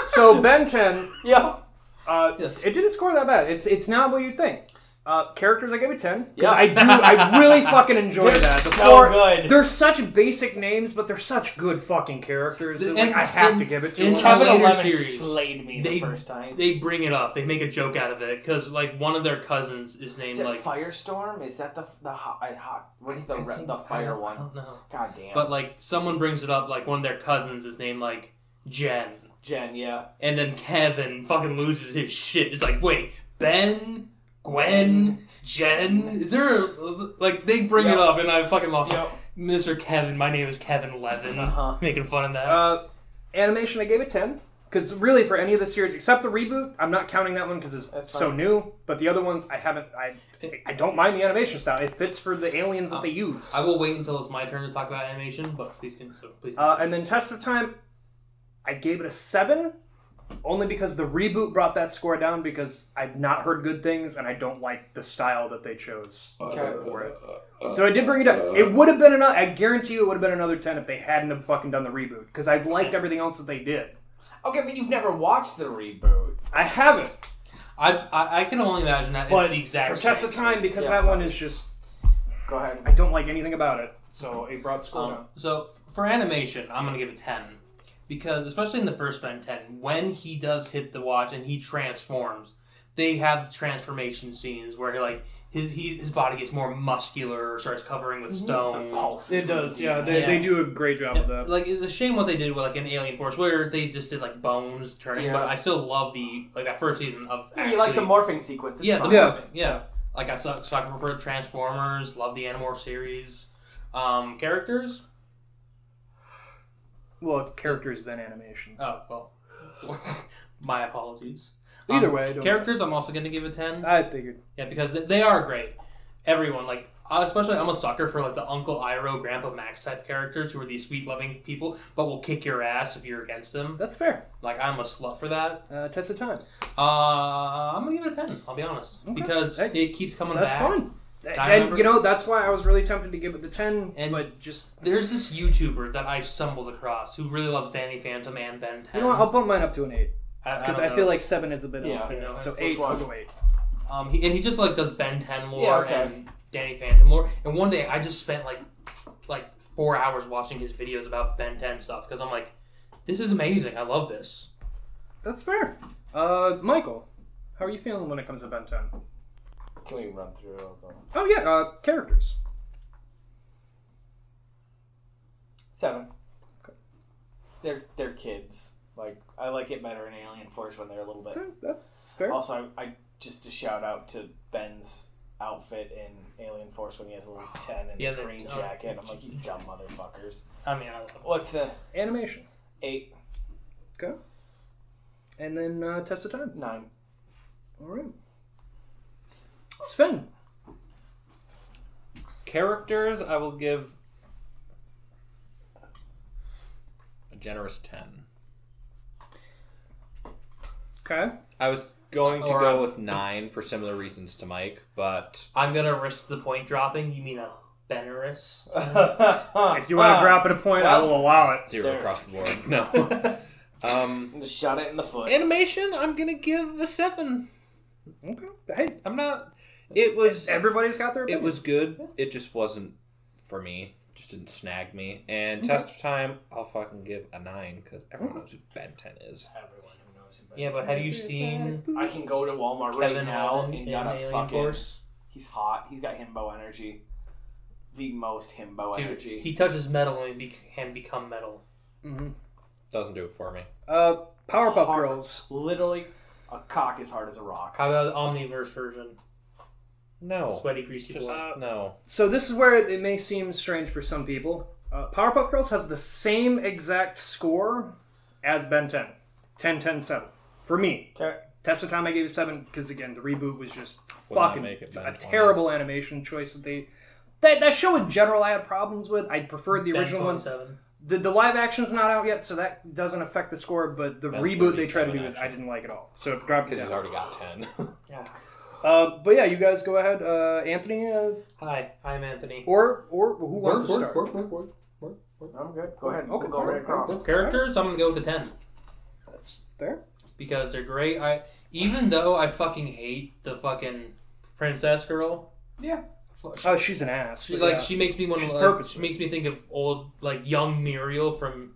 Speaker 6: so Ben 10.
Speaker 7: Yeah.
Speaker 6: Uh, It didn't score that bad. It's it's not what you think. Uh, characters, I give it ten. 'Cause
Speaker 7: Yeah.
Speaker 6: I do. I really fucking enjoy
Speaker 7: They're
Speaker 6: that.
Speaker 7: so
Speaker 6: The four-
Speaker 7: good.
Speaker 6: They're such basic names, but they're such good fucking characters. that, like,
Speaker 3: And-
Speaker 6: I have
Speaker 3: and-
Speaker 6: to give it to
Speaker 3: and
Speaker 6: them.
Speaker 3: Kevin Eleven
Speaker 7: slayed me
Speaker 3: they,
Speaker 7: the first time.
Speaker 3: *laughs* They bring it up. They make a joke out of it because like one of their cousins is named
Speaker 7: Is it
Speaker 3: like
Speaker 7: Firestorm? Is that the the hot? I- hot what is the re- the
Speaker 3: I
Speaker 7: fire
Speaker 3: don't-
Speaker 7: one?
Speaker 3: I don't know.
Speaker 7: God damn.
Speaker 3: But like someone brings it up, like one of their cousins is named like Jen,
Speaker 7: Jen, yeah.
Speaker 3: and then Kevin fucking loses his shit. It's like, wait, Ben, Gwen, Jen. Is there a, like they bring
Speaker 6: Yep.
Speaker 3: it up, and I fucking lost. it. Mr. Kevin, my name is Kevin Levin.
Speaker 7: Uh-huh.
Speaker 3: Making fun of that.
Speaker 6: Uh, animation, I gave it 10. Because really, for any of the series except the reboot, I'm not counting that one because it's so
Speaker 3: fine.
Speaker 6: new. But the other ones, I haven't. I I don't mind the animation style. It fits for the aliens that they use.
Speaker 3: Uh, I will wait until it's my turn to talk about animation, but please can so please.
Speaker 6: Uh, and then Test of Time, I gave it a seven, only because the reboot brought that score down because I've not heard good things and I don't like the style that they chose for it. So I did bring it up. It would have been another. I guarantee you, it would have been another ten if they hadn't have fucking done the reboot because I've liked everything else that they did.
Speaker 7: Okay, but you've never watched the reboot.
Speaker 6: I haven't.
Speaker 3: I, I I can only imagine that
Speaker 6: But
Speaker 3: it's the exact
Speaker 6: for Test
Speaker 3: same.
Speaker 6: of Time, because
Speaker 3: Yeah,
Speaker 6: that one is just.
Speaker 7: Go ahead.
Speaker 6: I don't like anything about it, so it brought score down.
Speaker 3: Um, so for animation, I'm gonna give it ten because especially in the first Ben ten, when he does hit the watch and he transforms, they have the transformation scenes where he like his he, his body gets more muscular or starts covering
Speaker 7: Mhm.
Speaker 3: with stone.
Speaker 6: It does, yeah. They, they do a great job of that.
Speaker 3: Like it's a shame what they did with like an Alien Force where they just did like bones turning,
Speaker 7: Yeah.
Speaker 3: but I still love the like that first season of actually,
Speaker 7: you like the morphing sequence? It's
Speaker 3: yeah,
Speaker 7: fun.
Speaker 3: the morphing. Yeah. Like I suck sucker for Transformers, love the Animorph series. Um, characters?
Speaker 6: Well, characters then animation.
Speaker 3: Oh, well. *laughs* My apologies. Um,
Speaker 6: Either way, I don't
Speaker 3: characters I'm also going to give a 10.
Speaker 6: I figured.
Speaker 3: Yeah, because they- they are great. Everyone like uh, especially I'm a sucker for like the Uncle Iroh, Grandpa Max type characters who are these sweet loving people, but will kick your ass if you're against them.
Speaker 6: That's fair.
Speaker 3: Like I'm a slut for that.
Speaker 6: Uh, test of time.
Speaker 3: Uh, I'm gonna give it a ten. I'll be honest because it keeps coming
Speaker 6: That's
Speaker 3: back.
Speaker 6: fun.
Speaker 3: And
Speaker 6: And,
Speaker 3: I remember-
Speaker 6: you know that's why I was really tempted to give it the ten.
Speaker 3: And
Speaker 6: but just
Speaker 3: there's this YouTuber that I stumbled across who really loves Danny Phantom and Ben 10.
Speaker 6: You know what? I'll bump mine up to an eight
Speaker 3: I- I
Speaker 6: because
Speaker 3: don't
Speaker 6: I,
Speaker 3: know.
Speaker 6: feel like seven is a bit
Speaker 3: Yeah,
Speaker 6: off.
Speaker 3: I know.
Speaker 6: So
Speaker 3: Which
Speaker 6: eight,
Speaker 3: one?
Speaker 6: we'll go eight.
Speaker 3: Um, he, and he just like does Ben 10 lore
Speaker 6: Yeah, okay.
Speaker 3: and Danny Phantom lore. And one day I just spent like like four hours watching his videos about Ben 10 stuff because I'm like, this is amazing. I love this.
Speaker 6: That's fair. Uh, Michael, how are you feeling when it comes to Ben ten?
Speaker 7: Can we run through all of them?
Speaker 6: Oh yeah, uh, characters.
Speaker 7: Seven. They're they're kids. Like I like it better in Alien Force when they're a little bit.
Speaker 6: That's fair.
Speaker 7: Also, I, I just a shout out to Ben's outfit in Alien Force when he has
Speaker 3: *sighs*
Speaker 7: a little ten and
Speaker 3: Yeah,
Speaker 7: his
Speaker 3: the-
Speaker 7: green
Speaker 3: uh,
Speaker 7: jacket. I'm like, you dumb motherfuckers.
Speaker 3: I mean, I love it.
Speaker 7: What's the
Speaker 6: animation?
Speaker 7: Eight.
Speaker 6: Okay. And then uh, test of time.
Speaker 7: Nine.
Speaker 6: All right. Sven.
Speaker 4: Characters, I will give a generous 10.
Speaker 6: Okay.
Speaker 4: I was going to
Speaker 3: Or,
Speaker 4: go
Speaker 3: uh,
Speaker 4: with 9 for similar reasons to Mike, but.
Speaker 3: I'm going to risk the point dropping. You mean a Benerist?
Speaker 4: If you
Speaker 7: *laughs*
Speaker 6: Uh,
Speaker 4: wanna drop it a point, I will allow it. Zero across the board. No. Um,
Speaker 7: Just shot it in the foot.
Speaker 4: Animation, I'm gonna give the seven.
Speaker 6: Okay. Hey,
Speaker 4: I'm not. It was.
Speaker 6: Everybody's got their.
Speaker 4: It
Speaker 6: Opinion.
Speaker 4: was good. It just wasn't for me. Just didn't snag me. And
Speaker 6: Okay.
Speaker 4: test of time, I'll fucking give a nine because everyone knows who Ben Ten is.
Speaker 7: Everyone who knows who Ben
Speaker 3: Yeah, but have you seen
Speaker 7: I can go to Walmart right
Speaker 3: Kevin
Speaker 7: now
Speaker 3: Allen
Speaker 7: and
Speaker 3: in
Speaker 7: got a
Speaker 3: Alien
Speaker 7: fucking.
Speaker 3: Force?
Speaker 7: He's hot. He's got himbo energy. The most himbo
Speaker 3: Dude,
Speaker 7: energy.
Speaker 3: he touches metal and he be- can become metal.
Speaker 6: Mm-hmm.
Speaker 4: Doesn't do it for me.
Speaker 6: Uh, Powerpuff Girls.
Speaker 7: Literally, a cock as hard as a rock.
Speaker 3: How about the Omniverse version?
Speaker 4: No.
Speaker 3: Sweaty, greasy boy.
Speaker 4: no.
Speaker 6: So this is where it may seem strange for some people. Uh, Powerpuff Girls has the same exact score as Ben 10. 10, 10, 7. For me.
Speaker 7: Okay.
Speaker 6: Test of Time I gave it 7 because, again, the reboot was just
Speaker 4: Would not
Speaker 6: fucking
Speaker 4: make it Ben
Speaker 6: a
Speaker 4: 20.
Speaker 6: terrible animation choice that they... That, that show in general I had problems with. I preferred the
Speaker 3: Ben
Speaker 6: original one.
Speaker 3: 27.
Speaker 6: The, the live action's not out yet, so that doesn't affect the score, but the
Speaker 4: Ben
Speaker 6: reboot they tried to
Speaker 4: 37
Speaker 6: do was I didn't like it all. So it dropped it
Speaker 4: Because he's
Speaker 6: down.
Speaker 4: already got ten.
Speaker 3: Yeah.
Speaker 6: Uh, but yeah, you guys go ahead. Uh, Anthony, uh,
Speaker 3: Hi, I'm Anthony.
Speaker 6: or or who wants to
Speaker 3: Work,
Speaker 6: start?
Speaker 3: work, work, work, work, work.
Speaker 7: I'm good. Go ahead.
Speaker 6: Okay,
Speaker 7: We'll go right across.
Speaker 3: Characters, I'm gonna go with a ten
Speaker 6: That's fair.
Speaker 3: because they're great. I even though I fucking hate the fucking princess girl.
Speaker 7: Yeah.
Speaker 6: Oh, she's an ass.
Speaker 3: She
Speaker 6: but
Speaker 3: like
Speaker 6: yeah.
Speaker 3: she makes me want
Speaker 6: She's
Speaker 3: to like,
Speaker 6: purpose-
Speaker 3: she makes me think of old like young Muriel from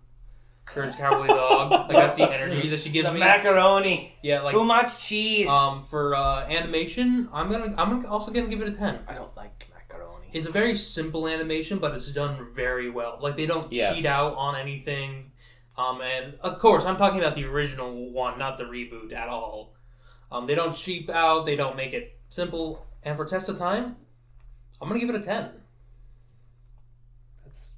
Speaker 3: Courage the Cowardly Dog. Like that's the energy that she gives
Speaker 10: The
Speaker 3: me.
Speaker 10: macaroni.
Speaker 3: Yeah, like
Speaker 10: Too much cheese.
Speaker 3: Um, for uh, animation, I'm gonna I'm also gonna give it a ten. I don't like macaroni. It's a very simple animation, but it's done very well. Like they don't
Speaker 4: Yes.
Speaker 3: cheat out on anything. Um, and of course, I'm talking about the original one, not the reboot at all. Um, they don't cheap out. They don't make it simple. And for test of time, I'm gonna give it a ten.
Speaker 6: That's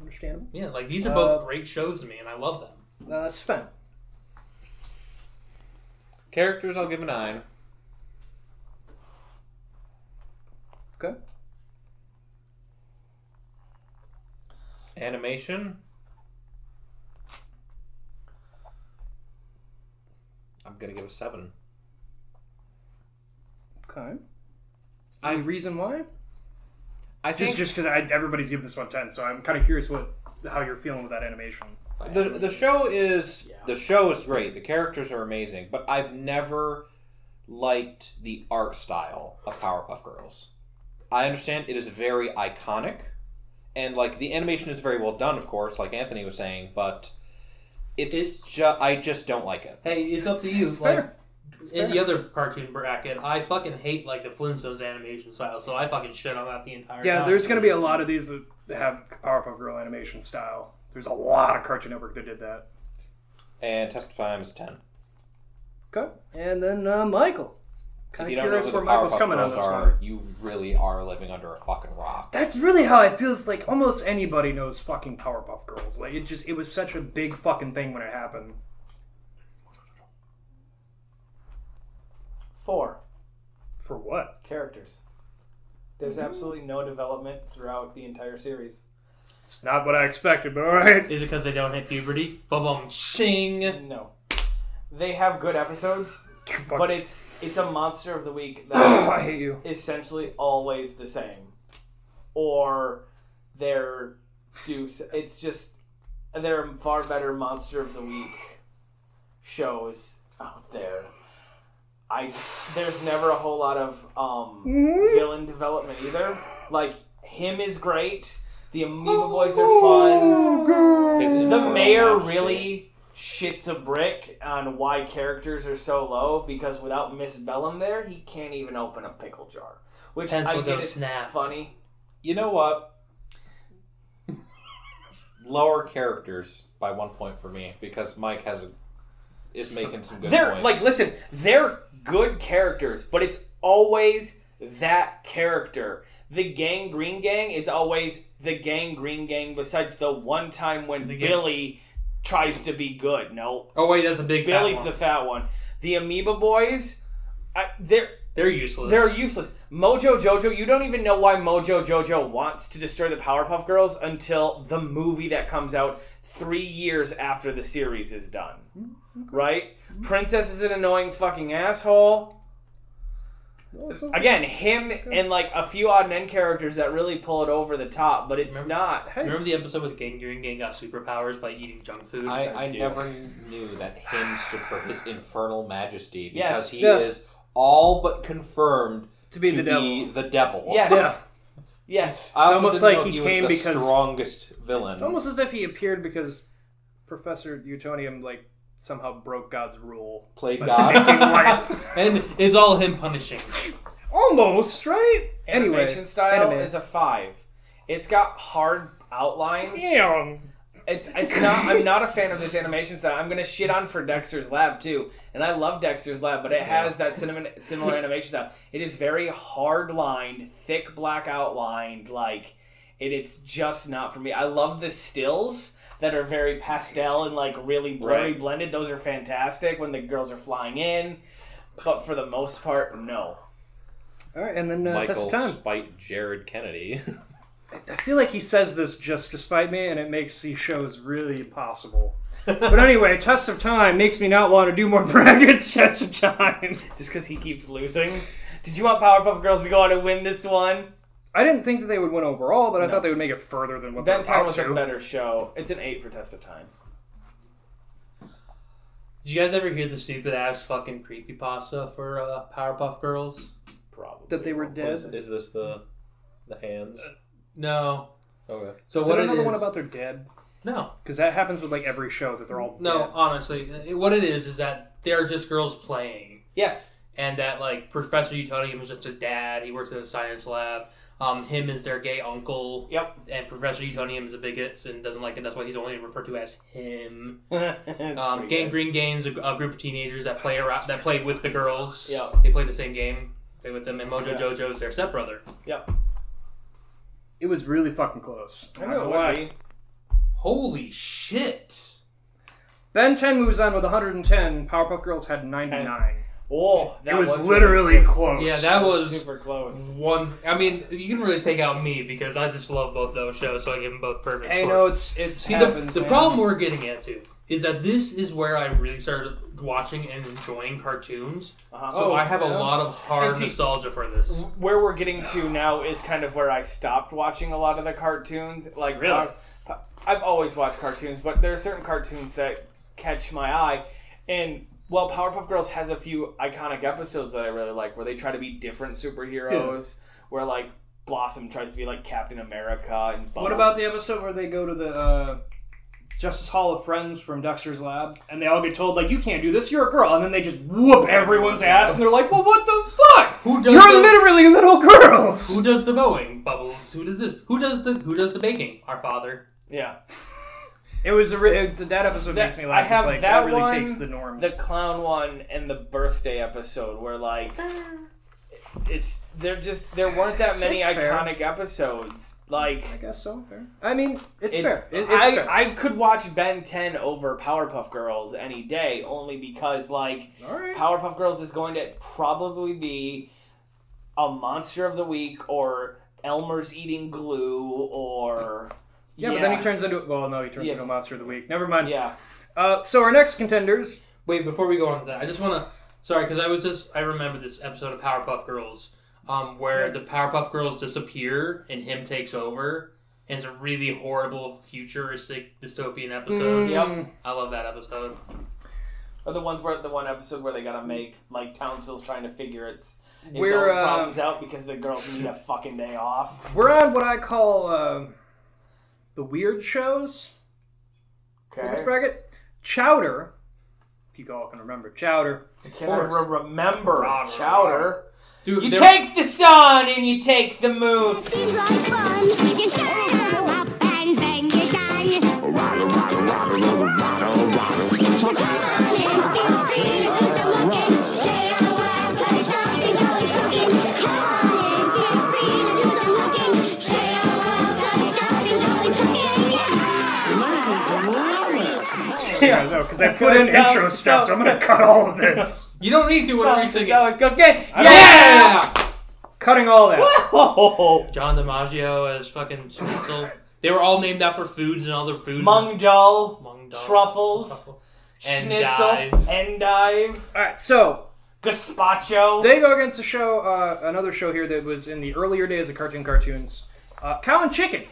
Speaker 6: understandable.
Speaker 3: Yeah, like these are both great shows to me, and I love them.
Speaker 6: Uh, Sven.
Speaker 4: Characters, I'll give a nine.
Speaker 6: Okay.
Speaker 4: Animation. I'm gonna give a seven.
Speaker 6: Okay. I reason why?
Speaker 4: I
Speaker 6: think
Speaker 4: think-
Speaker 6: just because everybody's give this one ten, so I'm kind of curious what how you're feeling with that animation.
Speaker 4: the, the show is the show is great the characters are amazing but i've never liked the art style of powerpuff girls i understand it is very iconic and like the animation is very well done of course like anthony was saying but it's, ju- i just don't like it
Speaker 3: Hey, it's up to you.
Speaker 4: It's
Speaker 3: like,
Speaker 4: fair.
Speaker 3: in the
Speaker 4: fair.
Speaker 3: other cartoon bracket, I fucking hate like the Flintstones animation style, so I fucking shit on that the entire
Speaker 6: Yeah,
Speaker 3: time.
Speaker 6: there's going to be a lot of these that have Powerpuff Girl animation style. There's a lot of Cartoon Network that did that.
Speaker 4: and test of time is 10
Speaker 6: Okay, and then uh, Michael.
Speaker 4: if
Speaker 6: Kind
Speaker 4: you
Speaker 6: of
Speaker 4: don't know
Speaker 6: curious
Speaker 4: who the
Speaker 6: where Michael's
Speaker 4: powerpuff
Speaker 6: coming on
Speaker 4: girls
Speaker 6: this
Speaker 4: are
Speaker 6: one.
Speaker 4: you really are living under a fucking rock
Speaker 6: That's really how it feels. Like almost anybody knows fucking Powerpuff Girls. Like it just it was such a big fucking thing when it happened.
Speaker 7: Four.
Speaker 6: For what?
Speaker 7: Characters.
Speaker 16: There's absolutely no development throughout the entire series.
Speaker 6: It's not what I expected, but all *laughs* right.
Speaker 3: Is it because they don't hit puberty? Bum bum ching.
Speaker 16: No, they have good episodes, but it's it's a monster of the week
Speaker 3: *coughs*
Speaker 16: that
Speaker 6: *laughs* I hate you.
Speaker 16: essentially always the same, or they're do it's just there are far better monster of the week shows out there. I there's never a whole lot of um,
Speaker 3: Mm-hmm.
Speaker 16: villain development either. Like him is great. The Amoeba Boys are
Speaker 3: Oh,
Speaker 16: fun. The mayor really shits a brick on why characters are so low because without Miss Bellum there, he can't even open a pickle jar. Which
Speaker 3: Pencil
Speaker 16: I
Speaker 3: go
Speaker 16: get is
Speaker 3: snap.
Speaker 16: funny.
Speaker 4: You know what? Lower characters by one point for me because Mike has a is making some good
Speaker 7: they're
Speaker 4: points.
Speaker 7: like listen they're good characters but it's always that character the gang green gang is always the gang green gang besides the one time when
Speaker 3: gang-
Speaker 7: billy tries to be good no
Speaker 3: Oh wait, that's a big. fat
Speaker 7: billy's
Speaker 3: one.
Speaker 7: the fat one the amoeba boys I, they're
Speaker 3: They're useless.
Speaker 7: they're useless. Mojo Jojo, you don't even know why Mojo Jojo wants to destroy the Powerpuff Girls until the movie that comes out three years after the series is done.
Speaker 6: Mm,
Speaker 7: Right? Princess is an annoying fucking asshole. Again, him and like a few odd men characters that really pull it over the top, but it's not.
Speaker 3: Remember the episode with Gang Green Gang got superpowers by eating junk food?
Speaker 4: I, I never knew that him stood for his infernal majesty
Speaker 3: Yes.
Speaker 4: because he
Speaker 3: Yeah.
Speaker 4: is all but confirmed
Speaker 6: To be the devil.
Speaker 4: the devil.
Speaker 6: Yes. Yeah.
Speaker 7: Yes.
Speaker 4: I also
Speaker 6: It's almost
Speaker 4: didn't
Speaker 6: like
Speaker 4: know
Speaker 6: he
Speaker 4: he, was
Speaker 6: came
Speaker 4: the
Speaker 6: because-
Speaker 4: strongest villain.
Speaker 6: It's almost as if he appeared because Professor Utonium like somehow broke God's *laughs* rule.
Speaker 4: Played
Speaker 6: by
Speaker 4: God.
Speaker 6: making life.
Speaker 3: and is all him punishing.
Speaker 6: Almost right. Anyway,
Speaker 7: Animation style
Speaker 6: anime.
Speaker 7: is a five. It's got hard outlines.
Speaker 6: Damn.
Speaker 7: It's it's not. I'm not a fan of this animation style. I'm gonna shit on for Dexter's Lab too, and I love Dexter's Lab, but it has that cinnamon, similar animation style. It is very hard lined, thick black outlined. Like it, it's just not for me. I love the stills that are very pastel and like really blurry
Speaker 4: Right.
Speaker 7: blended. Those are fantastic when the girls are flying in, but for the most part, no.
Speaker 6: All right, and then uh, test
Speaker 4: Michael
Speaker 6: of time.
Speaker 4: spite Jared Kennedy. *laughs*
Speaker 6: I feel like he says this just to spite me, and it makes these shows really possible. but *laughs* anyway, test of time makes me not want to do more *laughs* brackets. Test of time.
Speaker 7: Just because he keeps losing. Did you want Powerpuff Girls to go on and win this one?
Speaker 6: I didn't think that they would win overall, but I thought they would make it further than what
Speaker 7: That
Speaker 6: they're
Speaker 7: time
Speaker 6: about
Speaker 7: was
Speaker 6: to.
Speaker 7: a better show. It's an eight for Test of Time.
Speaker 3: Did you guys ever hear the stupid ass fucking creepypasta for uh, Powerpuff Girls?
Speaker 7: Probably.
Speaker 6: That they were dead.
Speaker 4: Is, is this the the hands?
Speaker 3: No.
Speaker 4: Okay.
Speaker 3: So
Speaker 6: is
Speaker 3: what
Speaker 6: there
Speaker 3: it
Speaker 6: another one
Speaker 3: is-
Speaker 6: about their dead?
Speaker 3: No.
Speaker 6: because that happens with like every show that they're all
Speaker 3: No,
Speaker 6: dead.
Speaker 3: honestly, it- what it is is that they're just girls playing.
Speaker 7: Yes. *laughs*
Speaker 3: And that like Professor Utonium is just a dad. He works in a science lab. Um, him is their gay uncle.
Speaker 7: Yep.
Speaker 3: And Professor Utonium is a bigot and doesn't like it. That's why he's only referred to as him.
Speaker 7: um,
Speaker 3: um, Gang Green Gang's a, a group of teenagers that play around, that play with the girls.
Speaker 7: Yep.
Speaker 3: They play the same game. Play with them, and Mojo
Speaker 7: Yeah.
Speaker 3: Jojo is their stepbrother.
Speaker 7: Yep.
Speaker 6: It was really fucking close.
Speaker 7: I
Speaker 6: Not
Speaker 7: know
Speaker 6: gonna
Speaker 7: it would
Speaker 6: lie.
Speaker 7: be.
Speaker 3: Holy shit!
Speaker 6: Ben 10 moves on with 110. Powerpuff Girls had 99.
Speaker 7: Oh,
Speaker 6: It was literally
Speaker 7: really
Speaker 6: close.
Speaker 3: Yeah, that was
Speaker 7: super close.
Speaker 3: One, I mean, you can really take out me because I just love both those shows, so I give them both perfect.
Speaker 6: I
Speaker 3: scores.
Speaker 6: know it's it's
Speaker 3: See,
Speaker 6: happens,
Speaker 3: the, the
Speaker 6: man.
Speaker 3: problem we're getting at too is that this is where I really started watching and enjoying cartoons. So
Speaker 7: Oh,
Speaker 3: I have
Speaker 7: yeah.
Speaker 3: a lot of hard
Speaker 7: And see-
Speaker 3: nostalgia for this.
Speaker 6: Mm-hmm.
Speaker 7: Where we're getting to now is kind of where I stopped watching a lot of the cartoons. Like
Speaker 3: Really?
Speaker 7: uh, I've always watched cartoons, but there are certain cartoons that catch my eye. And while Powerpuff Girls has a few iconic episodes that I really like, where they try to be different superheroes, where like Blossom tries to be like Captain America and Bubbles.
Speaker 6: What about the episode where they go to the uh, Justice Hall of Friends from Dexter's Lab and they all get told, like, you can't do this, you're a girl. And then they just whoop everyone's ass and they're like, well, what the fuck?
Speaker 3: Who does
Speaker 6: You're
Speaker 3: the-
Speaker 6: literally little girls!
Speaker 3: Who does the mowing? Bubbles. Who does this? Who does the Who does the baking? Our father.
Speaker 7: yeah?
Speaker 6: It was a re- it- that episode makes me laugh.
Speaker 7: I have
Speaker 6: it's like,
Speaker 7: that
Speaker 6: that really
Speaker 7: one,
Speaker 6: takes the norms.
Speaker 7: the clown one, and the birthday episode where like it's there just there weren't that
Speaker 6: It's-
Speaker 7: many
Speaker 6: it's fair.
Speaker 7: iconic episodes. Like
Speaker 6: I guess so. Fair. I mean, it's,
Speaker 7: it's-
Speaker 6: fair. It- it's
Speaker 7: I
Speaker 6: fair.
Speaker 7: I could watch Ben Ten over Powerpuff Girls any day, only because like
Speaker 6: All right.
Speaker 7: Powerpuff Girls is going to probably be a monster of the week or Elmer's eating glue or
Speaker 6: Yeah, but then he turns into well, no, he turns
Speaker 7: Yeah.
Speaker 6: into a monster of the week. Never mind.
Speaker 7: Yeah.
Speaker 6: Uh, so our next contenders.
Speaker 3: Wait, before we go on to that, I just want to. Sorry, because I was just. I remember this episode of Powerpuff Girls, um, where the Powerpuff Girls disappear and him takes over, and it's a really horrible futuristic dystopian episode.
Speaker 7: Mm. Yep.
Speaker 3: I love that episode.
Speaker 7: Or the ones where the one episode where they gotta make like Townsville's trying to figure its its
Speaker 6: We're,
Speaker 7: own
Speaker 6: uh,
Speaker 7: problems out because the girls
Speaker 6: *laughs*
Speaker 7: need a fucking day off.
Speaker 6: We're on what I call uh, the weird shows.
Speaker 7: Okay.
Speaker 6: In this bracket, Chowder. If you all can remember Chowder.
Speaker 7: Can I re- remember Chowder?
Speaker 3: Dude,
Speaker 7: you
Speaker 6: there-
Speaker 7: take the sun and you take the moon.
Speaker 17: You start out up and then you're done. So come on in, feel free to do some looking. Stay out of work, but something always cooking. Come on in, feel free to do some looking. Stay out of work, but something's always cooking.
Speaker 6: Yeah, no, because I put in intro steps. I'm gonna cut all of this.
Speaker 3: You don't need to when we're singing.
Speaker 6: Yeah! Cutting all that.
Speaker 3: John DiMaggio as fucking Schnitzel. they were all named after foods and other foods.
Speaker 7: *laughs* Mung Dal,
Speaker 3: Mung Dal,
Speaker 7: Truffles,
Speaker 3: And
Speaker 7: Schnitzel, Endive.
Speaker 6: All right, so
Speaker 7: gazpacho.
Speaker 6: They go against a show, uh, another show here that was in the earlier days of cartoon cartoons, uh, Cow and Chicken.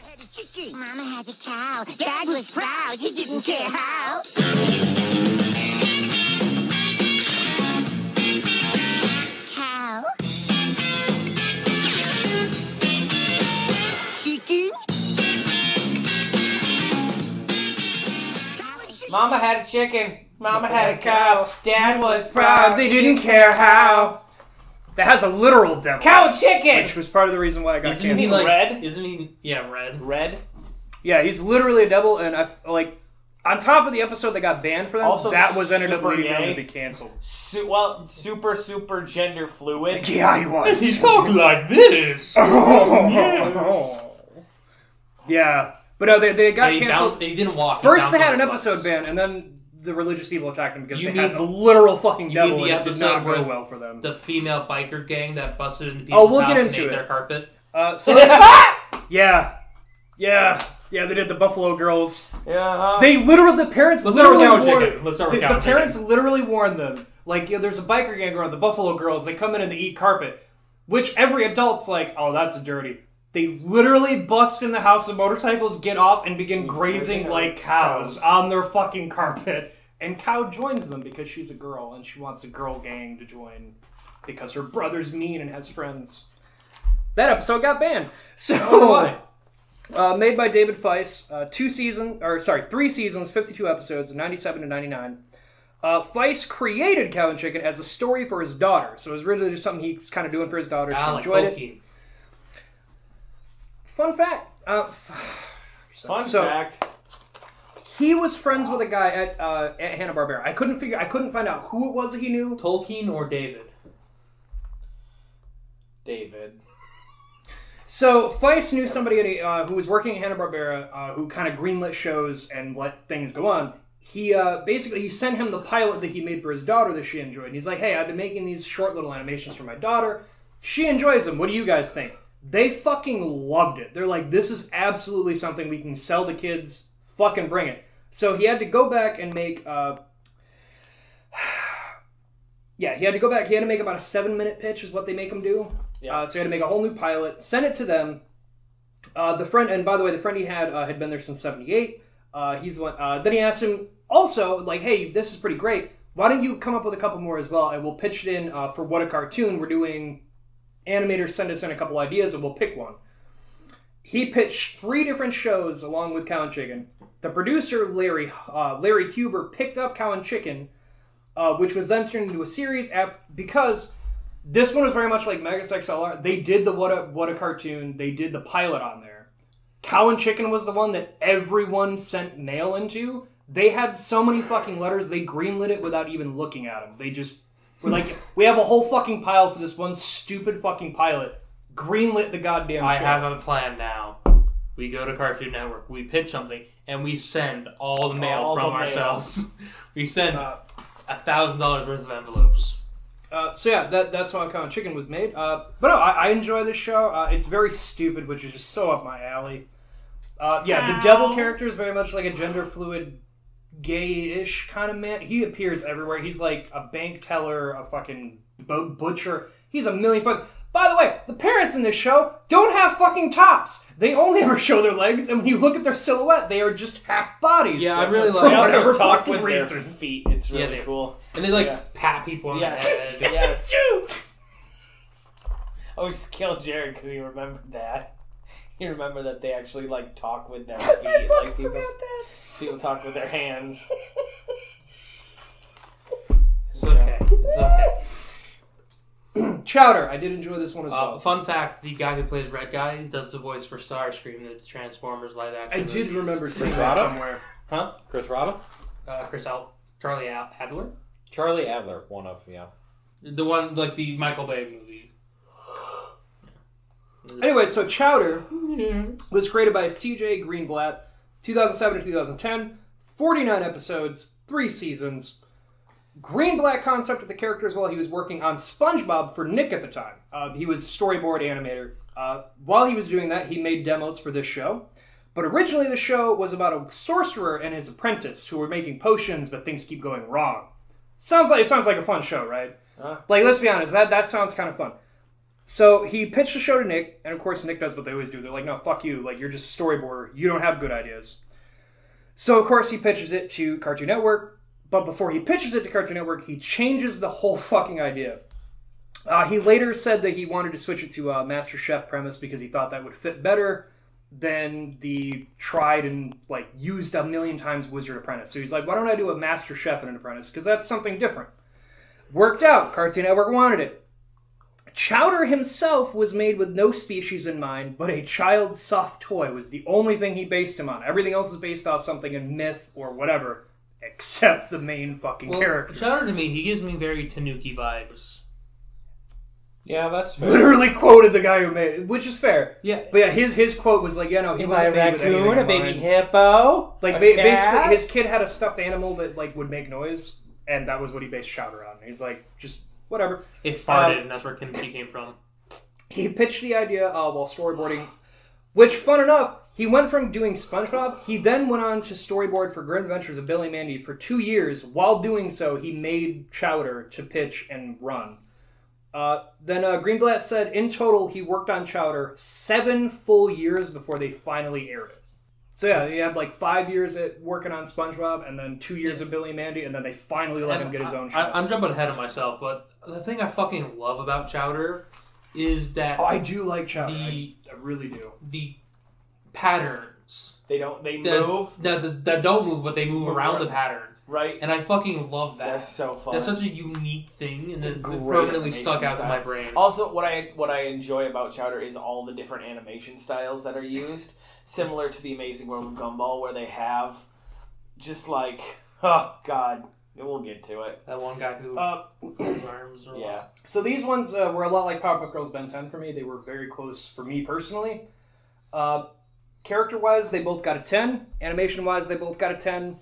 Speaker 17: Mama had a cow. Dad was proud. He didn't care how. Cow. Chicken.
Speaker 10: Mama had a chicken. Mama had a cow. Dad was proud.
Speaker 6: Proud, they didn't care how. That has a literal devil.
Speaker 10: Cow and Chicken!
Speaker 6: which was part of the reason why I got
Speaker 3: Isn't
Speaker 6: canceled.
Speaker 3: he like red? Isn't he? Yeah, red.
Speaker 7: Red.
Speaker 6: Yeah, he's literally a devil, and I f- like on top of the episode that got banned for them.
Speaker 7: Also
Speaker 6: that was ended up
Speaker 7: super
Speaker 6: leading them
Speaker 7: gay.
Speaker 6: to be canceled.
Speaker 7: Su- well, super, super gender fluid. *laughs*
Speaker 6: Yeah, he was. He
Speaker 3: talked like this.
Speaker 6: *laughs* Yeah, but no, they, they got
Speaker 3: They
Speaker 6: canceled.
Speaker 3: bounced- they didn't walk, they
Speaker 6: First, they
Speaker 3: bounced
Speaker 6: had
Speaker 3: on
Speaker 6: an
Speaker 3: his
Speaker 6: episode ban, and then the religious people attacked them because
Speaker 3: You
Speaker 6: they
Speaker 3: mean-
Speaker 6: had the literal fucking
Speaker 3: You
Speaker 6: devil.
Speaker 3: mean the
Speaker 6: and it did
Speaker 3: episode
Speaker 6: not
Speaker 3: where
Speaker 6: go well for them.
Speaker 3: the female biker gang that busted into people's
Speaker 6: Oh, we'll
Speaker 3: house
Speaker 6: get
Speaker 3: and
Speaker 6: into
Speaker 3: ate
Speaker 6: it.
Speaker 3: their carpet? *laughs*
Speaker 6: Uh, so let's- yeah, yeah, yeah. They did the Buffalo Girls.
Speaker 7: Yeah.
Speaker 6: They literally the parents
Speaker 3: Um, Let's start with
Speaker 6: literally
Speaker 3: Cow and
Speaker 6: warned-
Speaker 3: Chicken. Let's start with
Speaker 6: the,
Speaker 3: Cow
Speaker 6: the
Speaker 3: and Chicken.
Speaker 6: parents literally warned them. Like, you know, there's a biker gang around the Buffalo Girls. They come in and they eat carpet, which every adult's like, oh, that's dirty. They literally bust in the house of motorcycles, get off, and begin grazing
Speaker 7: grazing
Speaker 6: like
Speaker 7: on
Speaker 6: cows
Speaker 7: cows.
Speaker 6: on their fucking carpet. And Cow joins them because she's a girl and she wants a girl gang to join because her brother's mean and has friends. That episode got banned. *laughs* So Uh, made by David Feiss, uh, two season or sorry, three seasons, fifty-two episodes, ninety-seven to ninety-nine. Uh, Feiss created Cow and Chicken as a story for his daughter, so it was really just something he was kind of doing for his daughter. She
Speaker 3: Ah, like
Speaker 6: enjoyed it.
Speaker 3: Pokey.
Speaker 6: Fun fact. Uh, *sighs*
Speaker 7: Fun
Speaker 6: So-
Speaker 7: fact.
Speaker 6: he was friends with a guy at uh, at Hanna Barbera. I couldn't figure. I couldn't find out who it was that he knew.
Speaker 3: Tolkien or David?
Speaker 7: David.
Speaker 6: So Feist knew somebody at a, uh, who was working at Hanna Barbera, uh, who kind of greenlit shows and let things go on. He uh, basically he sent him the pilot that he made for his daughter that she enjoyed. And he's like, "Hey, I've been making these short little animations for my daughter. She enjoys them. What do you guys think?" They fucking loved it. They're like, "This is absolutely something we can sell to kids. Fucking bring it." So he had to go back and make. Uh, *sighs* yeah, he had to go back. He had to make about a seven-minute pitch, is what they make him do. Uh, so he had to make a whole new pilot, send it to them. Uh, the friend, and by the way, the friend he had uh, had been there since '78. Uh, he's the one. Uh, then he asked him also, like, "Hey, this is pretty great. Why don't you come up with a couple more as well, and we'll pitch it in uh, for what a cartoon we're doing." Animators send us in a couple ideas, and we'll pick one. He pitched three different shows along with Cow and Chicken. The producer Larry uh, Larry Huber picked up Cow and Chicken, uh, which was then turned into a series app because this one was very much like Megas XLR. They did the what a what a cartoon. They did the pilot on there. Cow and Chicken was the one that everyone sent mail into. They had so many fucking letters. They greenlit it without even looking at them. They just were like, *laughs* we have a whole fucking pile for this one stupid fucking pilot. Greenlit the goddamn.
Speaker 3: I
Speaker 6: show.
Speaker 3: have a plan now. We go to Cartoon Network, we pitch something, and we send all the mail
Speaker 7: All
Speaker 3: from *laughs*
Speaker 7: the mail.
Speaker 3: ourselves. we send a thousand dollars worth of envelopes.
Speaker 6: Uh, so yeah, that, that's how Common Chicken was made. Uh, but no, I, I enjoy this show. Uh, it's very stupid, which is just so up my alley. Uh, yeah, the devil character is very much like a gender fluid, gay-ish kind of man. He appears everywhere. He's like a bank teller, a fucking bo- butcher. He's a million fucking. By the way, the parents in this show don't have fucking tops. They only *laughs* ever show their legs, and when you look at their silhouette, they are just half bodies.
Speaker 7: Yeah, I
Speaker 6: So
Speaker 7: really
Speaker 6: for
Speaker 7: like- They also *laughs*
Speaker 6: whatever
Speaker 7: talk with
Speaker 6: fucking
Speaker 7: their
Speaker 6: reason.
Speaker 7: feet. It's really
Speaker 6: they-
Speaker 7: cool.
Speaker 3: And they like
Speaker 6: Yeah.
Speaker 3: pat people on
Speaker 6: Yes. *laughs*
Speaker 3: the head.
Speaker 7: Yes.
Speaker 10: Oh, just kill Jared because he remembered
Speaker 7: *laughs*
Speaker 10: that. He remembered that they actually like talk with
Speaker 6: *laughs*
Speaker 10: their
Speaker 7: I
Speaker 10: feet. like people, people talk with their
Speaker 6: *laughs*
Speaker 10: hands.
Speaker 3: It's okay. It's okay.
Speaker 6: *clears throat* Chowder, I did enjoy this one as
Speaker 3: Uh,
Speaker 6: well.
Speaker 3: fun fact: the guy who plays Red Guy does the voice for Starscream in the Transformers live action.
Speaker 6: I did
Speaker 3: movies.
Speaker 6: remember seeing that somewhere.
Speaker 4: Huh? Chris Rotta?
Speaker 3: Uh, Chris Al- Charlie Ad- Adler,
Speaker 4: Charlie Adler, one of, yeah.
Speaker 3: the one like the Michael Bay movies.
Speaker 6: Anyway, so Chowder was created by C.J. Greenblatt, 2007 to 2010, 49 episodes, three seasons. Greenblatt concepted the characters while he was working on SpongeBob for Nick at the time. Uh, he was storyboard animator. Uh, while he was doing that, he made demos for this show. But originally, the show was about a sorcerer and his apprentice who were making potions, but things keep going wrong. Sounds like it sounds like a fun show, right? Like, let's be honest, that, that sounds kind of fun. So he pitched the show to Nick, and of course Nick does what they always do. They're like, "No, fuck you! Like you're just a storyboarder. You don't have good ideas." So of course he pitches it to Cartoon Network, but before he pitches it to Cartoon Network, he changes the whole *laughs* fucking idea. Uh, he later said that he wanted to switch it to a Master Chef premise because he thought that would fit better than the tried and like used a million times Wizard Apprentice. So he's like, "Why don't I do a Master Chef and an Apprentice? Because that's something different." Worked out. Cartoon Network wanted it. Chowder himself was made with no species in mind, but a child's soft toy was the only thing he based him on. Everything else is based off something in myth or whatever, except the main fucking
Speaker 3: Well,
Speaker 6: character.
Speaker 3: Shout out to me. He gives me very Tanuki vibes.
Speaker 4: Yeah, that's fair.
Speaker 6: Literally quoted the guy who made it, which is fair.
Speaker 3: Yeah.
Speaker 6: But yeah, his his quote was like, yeah, no, he
Speaker 10: Am
Speaker 6: wasn't
Speaker 10: I a
Speaker 6: made with anything
Speaker 10: raccoon,
Speaker 6: in
Speaker 10: a baby
Speaker 6: mind.
Speaker 10: hippo,
Speaker 6: Like
Speaker 10: a
Speaker 6: ba-
Speaker 10: cat?
Speaker 6: basically, his kid had a stuffed animal that like would make noise, and that was what he based Chowder on. He's like, just whatever.
Speaker 3: It farted,
Speaker 6: Um,
Speaker 3: and that's where kimchi came from.
Speaker 6: he pitched the idea uh, while storyboarding, which, fun enough, he went from doing SpongeBob. He then went on to storyboard for Grim Adventures of Billy Mandy for two years. While doing so, he made Chowder to pitch and run. Uh, then uh, Greenblatt said in total he worked on Chowder seven full years before they finally aired it. So yeah, he had like five years at working on SpongeBob, and then two years of Billy Mandy, and then they finally let him
Speaker 3: And
Speaker 6: get his
Speaker 3: I-
Speaker 6: own show.
Speaker 3: I, I'm jumping ahead of myself, but the thing I fucking love about Chowder is that
Speaker 6: Oh, I do like Chowder.
Speaker 3: The,
Speaker 6: I really do.
Speaker 3: The patterns.
Speaker 7: They don't. They
Speaker 3: that,
Speaker 7: move.
Speaker 3: That, that, that don't move, but they move,
Speaker 7: Move
Speaker 3: around the
Speaker 7: around.
Speaker 3: pattern.
Speaker 7: Right.
Speaker 3: And I fucking love that.
Speaker 7: That's so fun.
Speaker 3: That's such a unique thing, and then
Speaker 7: Great
Speaker 3: permanently
Speaker 7: animation
Speaker 3: stuck out to
Speaker 7: style.
Speaker 3: my brain.
Speaker 7: Also, what I what I enjoy about Chowder is all the different animation styles that are used, similar to the Amazing World of Gumball, where they have just like, oh god, we'll get to it.
Speaker 3: That one guy who
Speaker 6: Uh,
Speaker 3: arms or
Speaker 7: yeah,
Speaker 6: So these ones uh, were a lot like Powerpuff Girls Ben 10 for me. They were very close for me personally. Uh, character wise, they both got a 10. Animation wise, they both got a 10.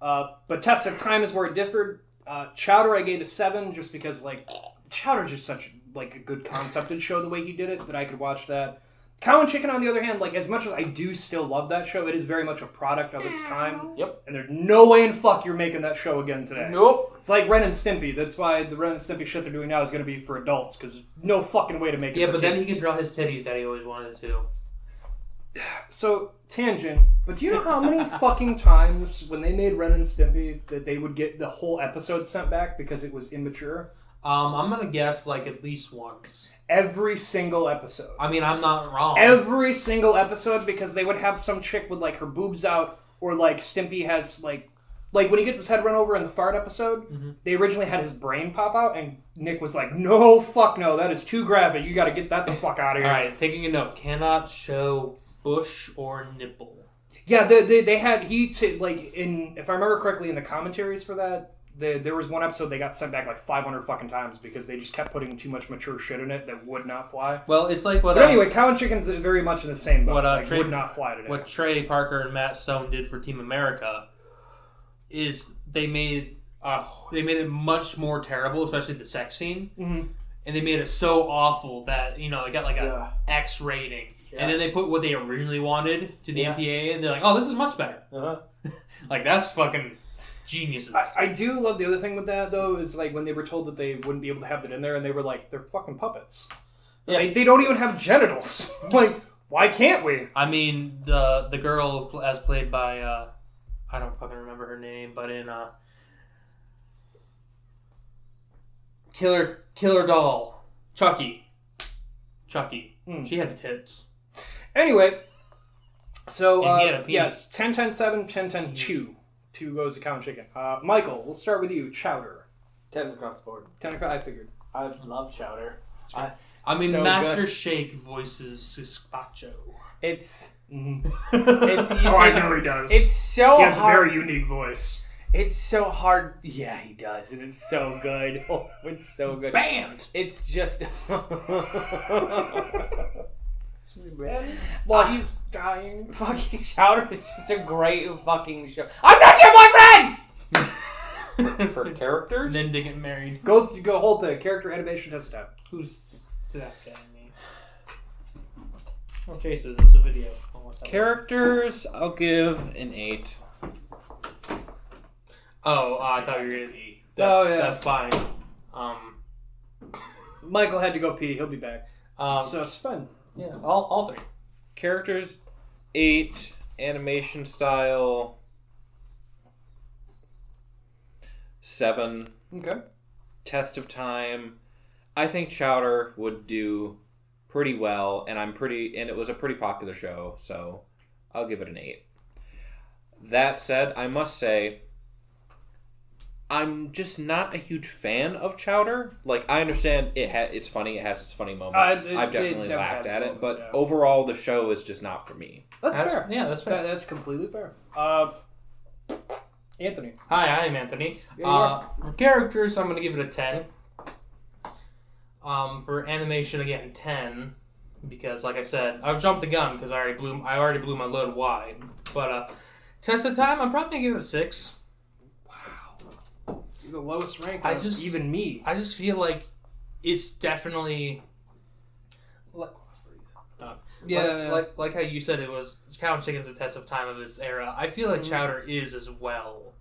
Speaker 6: Uh, but Test of Time is where it differed. Uh, Chowder, I gave a 7 just because, like, Chowder's just such like a good concepted show the way he did it that I could watch that. Cow and Chicken, on the other hand, like as much as I do still love that show, it is very much a product of its time.
Speaker 7: Yep.
Speaker 6: And there's no way in fuck you're making that show again today.
Speaker 7: Nope.
Speaker 6: It's like Ren and Stimpy. That's why the Ren and Stimpy shit they're doing now is going to be for adults because no fucking way to make it.
Speaker 3: Yeah,
Speaker 6: for
Speaker 3: but then he
Speaker 6: kids.
Speaker 3: can draw his titties that he always wanted to.
Speaker 6: So tangent. But do you know
Speaker 3: *laughs*
Speaker 6: how many fucking times when they made Ren and Stimpy that they would get the whole episode sent back because it was immature?
Speaker 3: Um, I'm gonna guess like at least once.
Speaker 6: Every single episode.
Speaker 3: I mean, I'm not wrong.
Speaker 6: every single episode because they would have some chick with like her boobs out or like Stimpy has like like when he gets his head run over in the fart episode,
Speaker 3: Mm-hmm.
Speaker 6: they originally had his brain pop out and Nick was like, "No, fuck no, that is too graphic. You got to get that the fuck out of
Speaker 3: All
Speaker 6: here."
Speaker 3: right, taking a note. Cannot show bush or nipple.
Speaker 6: Yeah, they, they, they had he t- like in if I remember correctly in the commentaries for that, the, there was one episode they got sent back like 500 fucking times because they just kept putting too much mature shit in it that would not fly.
Speaker 3: Well, it's like what.
Speaker 6: But,
Speaker 3: uh,
Speaker 6: anyway, Cow and Chicken's very much in the same boat.
Speaker 3: what uh,
Speaker 6: like,
Speaker 3: Trey,
Speaker 6: would not fly today.
Speaker 3: What Trey Parker and Matt Stone did for Team America is they made uh, they made it much more terrible, especially the sex scene.
Speaker 6: Mhm.
Speaker 3: And they made it so awful that you know it got like a X rating. And then they put what they originally wanted to the MPA, and they're like, "Oh, this is much better."
Speaker 18: Uh-huh.
Speaker 3: like that's fucking genius.
Speaker 6: I, I do love the other thing with that though is like when they were told that they wouldn't be able to have it in there, and they were like, they're fucking puppets. They, they don't even have genitals. *laughs* like, why can't we?
Speaker 3: I mean, the the girl pl- as played by uh, I don't fucking remember her name, but in uh, Killer Killer Doll, Chucky, Chucky, she had tits.
Speaker 6: Anyway, so
Speaker 3: And
Speaker 6: uh,
Speaker 3: he had a penis.
Speaker 6: yes, 10 10 7, 10 10 2. Two goes to count chicken. Uh, Michael, we'll start with you. Chowder.
Speaker 18: Tens across the board.
Speaker 6: 10 o'clock, I figured.
Speaker 18: I love chowder. I,
Speaker 3: I mean,
Speaker 18: so
Speaker 3: Master
Speaker 18: good.
Speaker 3: Shake voices Gazpacho.
Speaker 7: It's
Speaker 3: it's, *laughs*
Speaker 6: Oh,
Speaker 7: It's- It's so
Speaker 6: He has a
Speaker 7: hard.
Speaker 6: very unique voice.
Speaker 7: It's so hard. Yeah, he does, and it's so good. *laughs* Oh, it's so good.
Speaker 6: Banned.
Speaker 7: It's just. *laughs*
Speaker 6: Well, he's dying.
Speaker 7: Fucking Chowder is just a great fucking show. I'm not your boyfriend.
Speaker 4: for characters.
Speaker 3: Then they get married.
Speaker 6: Go th- go hold the character animation test tab.
Speaker 3: Who's to that guy? I mean? Well, Chase is. It's a video. I'll watch that.
Speaker 4: Characters, I'll give an eight.
Speaker 3: Oh, uh, I thought you were gonna eat. That's,
Speaker 6: Oh, yeah.
Speaker 3: that's fine. Um,
Speaker 6: Michael had to go pee. He'll be back.
Speaker 3: um,
Speaker 6: so it's fun.
Speaker 3: yeah, all, all three.
Speaker 4: Characters, eight. Animation style, seven.
Speaker 6: Okay.
Speaker 4: Test of time. I think Chowder would do pretty well, and I'm pretty, and it was a pretty popular show, so I'll give it an eight. That said, I must say, I'm just not a huge fan of Chowder. Like, I understand it ha- it's funny, it has its funny moments.
Speaker 6: Uh, it-
Speaker 4: I've
Speaker 6: it
Speaker 4: definitely
Speaker 6: definitely
Speaker 4: laughed
Speaker 6: has
Speaker 4: at it,
Speaker 6: moments,
Speaker 4: but
Speaker 6: yeah.
Speaker 4: overall, the show is just not for me.
Speaker 6: That's, fair.
Speaker 3: Yeah, that's fair.
Speaker 6: That- that's completely fair. Uh, Anthony.
Speaker 3: Hi, I'm Anthony.
Speaker 6: Yeah, you
Speaker 3: Uh, for characters, I'm gonna give it a ten. Um, for animation, again, ten, because like I said, I've jumped the gun because I already blew I already blew my load wide. But uh, test of time, I'm probably gonna give it a six.
Speaker 6: You're the lowest rank.
Speaker 3: I
Speaker 6: of
Speaker 3: just-
Speaker 6: even me.
Speaker 3: I just feel like it's definitely like,
Speaker 6: Yeah,
Speaker 3: like,
Speaker 6: yeah.
Speaker 3: like like how you said it was Cow and Chicken's a test of time of its era. I feel like Chowder is as well.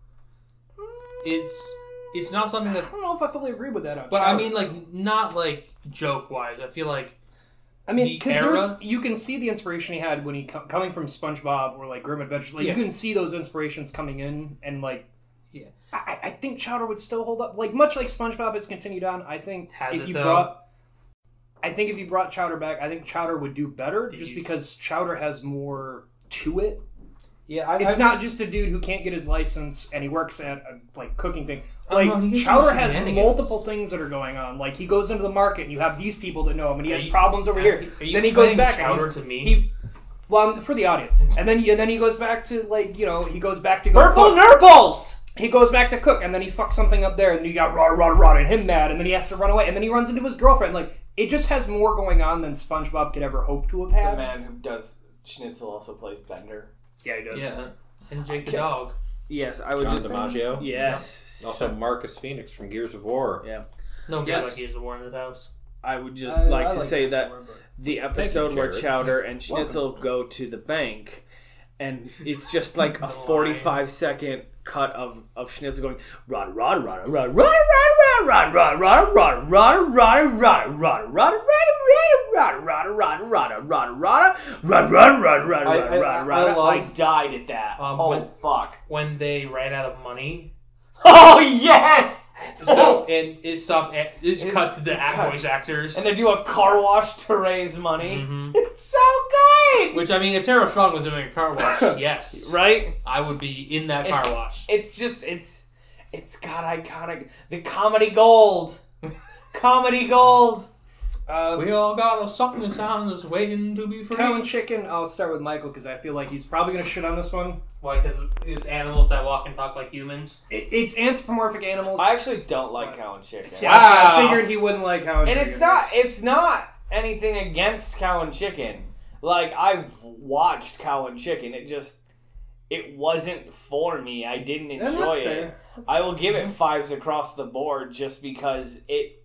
Speaker 3: It's it's not something that,
Speaker 6: I don't know if I fully agree with that. on
Speaker 3: but I
Speaker 6: Chowder.
Speaker 3: mean like not like joke wise. I feel like
Speaker 6: I
Speaker 3: the
Speaker 6: mean, because
Speaker 3: era-
Speaker 6: you can see the inspiration he had when he co- coming from SpongeBob or like Grim Adventures. Like
Speaker 3: Yeah.
Speaker 6: you can see those inspirations coming in, and like,
Speaker 3: Yeah.
Speaker 6: I, I I think Chowder would still hold up. Like much like SpongeBob has continued on, I think
Speaker 3: Has
Speaker 6: if
Speaker 3: it,
Speaker 6: you
Speaker 3: though?
Speaker 6: brought, I think if you brought Chowder back, I think Chowder would do better, just
Speaker 3: you-
Speaker 6: because Chowder has more to it.
Speaker 18: yeah, I,
Speaker 6: It's
Speaker 18: I-
Speaker 6: not just a dude who can't get his license and he works at a like cooking thing.
Speaker 3: Oh,
Speaker 6: Like
Speaker 3: no, he gets
Speaker 6: Chowder
Speaker 3: these
Speaker 6: has
Speaker 3: shenanigans.
Speaker 6: multiple things that are going on. Like he goes into the market and you have these people that know him, and he
Speaker 3: Are
Speaker 6: has
Speaker 3: you-
Speaker 6: problems over
Speaker 3: are
Speaker 6: here.
Speaker 3: you- are you
Speaker 6: then he goes
Speaker 3: playing
Speaker 6: back.
Speaker 3: Chowder
Speaker 6: and he,
Speaker 3: to me?
Speaker 6: He, well, I'm- for the audience, and then and then he goes back to like you know he goes back to go
Speaker 7: Purple
Speaker 6: cook.
Speaker 7: Nurples.
Speaker 6: He goes back to cook, and then he fucks something up there, and then you got rah rah rah, and him mad, and then he has to run away, and then he runs into his girlfriend. Like it just has more going on than SpongeBob could ever hope to have
Speaker 18: the
Speaker 6: had.
Speaker 18: man who does Schnitzel also plays Bender.
Speaker 6: Yeah, he does.
Speaker 3: yeah. And Jake the dog.
Speaker 7: Yes, I would
Speaker 4: John
Speaker 7: just.
Speaker 4: DiMaggio.
Speaker 7: Yes.
Speaker 4: Also, Marcus Phoenix from Gears of War.
Speaker 7: Yeah.
Speaker 3: No guy
Speaker 7: Yes.
Speaker 3: like he is a war in his house.
Speaker 7: I would just
Speaker 6: I-
Speaker 7: like
Speaker 6: I
Speaker 7: to
Speaker 6: like
Speaker 7: say
Speaker 6: Gears
Speaker 7: that
Speaker 6: of War, but-
Speaker 7: the episode where
Speaker 4: Jared.
Speaker 7: Chowder and Schnitzel go to the bank, and it's just like a forty-five second cut of of Schnitzel going rod rod rod rod rod rod rod rod rod rod rod rod rod rod rod rod rod rod rod rod rod rod rod rod rod rod rod
Speaker 3: I- I-
Speaker 7: rod
Speaker 3: I
Speaker 7: rod.
Speaker 3: love-
Speaker 7: I died at that.
Speaker 3: Um,
Speaker 7: Oh
Speaker 3: when-
Speaker 7: fuck!
Speaker 3: When they ran out of money,
Speaker 7: Oh yes!
Speaker 3: so and it stopped. Oh! It just cut to the voice actors.
Speaker 7: And they do a car wash to raise money.
Speaker 3: Mhm.
Speaker 7: It's so good.
Speaker 3: Which I mean, if Tara Strong was doing a car *laughs* wash, yes,
Speaker 7: Right?
Speaker 3: I would be in that
Speaker 7: It's-
Speaker 3: car wash.
Speaker 7: It's just it's it's got iconic the comedy gold. comedy gold.
Speaker 6: Uh,
Speaker 3: We all got a something sound that's waiting to be free.
Speaker 6: Cow and chicken. I'll start with Michael because I feel like he's probably gonna shit on this one.
Speaker 3: Why? Because it's animals that walk and talk like humans.
Speaker 6: It, it's anthropomorphic animals.
Speaker 18: I actually don't like cow and chicken.
Speaker 6: See, I-
Speaker 3: Wow.
Speaker 6: I figured he wouldn't like cow and,
Speaker 7: And
Speaker 6: chicken.
Speaker 7: it's not it's not anything against cow and chicken. Like I've watched cow and chicken. It just it wasn't for me. I didn't
Speaker 14: Yeah, that's
Speaker 7: enjoy it.
Speaker 14: fair. That's
Speaker 7: I will give it
Speaker 14: fair.
Speaker 7: fives across the board just because it.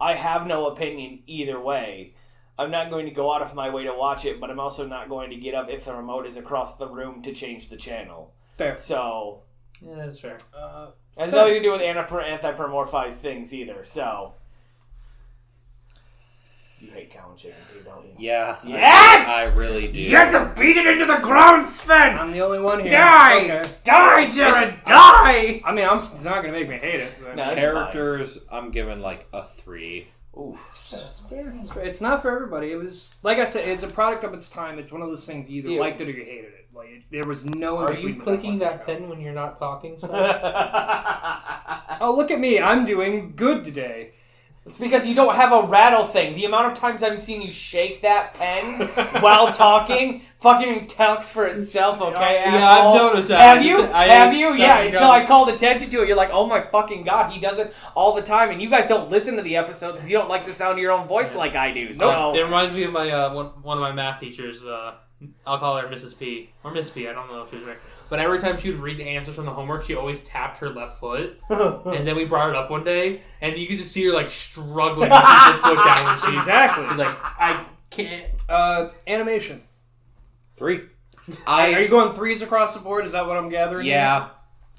Speaker 7: I have no opinion either way. I'm not going to go out of my way to watch it, but I'm also not going to get up if the remote is across the room to change the channel.
Speaker 6: Fair.
Speaker 7: So.
Speaker 3: Yeah, that's fair.
Speaker 6: Uh,
Speaker 7: Has nothing to do with anapro- anthropomorphized things either, so. You hate cow and chicken too, don't you?
Speaker 4: Yeah. I-
Speaker 7: Yes!
Speaker 4: I, really do.
Speaker 7: You have to beat it into the ground, Sven!
Speaker 6: I'm the only one here.
Speaker 7: Die!
Speaker 6: It's okay.
Speaker 7: Die, Jared,
Speaker 6: It's-
Speaker 7: die!
Speaker 6: I mean, I'm, it's not gonna make me hate it. so-
Speaker 4: Characters, I'm giving like a three.
Speaker 7: Ooh.
Speaker 6: It's not for everybody. It was like I said, it's a product of its time. It's one of those things you either
Speaker 3: Ew.
Speaker 6: liked it or you hated it. Like it, there was no. in
Speaker 3: Are
Speaker 6: between
Speaker 3: you
Speaker 6: with
Speaker 3: clicking that pen when you're not *laughs* talking? Sven?
Speaker 7: *laughs*
Speaker 6: that. Oh look at me! I'm doing good today.
Speaker 10: It's because you don't have a rattle thing. The amount of times I've seen you shake that pen while talking fucking talks for itself, okay?
Speaker 3: Yeah, I've
Speaker 10: asshole?
Speaker 3: noticed that.
Speaker 10: Have
Speaker 3: I
Speaker 10: you?
Speaker 3: just- I
Speaker 10: have
Speaker 3: just
Speaker 10: you?
Speaker 3: haven't
Speaker 10: Yeah, until
Speaker 3: gotten-
Speaker 10: I called attention to it, you're like, oh my fucking god, he does it all the time. And you guys don't listen to the episodes because you don't like the sound of your own voice like I do. So.
Speaker 3: It reminds me of my uh, one, one of my math teachers. Uh, I'll call her Mrs. P or Miss P. I don't know if she's right. But every time she would read the answers from the homework, she always tapped her left foot. and then we brought it up one day, and you could just see her like struggling to keep her foot down when she's
Speaker 6: Exactly.
Speaker 3: She's like, I can't.
Speaker 6: Uh, animation.
Speaker 4: Three.
Speaker 6: I,
Speaker 4: I-
Speaker 6: Are you going threes across the board? Is that what I'm gathering?
Speaker 4: Yeah.
Speaker 6: Oh.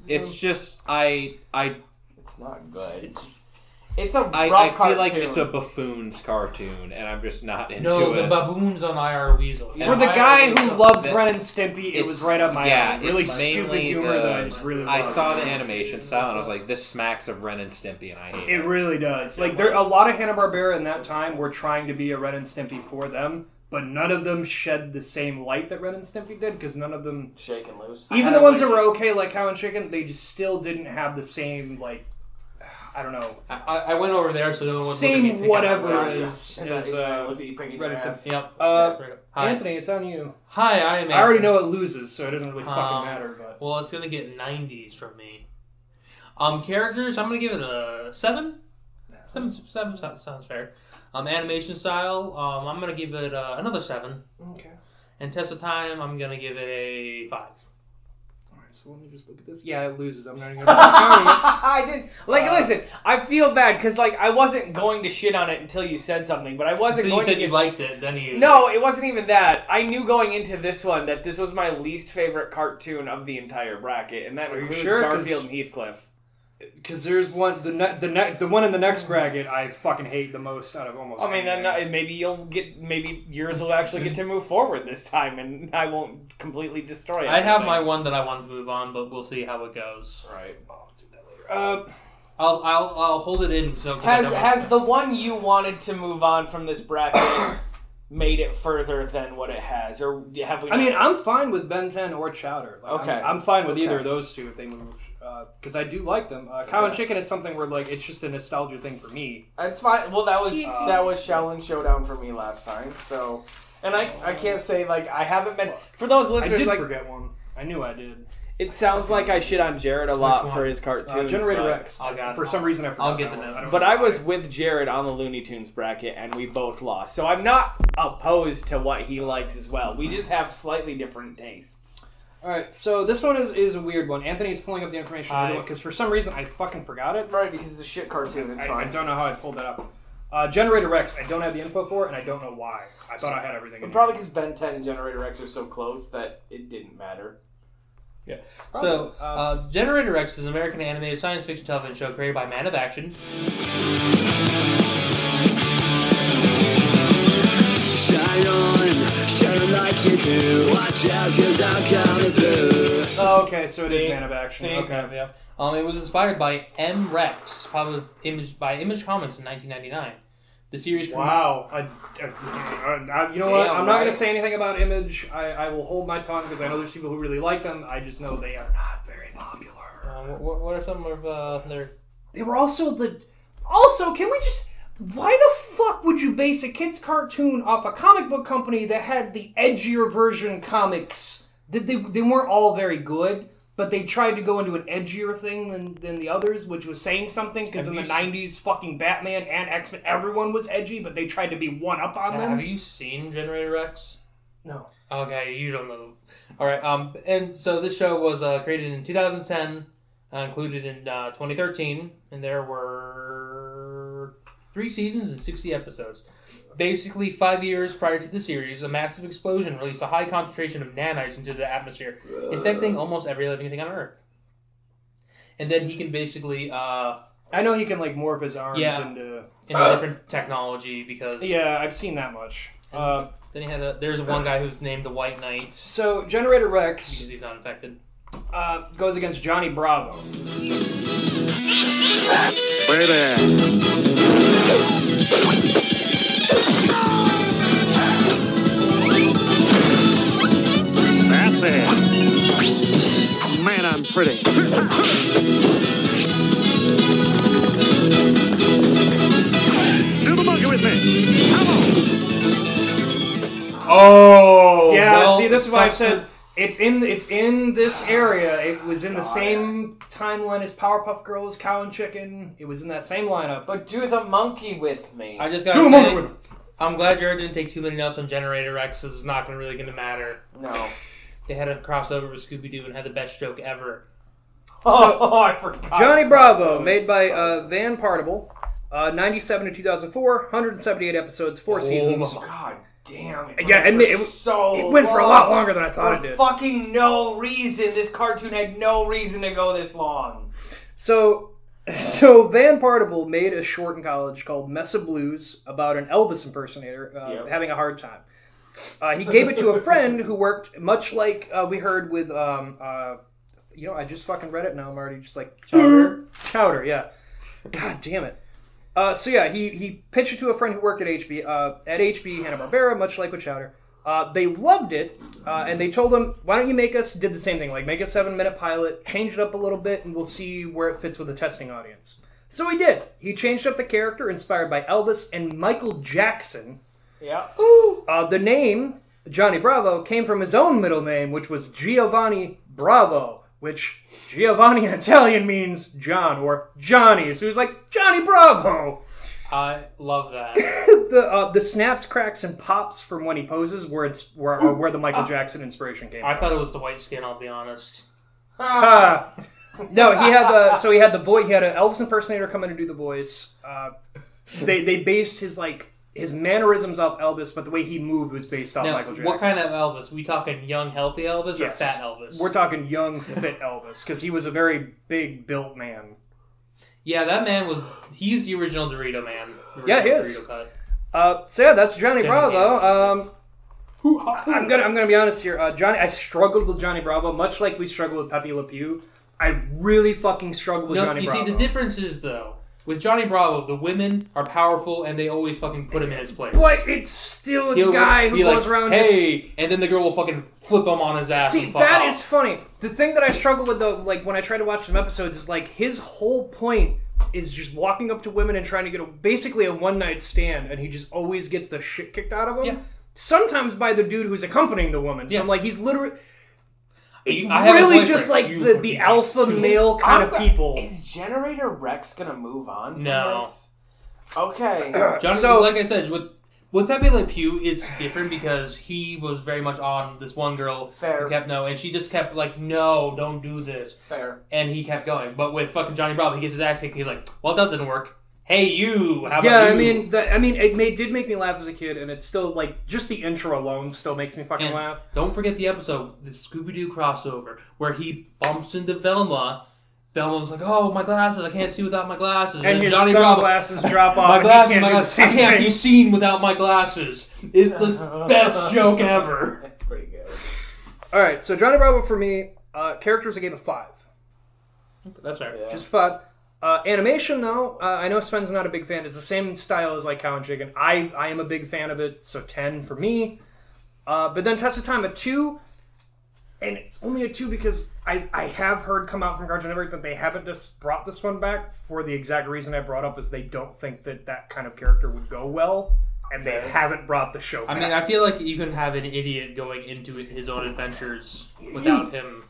Speaker 4: It's just I I
Speaker 7: It's not good.
Speaker 4: It's
Speaker 7: It's a rough
Speaker 4: I, I feel like
Speaker 7: cartoon.
Speaker 4: it's a buffoon's cartoon and I'm just not into
Speaker 3: No,
Speaker 4: it.
Speaker 3: the baboons on IR Weasel.
Speaker 6: For the guy who loved Ren and Stimpy, it
Speaker 4: It's-
Speaker 6: was right up my
Speaker 4: yeah,
Speaker 6: alley. Really
Speaker 4: it's
Speaker 6: stupid
Speaker 4: mainly
Speaker 6: humor
Speaker 4: the-
Speaker 6: that I just really.
Speaker 4: I
Speaker 6: loved.
Speaker 4: saw the animation style and I was like, this smacks of Ren and Stimpy and I hate
Speaker 6: It really does. Like there, a lot of Hanna Barbera in that time were trying to be a Ren and Stimpy for them, but none of them shed the same light that Ren and Stimpy did because none of them,
Speaker 7: Shake and loose.
Speaker 6: even the ones that were okay, like Cow and Chicken, they just still didn't have the same like, *sighs* I don't know,
Speaker 3: I, I went over there, so no one was looking at me
Speaker 6: same
Speaker 3: picking up
Speaker 6: whatever
Speaker 3: my-
Speaker 6: it is.
Speaker 7: And
Speaker 6: is,
Speaker 7: that-
Speaker 6: uh,
Speaker 7: looked at you picking
Speaker 6: Ren
Speaker 7: your
Speaker 6: and
Speaker 7: ass.
Speaker 6: Stimpy.
Speaker 3: Yep.
Speaker 6: Uh,
Speaker 3: Hi.
Speaker 6: Anthony, it's on you.
Speaker 3: Hi, I am.
Speaker 6: I already
Speaker 3: Anthony.
Speaker 6: know it loses, so it doesn't really fucking
Speaker 3: Um,
Speaker 6: matter. But
Speaker 3: Well, it's gonna get nineties from me. Um, characters, I'm gonna give it a seven. Seven, seven so- sounds fair. Um, animation style, um, I'm gonna give it uh, another seven.
Speaker 6: Okay.
Speaker 3: And test of time, I'm gonna give it a five.
Speaker 6: So let me just look at this. Yeah, it loses. I'm
Speaker 3: *laughs*
Speaker 6: not even.
Speaker 10: *laughs*
Speaker 6: Gonna
Speaker 10: I didn't like. listen, I feel bad because like I wasn't going to shit on it until you said something, but I wasn't
Speaker 3: Until
Speaker 10: going
Speaker 3: you said
Speaker 10: to.
Speaker 3: you
Speaker 10: get-
Speaker 3: liked it, then you
Speaker 10: no, it wasn't even that. I knew going into this one that this was my least favorite cartoon of the entire bracket, and that
Speaker 6: Are you
Speaker 10: includes
Speaker 6: sure? 'Cause-
Speaker 10: Garfield and Heathcliff.
Speaker 6: Because there's one the ne- the ne- the one in the next bracket I fucking hate the most out of almost.
Speaker 10: I mean, then uh, maybe you'll get maybe yours will actually get to move forward this time, and I won't completely destroy it.
Speaker 3: I have my one that I wanted to move on, but we'll see how it goes.
Speaker 10: Right.
Speaker 6: Uh,
Speaker 3: I'll I'll, I'll hold it in. So
Speaker 10: Has has the one you wanted to move on from this *coughs* bracket made it further than what it has, or have we?
Speaker 6: I mean, I'm fine with Ben 10 or Chowder. Like, I'm-
Speaker 10: Okay.
Speaker 6: I'm, fine with
Speaker 10: Okay.
Speaker 6: either of those two if they move because I do like them. Uh, Cow and Chicken is something where like it's just a nostalgia thing for me.
Speaker 7: That's fine. Well, that was
Speaker 6: Chicken.
Speaker 7: that was Shaolin Showdown for me last time. So, and I I can't say like I haven't been for those
Speaker 6: I
Speaker 7: listeners
Speaker 6: did
Speaker 7: like
Speaker 6: forget one. I knew I did.
Speaker 10: It sounds like I shit on Jared a lot
Speaker 6: one?
Speaker 10: for his cartoons.
Speaker 6: Uh, Generator
Speaker 10: but,
Speaker 6: X. for some reason, I forgot.
Speaker 3: I'll get
Speaker 6: that
Speaker 3: the
Speaker 6: one.
Speaker 3: notes.
Speaker 6: don't
Speaker 10: But I was with Jared on the Looney Tunes bracket, and we both lost. So I'm not opposed to what he likes as well. We just have slightly different tastes.
Speaker 6: All right, so this one is, is a weird one. Anthony's pulling up the information
Speaker 10: Hi.
Speaker 6: because for some reason I fucking forgot it.
Speaker 7: Right, because it's a shit cartoon. It's
Speaker 6: I,
Speaker 7: fine.
Speaker 6: I don't know how I pulled that up. Uh, Generator X, I don't have the info for, and I don't know why. I thought I had everything. in
Speaker 7: But probably because Ben 10 and Generator X are so close that it didn't matter.
Speaker 3: Yeah. So, uh,
Speaker 6: um,
Speaker 3: Generator X is an American animated science fiction television show created by Man of Action.
Speaker 9: Shine on, shine like you do. Watch out, cause I'm coming through.
Speaker 6: Oh, okay, so it is
Speaker 3: See?
Speaker 6: Man of Action.
Speaker 3: See?
Speaker 6: Okay, yeah.
Speaker 3: Um, it was inspired by M Rex, probably image by Image Comics in 1999. The series.
Speaker 6: Wow. I, I- I- you know what?
Speaker 3: Damn
Speaker 6: I'm not going
Speaker 3: right.
Speaker 6: to say anything about Image. I, I will hold my tongue because I know there's people who really like them. I just know they are not very popular.
Speaker 3: Um, what, what are some of uh, their?
Speaker 6: They were also the. Also, can we just. Why the fuck would you base a kid's cartoon off a comic book company that had the edgier version comics? They, they, they weren't all very good, but they tried to go into an edgier thing than, than the others, which was saying something because in
Speaker 3: Have
Speaker 6: the
Speaker 3: you s-
Speaker 6: 90s, fucking Batman and X Men, everyone was edgy, but they tried to be one up on them.
Speaker 3: Have you seen Generator X?
Speaker 6: Um, No.
Speaker 3: Okay, you don't know. All right. Um, and so this show was uh, created in 2010, uh, included in uh, 2013, and there were three seasons and 60 episodes. Basically, five years prior to the series, a massive explosion released a high concentration of nanites into the atmosphere, infecting almost every living thing on Earth. And then he can basically. Uh,
Speaker 6: I know he can like morph his arms
Speaker 3: yeah,
Speaker 6: into
Speaker 3: different technology because
Speaker 6: Yeah, I've seen that much.
Speaker 3: And
Speaker 6: Uh,
Speaker 3: then he had a. There's one guy who's named the White Knight.
Speaker 6: So Generator Rex,
Speaker 3: because he's not infected.
Speaker 6: uh, goes against Johnny Bravo.
Speaker 17: Wait
Speaker 19: Sassy. Man, I'm pretty. Do the monkey with me. Come on.
Speaker 3: Oh,
Speaker 6: yeah.
Speaker 19: well,
Speaker 6: see, this is why I
Speaker 19: some-
Speaker 6: said it's in it's in this area. It was in the same timeline as Powerpuff Girls, Cow and Chicken. It was in that same lineup.
Speaker 7: But do the monkey with me.
Speaker 3: I just got
Speaker 6: Who
Speaker 3: to
Speaker 6: among
Speaker 3: say, I'm glad Jared didn't take too many notes on Generator X. This is not gonna really going to matter.
Speaker 7: No.
Speaker 3: They had a crossover with Scooby Doo and had the best joke ever.
Speaker 7: oh, I forgot.
Speaker 6: Johnny Bravo, made by uh, Van Partible, uh, 97 to 2004, 178 episodes, four
Speaker 7: Oh
Speaker 6: seasons.
Speaker 7: my God damn! It
Speaker 6: Yeah,
Speaker 7: went
Speaker 6: admit,
Speaker 7: for
Speaker 6: it-
Speaker 7: so
Speaker 6: it went for a lot longer than I thought
Speaker 7: for
Speaker 6: it did.
Speaker 7: Fucking no reason. This cartoon had no reason to go this long.
Speaker 6: So, *laughs* so Van Partible made a short in college called Mesa Blues about an Elvis impersonator uh,
Speaker 14: Yep.
Speaker 6: having a hard time. Uh, he gave it to a friend who worked much like uh, we heard with, um, uh, you know, I just fucking read it now. I'm already just like chowder, chowder, yeah. God damn it. Uh, so yeah, he he pitched it to a friend who worked at HB uh, at HB Hanna Barbera, much like with Chowder. Uh, they loved it, uh, and they told him, "Why don't you make us?" Did the same thing, like make a seven-minute pilot, change it up a little bit, and we'll see where it fits with the testing audience. So he did. He changed up the character, inspired by Elvis and Michael Jackson.
Speaker 7: Yeah.
Speaker 6: Uh, the name Johnny Bravo came from his own middle name, which was Giovanni Bravo, which Giovanni in Italian means John or Johnny. So he was like Johnny Bravo.
Speaker 3: I love that.
Speaker 6: *laughs* the uh, the snaps, cracks, and pops from when he poses were ins- were are where the Michael Jackson inspiration came.
Speaker 3: I
Speaker 6: from.
Speaker 3: thought it was the white skin. I'll be honest.
Speaker 6: Ha. no, he had the so he had the boy. He had an Elvis impersonator come in and do the voice. Uh, they they based his like his mannerisms off Elvis, but the way he moved was based off
Speaker 3: Now,
Speaker 6: Michael Jackson.
Speaker 3: what kind of Elvis? We talking young, healthy Elvis or
Speaker 6: Yes.
Speaker 3: fat Elvis?
Speaker 6: We're talking young, fit Elvis because he was a very big built man.
Speaker 3: Yeah, that man was. He's the original Dorito man. The
Speaker 6: Yeah, he
Speaker 3: original
Speaker 6: is.
Speaker 3: Dorito cut.
Speaker 6: Uh, so yeah, that's Johnny
Speaker 3: Johnny
Speaker 6: Bravo. Um, I'm gonna I'm gonna be honest here, uh, Johnny. I struggled with Johnny Bravo, much like we struggled with Pepe Le Pew. I really fucking struggled with
Speaker 3: No,
Speaker 6: Johnny
Speaker 3: you
Speaker 6: Bravo.
Speaker 3: see, the difference is though with Johnny Bravo, the women are powerful and they always fucking put him in his place.
Speaker 6: But it's still a
Speaker 3: He'll
Speaker 6: guy who
Speaker 3: be
Speaker 6: goes
Speaker 3: like,
Speaker 6: around.
Speaker 3: Hey, and then the girl will fucking flip him on his ass.
Speaker 6: *laughs* See,
Speaker 3: and fuck
Speaker 6: that
Speaker 3: off.
Speaker 6: is funny. The thing that I struggle with though, like when I try to watch some episodes, is like his whole point is just walking up to women and trying to get a, basically a one night stand, and he just always gets the shit kicked out of him. Sometimes by the dude who's accompanying the woman. So I'm like, he's literally. It's
Speaker 3: I have a
Speaker 6: really just like
Speaker 3: boyfriend.
Speaker 6: the, the alpha male kind of
Speaker 7: I'm-
Speaker 6: people.
Speaker 7: Is Generator Rex gonna move on? From
Speaker 3: No.
Speaker 7: This? Okay.
Speaker 6: *coughs*
Speaker 3: Johnny, like I said, with with Pepe Le Pew is different because he was very much on this one girl who kept no, and she just kept like, no, don't do this.
Speaker 7: Fair.
Speaker 3: And he kept going, but with fucking Johnny Bravo, he gets his ass kicked. He's like, well, that didn't work. Hey, you. How about
Speaker 6: yeah, I
Speaker 3: you?"
Speaker 6: mean, that, I mean, it made, did make me laugh as a kid, and it's still like just the intro alone still makes me fucking
Speaker 3: And
Speaker 6: laugh.
Speaker 3: Don't forget the episode, the Scooby Doo crossover, where he bumps into Velma. Velma's like, "Oh, my glasses! I can't see without my glasses."
Speaker 6: And
Speaker 3: then
Speaker 6: his
Speaker 3: Johnny Bravo,
Speaker 6: sunglasses drop off,
Speaker 3: My
Speaker 6: and he
Speaker 3: glasses,
Speaker 6: can't
Speaker 3: my
Speaker 6: do the
Speaker 3: glasses. I
Speaker 6: same
Speaker 3: can't
Speaker 6: thing."
Speaker 3: be seen without my glasses. Is
Speaker 6: *laughs*
Speaker 3: the best joke ever.
Speaker 7: That's pretty good.
Speaker 6: All right, so Johnny Bravo for me, uh, characters I gave a five.
Speaker 3: That's right.
Speaker 6: Just fun. Uh, animation, though, uh, I know Sven's not a big fan. It's the same style as like Cow and Chicken. I, I am a big fan of it, so ten for me. Uh, but then Test of Time a two, and it's only a two because I, I have heard come out from Cartoon Network that they haven't just brought this one back for the exact reason I brought up is they don't think that that kind of character would go well, and they
Speaker 3: Fair.
Speaker 6: haven't brought the show.
Speaker 3: I mean, I feel like you can have an idiot going into his own adventures without him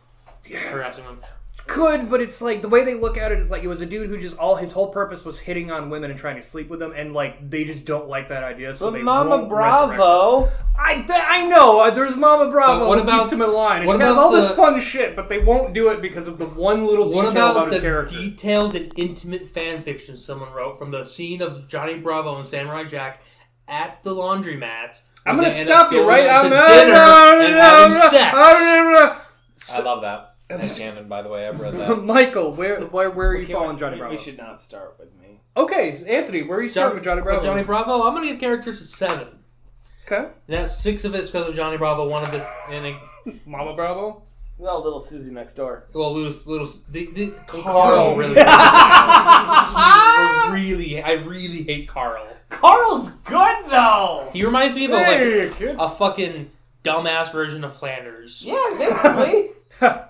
Speaker 3: harassing him.
Speaker 6: Could, but it's like the way they look at it is like it was a dude who just all his whole purpose was hitting on women and trying to sleep with them, and like they just don't like that idea. So
Speaker 14: But
Speaker 6: they
Speaker 14: Mama
Speaker 6: won't resurrect
Speaker 14: Bravo-
Speaker 6: it. I th- I know uh, there's Mama Bravo.
Speaker 3: But what
Speaker 6: who
Speaker 3: about-
Speaker 6: keeps him in line? And
Speaker 3: what
Speaker 6: he has
Speaker 3: about
Speaker 6: all this
Speaker 3: the-
Speaker 6: fun shit, but they won't do it because of the one little detail
Speaker 3: What about,
Speaker 6: his
Speaker 3: the
Speaker 6: character.
Speaker 3: detailed and intimate fan fiction someone wrote from the scene of Johnny Bravo and Samurai Jack at the laundromat?
Speaker 6: I'm
Speaker 3: when
Speaker 6: gonna
Speaker 3: they end
Speaker 6: stop
Speaker 3: up
Speaker 6: you
Speaker 3: going
Speaker 6: right.
Speaker 3: out
Speaker 6: I'm
Speaker 3: to
Speaker 6: not-
Speaker 3: dinner
Speaker 6: no,
Speaker 3: and
Speaker 6: no,
Speaker 3: having
Speaker 6: no,
Speaker 3: sex.
Speaker 6: no, no, no.
Speaker 4: I love
Speaker 6: *laughs*
Speaker 4: that. That's canon, by the way. I've read that.
Speaker 6: Michael, where where where are you falling, Johnny
Speaker 7: we-
Speaker 6: Bravo?
Speaker 7: We should not start with me.
Speaker 6: Okay, Anthony, where are you starting with Johnny Bravo?
Speaker 3: Johnny Bravo. I'm gonna give characters a seven.
Speaker 6: Okay.
Speaker 3: And that's six of it's because of Johnny Bravo. One of it, and it,
Speaker 6: Mama Bravo.
Speaker 7: Well, little Susie next door.
Speaker 3: Well, little little the, the, Carl,
Speaker 7: Carl.
Speaker 6: *laughs*
Speaker 3: really. I really, I really hate Carl.
Speaker 7: Carl's good though.
Speaker 3: He reminds me of a,
Speaker 7: Hey,
Speaker 3: like a fucking dumbass version of Flanders.
Speaker 7: Yeah,
Speaker 6: *laughs*
Speaker 7: basically.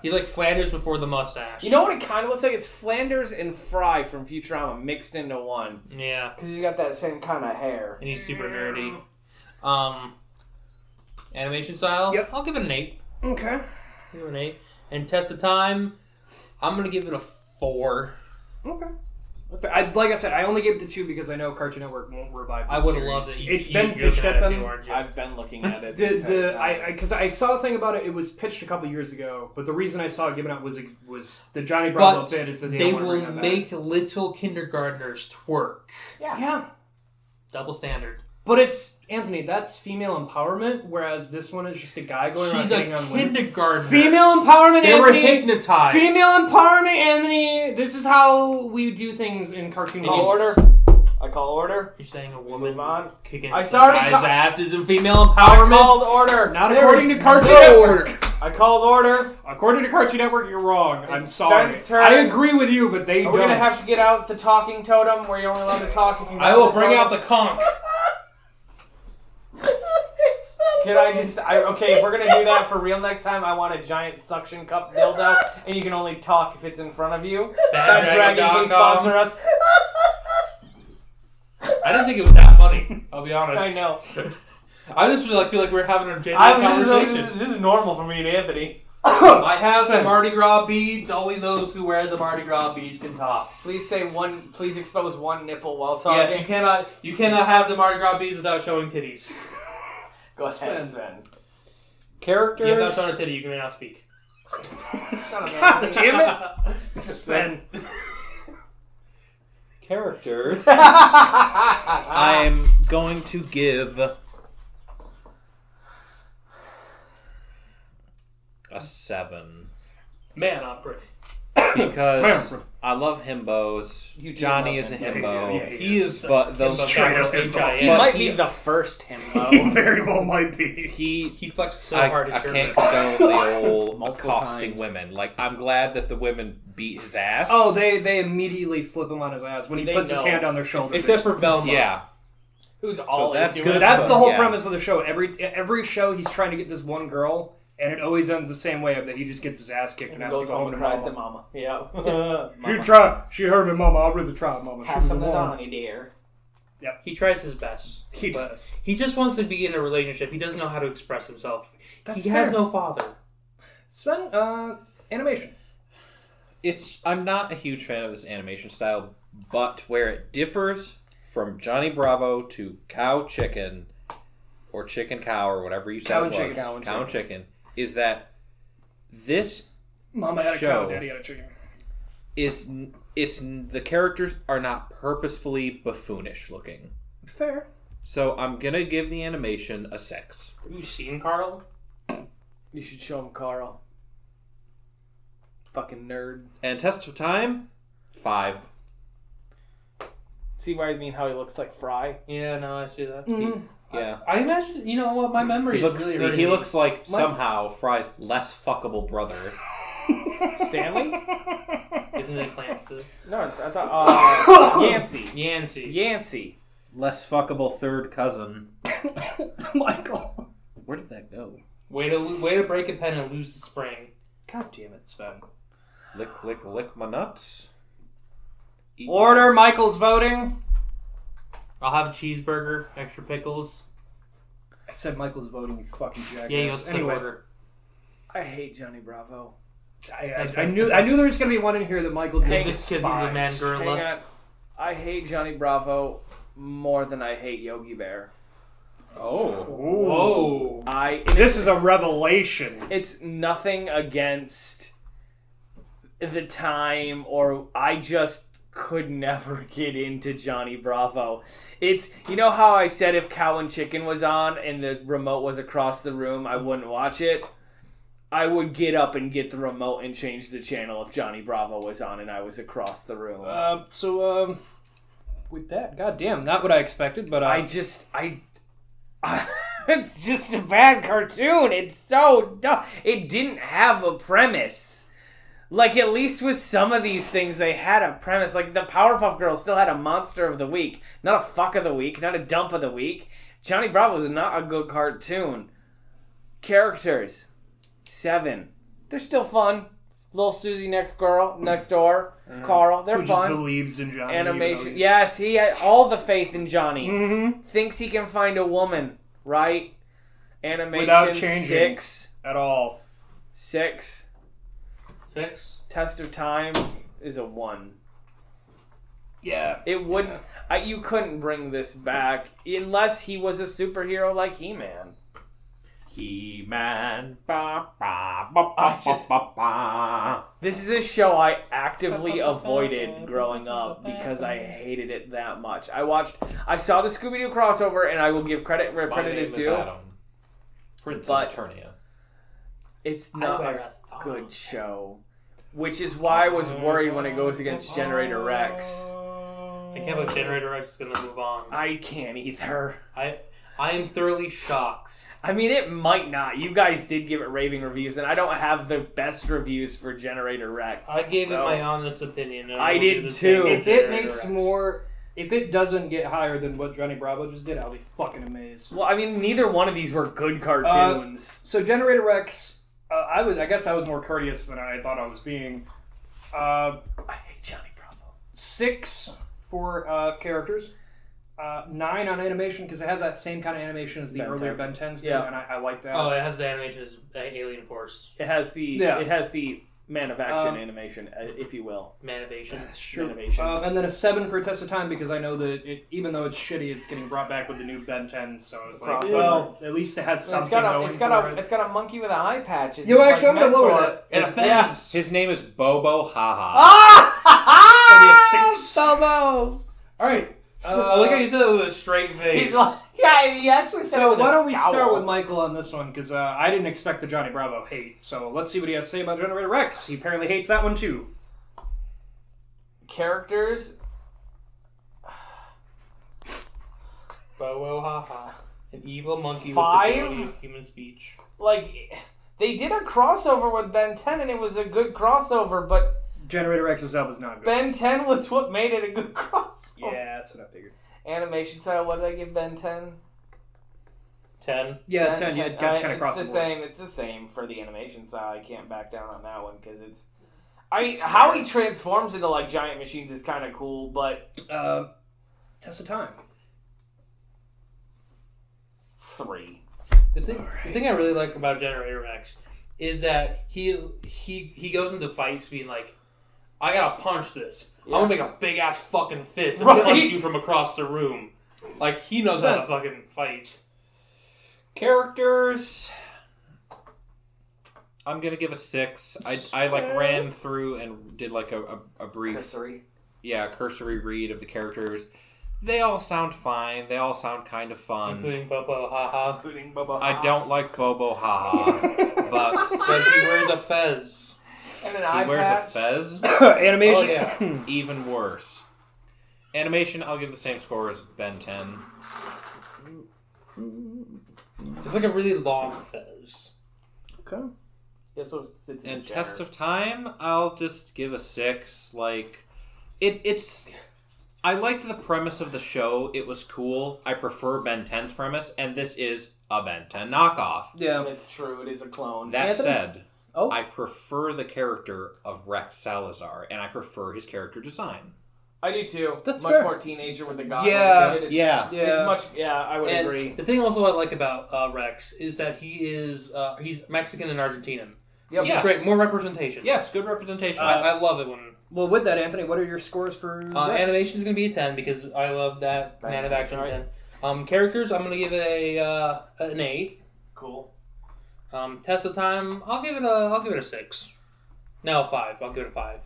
Speaker 3: He's like Flanders before the mustache.
Speaker 7: You know what it kind of looks like? It's Flanders and Fry from Futurama mixed into one.
Speaker 3: Yeah.
Speaker 7: Because he's got that same kind of hair.
Speaker 3: And he's super nerdy. Um, animation style. Yep. I'll give it an eight.
Speaker 6: Okay.
Speaker 3: Give it an eight. And test of time. I'm gonna give it a four.
Speaker 6: Okay. That's fair. I, like I said, I only gave it the two because I know Cartoon Network won't revive. This
Speaker 3: I would've
Speaker 6: series.
Speaker 3: loved it. You-
Speaker 6: It's
Speaker 3: you-
Speaker 6: been
Speaker 3: you're
Speaker 6: pitched
Speaker 3: looking at
Speaker 6: at
Speaker 3: it
Speaker 6: them.
Speaker 3: too, aren't you? I've
Speaker 7: been looking at *laughs* it.
Speaker 6: The, the I because I, saw the thing about it. It was pitched a couple years ago, but the reason I saw it given up was ex- was the Johnny Bravo
Speaker 3: But
Speaker 6: bit is that they,
Speaker 3: they
Speaker 6: don't wanna bring
Speaker 3: will
Speaker 6: that back.
Speaker 3: make little kindergartners twerk.
Speaker 7: Yeah.
Speaker 6: yeah.
Speaker 3: Double standard.
Speaker 6: But it's Anthony. That's female empowerment, whereas this one is just a guy going
Speaker 3: She's
Speaker 6: around
Speaker 3: a
Speaker 6: hitting on women.
Speaker 3: kindergartner.
Speaker 6: Female empowerment.
Speaker 3: They were
Speaker 6: Anthony.
Speaker 3: hypnotized.
Speaker 6: Female empowerment, Anthony. This is how we do things in cartoon.
Speaker 7: Call
Speaker 6: movies.
Speaker 7: order. I call order.
Speaker 3: You're saying a woman kicking
Speaker 7: I
Speaker 3: I
Speaker 7: started
Speaker 3: guys'
Speaker 7: co-
Speaker 3: asses in female empowerment.
Speaker 7: I called order.
Speaker 6: Not
Speaker 7: There
Speaker 6: according
Speaker 7: is
Speaker 6: to Cartoon
Speaker 7: no
Speaker 6: Network.
Speaker 7: order. I called order.
Speaker 6: According to Cartoon Network, you're wrong. I'm
Speaker 7: It's
Speaker 6: sorry.
Speaker 7: Stan's turn.
Speaker 6: I agree with you, but they
Speaker 7: Are
Speaker 6: don't.
Speaker 7: we gonna have to get out the talking totem where you're only allowed to talk if you?
Speaker 3: I
Speaker 7: have
Speaker 3: will bring out the
Speaker 7: totem?
Speaker 3: conch.
Speaker 7: Can I just? I, okay, if we're gonna do that for real next time, I want a giant suction cup dildo, and you can only talk if it's in front of you.
Speaker 3: Bad
Speaker 7: Bad
Speaker 3: Dragon
Speaker 7: Dragon,
Speaker 3: dot
Speaker 7: can
Speaker 3: com.
Speaker 7: sponsor us.
Speaker 3: I didn't think it was that funny. I'll be
Speaker 6: *laughs*
Speaker 3: honest.
Speaker 7: I know.
Speaker 3: I just feel like feel like we're having a genuine
Speaker 7: I'm, this,
Speaker 3: conversation.
Speaker 7: is, this is normal for me and Anthony.
Speaker 6: Oh,
Speaker 3: I have the Mardi Gras beads. Only those who wear the Mardi Gras beads can talk.
Speaker 7: Please say one. Please expose one nipple while talking.
Speaker 3: Yes, you cannot. You cannot have the Mardi Gras beads without showing titties.
Speaker 7: Go ahead, Sven.
Speaker 3: Characters. Yeah, without
Speaker 4: *laughs*
Speaker 3: showing a titty, you may not speak.
Speaker 7: Shut up,
Speaker 6: God
Speaker 7: Anthony.
Speaker 6: damn
Speaker 7: *laughs*
Speaker 6: it, Sven. *laughs*
Speaker 4: Characters. I'm going to give a seven.
Speaker 3: Man, I'm pretty.
Speaker 6: *laughs*
Speaker 4: because I love himbos. Johnny is a himbo.
Speaker 3: Yeah,
Speaker 4: he is,
Speaker 3: the-
Speaker 4: but the
Speaker 3: he's straight up himbo.
Speaker 14: the
Speaker 4: but
Speaker 14: first himbo.
Speaker 4: He
Speaker 6: very well might be.
Speaker 4: He he
Speaker 3: flexes so
Speaker 4: I,
Speaker 3: hard.
Speaker 4: I
Speaker 3: it's
Speaker 4: can't
Speaker 3: German.
Speaker 4: condone the *laughs* old
Speaker 14: Multiple
Speaker 4: accosting
Speaker 14: times.
Speaker 4: women. Like I'm glad that the women beat his ass.
Speaker 6: Oh, they they immediately flip him on his ass when he
Speaker 4: They
Speaker 6: puts his
Speaker 4: know.
Speaker 6: hand on their shoulder.
Speaker 4: Except for Belmont. Yeah.
Speaker 7: Who's
Speaker 4: all that's into it. good,
Speaker 6: That's
Speaker 4: but-
Speaker 6: the whole
Speaker 4: yeah.
Speaker 6: premise of the show. Every every show, he's trying to get this one girl, and it always ends the same way: of that he just gets his ass kicked and,
Speaker 7: And
Speaker 6: has to
Speaker 7: goes
Speaker 6: go
Speaker 7: home
Speaker 6: home
Speaker 7: and
Speaker 6: to mama.
Speaker 7: cries to mama. Yeah.
Speaker 6: You
Speaker 7: Mama.
Speaker 6: try. She heard me, mama. I'll really try,
Speaker 7: *laughs*
Speaker 6: mama.
Speaker 7: Have
Speaker 6: She
Speaker 7: some
Speaker 6: was a woman.
Speaker 7: lasagna, dear.
Speaker 6: Yep.
Speaker 3: He tries his best.
Speaker 6: He
Speaker 3: but
Speaker 6: does.
Speaker 3: He just wants to be in a relationship. He doesn't know how to express himself.
Speaker 6: That's
Speaker 3: he
Speaker 6: fair.
Speaker 3: has no father.
Speaker 6: Sven, uh, animation.
Speaker 4: It's I'm not a huge fan of this animation style, but where it differs from Johnny Bravo to Cow Chicken or Chicken Cow or whatever you said
Speaker 6: Cow
Speaker 4: it
Speaker 6: and
Speaker 4: was,
Speaker 6: Chicken, Cow and Chicken.
Speaker 4: Chicken, is that this
Speaker 6: Mama had a
Speaker 4: show
Speaker 6: cow, daddy had a chicken.
Speaker 4: is n- it's n- the characters are not purposefully buffoonish looking.
Speaker 6: Fair.
Speaker 4: So I'm gonna give the animation a six.
Speaker 3: Have you seen Carl?
Speaker 7: You should show him Carl. Fucking nerd.
Speaker 4: And test of time, five.
Speaker 7: See what I mean? How he looks like Fry?
Speaker 3: Yeah, no, I see that.
Speaker 4: Yeah.
Speaker 3: I imagine. You know what? My memory
Speaker 4: He looks,
Speaker 3: is really.
Speaker 4: he looks like
Speaker 3: My-
Speaker 4: somehow Fry's less fuckable brother.
Speaker 7: *laughs* Stanley?
Speaker 3: Isn't it Clancy?
Speaker 7: No, it's, I thought *laughs* uh, Yancey.
Speaker 3: Yancey.
Speaker 7: Yancey.
Speaker 4: Less fuckable third cousin.
Speaker 6: Michael.
Speaker 4: Where did that go?
Speaker 3: Way to way to break a pen and lose the spring.
Speaker 6: God damn it, Sven.
Speaker 4: Lick, lick, lick my nuts. Eat-
Speaker 6: Order. Michael's voting.
Speaker 3: I'll have a cheeseburger, extra pickles.
Speaker 6: I said Michael's voting. You fucking jackass.
Speaker 3: Yeah, you know, it's the
Speaker 6: anyway,
Speaker 3: order.
Speaker 6: I hate Johnny Bravo. I, I, I knew I knew there was going to be one in here that Michael just
Speaker 7: Hang-
Speaker 6: despised.
Speaker 7: Hang on. I hate Johnny Bravo more than I hate Yogi Bear.
Speaker 4: Oh.
Speaker 6: Whoa.
Speaker 7: I
Speaker 6: This is a revelation.
Speaker 7: It's nothing against the time or I just could never *laughs* get into Johnny Bravo. It's you know how I said if Cow and Chicken was on and the remote was across the room, I wouldn't watch it. I would get up and get the remote and change the channel if Johnny Bravo was on and I was across the room.
Speaker 6: Um, so um, with that, goddamn, not what I expected, but uh, I
Speaker 7: just I *laughs*
Speaker 20: it's just a bad cartoon. It's so dumb.
Speaker 7: it didn't have a premise. Like at least with some of these things, they had a premise. Like the Powerpuff Girls still had a monster of the week, not a fuck of the week, not a dump of the week. Johnny Bravo is not a good cartoon. Characters, seven. They're still fun. Little Susie next girl next door, Carl. They're
Speaker 6: Mm-hmm. who just
Speaker 7: fun.
Speaker 6: believes in Johnny, even though
Speaker 7: Animation.
Speaker 6: he's-
Speaker 7: Yes, he had all the faith in Johnny.
Speaker 6: Mm-hmm.
Speaker 7: Thinks he can find a woman. Right. Animation
Speaker 6: without changing
Speaker 7: six.
Speaker 6: at all.
Speaker 7: Six.
Speaker 3: Six.
Speaker 7: Test of time is a one.
Speaker 6: Yeah.
Speaker 7: It wouldn't. I, you couldn't bring this back unless he was a superhero like He Man.
Speaker 4: He Man.
Speaker 7: This is a show I actively avoided growing up because I hated it that much. I watched. I saw the Scooby Doo crossover, and I will give credit where
Speaker 4: My
Speaker 7: credit
Speaker 4: name
Speaker 7: is
Speaker 4: is
Speaker 7: due.
Speaker 4: Adam. Prince
Speaker 7: But-
Speaker 4: of Eternia.
Speaker 7: It's
Speaker 4: I
Speaker 7: not
Speaker 4: wear
Speaker 7: a, Oh. good show, which is why I was worried when it goes against Generator Rex.
Speaker 3: I can't believe Generator X is going to move on.
Speaker 7: I can't either.
Speaker 3: I I am thoroughly shocked.
Speaker 7: I mean, it might not. You guys did give it raving reviews, and I don't have the best reviews for Generator Rex.
Speaker 3: I gave it
Speaker 7: so-
Speaker 3: my honest opinion. And
Speaker 7: I
Speaker 3: will do
Speaker 7: did
Speaker 3: the same
Speaker 7: too.
Speaker 3: with
Speaker 6: If it
Speaker 3: Generator
Speaker 6: makes
Speaker 3: X.
Speaker 6: more, if it doesn't get higher than what Johnny Bravo just did, I'll be fucking amazed.
Speaker 7: Well, I mean, neither one of these were good cartoons.
Speaker 6: Uh, so Generator Rex, uh, I was, I guess, I was more courteous than I thought I was being. Uh, I hate Johnny Bravo. Six for uh, characters. Uh, nine on animation because it has that same kind of animation as the
Speaker 3: Ben 10.
Speaker 6: earlier Ben 10s,
Speaker 3: Yeah.
Speaker 6: yeah. and I, I like that.
Speaker 3: Oh, it has the animation as uh, Alien Force.
Speaker 7: It has the
Speaker 6: Yeah.
Speaker 7: it has the man of action
Speaker 6: Um,
Speaker 7: animation, uh, if you will.
Speaker 3: Manivation.
Speaker 7: Manivation.
Speaker 6: Um, and then a seven for Test of Time because I know that it, even though it's shitty, it's getting brought back with the new Ben 10s. So I was like,
Speaker 7: Crossover.
Speaker 6: well, at least it has something
Speaker 7: It's got a
Speaker 6: going
Speaker 7: it's
Speaker 6: for
Speaker 7: got
Speaker 6: it.
Speaker 7: a it's got a monkey with an eye patch. It's
Speaker 6: You
Speaker 7: his,
Speaker 6: actually-
Speaker 7: like,
Speaker 6: I'm gonna lower
Speaker 7: mentor.
Speaker 6: that.
Speaker 7: It's Ah!
Speaker 4: His, name-
Speaker 7: yeah.
Speaker 4: his name is Bobo Haha.
Speaker 7: Ah! Bobo.
Speaker 6: All right. uh,
Speaker 4: I like how you said it with a straight face.
Speaker 7: Yeah, he actually said. it
Speaker 6: So
Speaker 7: with a
Speaker 6: why don't we
Speaker 7: scowl.
Speaker 6: start with Michael on this one because uh, I didn't expect the Johnny Bravo hate. So let's see what he has to say about Generator Rex. He apparently hates that one too.
Speaker 7: characters?
Speaker 3: Bobo Haha. An evil monkey
Speaker 7: Five?
Speaker 3: with the ability of human speech.
Speaker 7: Like they did a crossover with Ben 10, and it was a good crossover, but
Speaker 6: Generator Rex's up is not good.
Speaker 7: Ben 10 was what made it a good *laughs* crossover.
Speaker 6: Yeah, that's what I figured.
Speaker 7: Animation style, what did I give Ben 10?
Speaker 3: 10.
Speaker 6: Yeah, 10, yeah, got 10
Speaker 7: I-
Speaker 6: across
Speaker 7: uh, it's
Speaker 6: the board.
Speaker 7: same. It's the same for the animation style. I can't back down on that one because it's. I mean, how he transforms into like giant machines is kind of cool, but
Speaker 6: uh, test of time.
Speaker 7: Three.
Speaker 3: The thing, the thing I really like about Generator X is that he he he goes into fights being like, I gotta punch this. I'm gonna make a big ass fucking fist and
Speaker 4: Right?
Speaker 3: punch you from across the room. Like he knows how to fucking fight.
Speaker 4: Characters. I'm gonna give a six. I, I like ran through and did like a, a, a brief
Speaker 7: cursory.
Speaker 4: Yeah, cursory read of the characters. They all sound fine. They all sound kind of fun.
Speaker 3: Including Bobo Haha.
Speaker 7: Including Bobo
Speaker 4: I don't like Bobo Haha, but
Speaker 3: *laughs* But he wears a fez.
Speaker 7: And
Speaker 4: he wears a fez.
Speaker 6: Animation.
Speaker 4: Oh, yeah. Even worse. Animation. I'll give the same score as Ben Ten.
Speaker 3: It's like a really long fez.
Speaker 6: Okay.
Speaker 7: Yeah, so it sits in
Speaker 4: And
Speaker 7: the
Speaker 4: Test
Speaker 7: center.
Speaker 4: of Time, I'll just give a six. Like, it it's. I liked the premise of the show. It was cool. I prefer Ben 10's premise, and this is a Ben 10 knockoff.
Speaker 6: Yeah,
Speaker 7: it's true. It is a clone.
Speaker 4: That said,
Speaker 6: oh.
Speaker 4: I prefer the character of Rex Salazar, and I prefer his character design.
Speaker 7: I do too.
Speaker 3: That's
Speaker 7: much
Speaker 3: fair.
Speaker 7: more teenager with the goggles.
Speaker 3: Yeah.
Speaker 7: and shit. It's,
Speaker 4: Yeah.
Speaker 7: It's much. Yeah, I would
Speaker 3: And
Speaker 7: agree.
Speaker 3: The thing also I like about uh, Rex is that he is uh, he's Mexican and Argentinian, Yep.
Speaker 4: Yes.
Speaker 3: Great. More representation.
Speaker 4: Yes, good representation.
Speaker 3: I, I love it when.
Speaker 6: Well, with that, Anthony, what are your scores for
Speaker 3: Uh,
Speaker 6: Rex?
Speaker 3: animation is going to be a 10 because I love that
Speaker 6: That's
Speaker 3: man of
Speaker 6: ten,
Speaker 3: action.
Speaker 6: alright.
Speaker 3: 10. Um, characters, I'm going to give it a uh, an 8. Cool. Um, Tesla time, I'll give it a I'll give it a 6. No, 5. I'll give it a 5.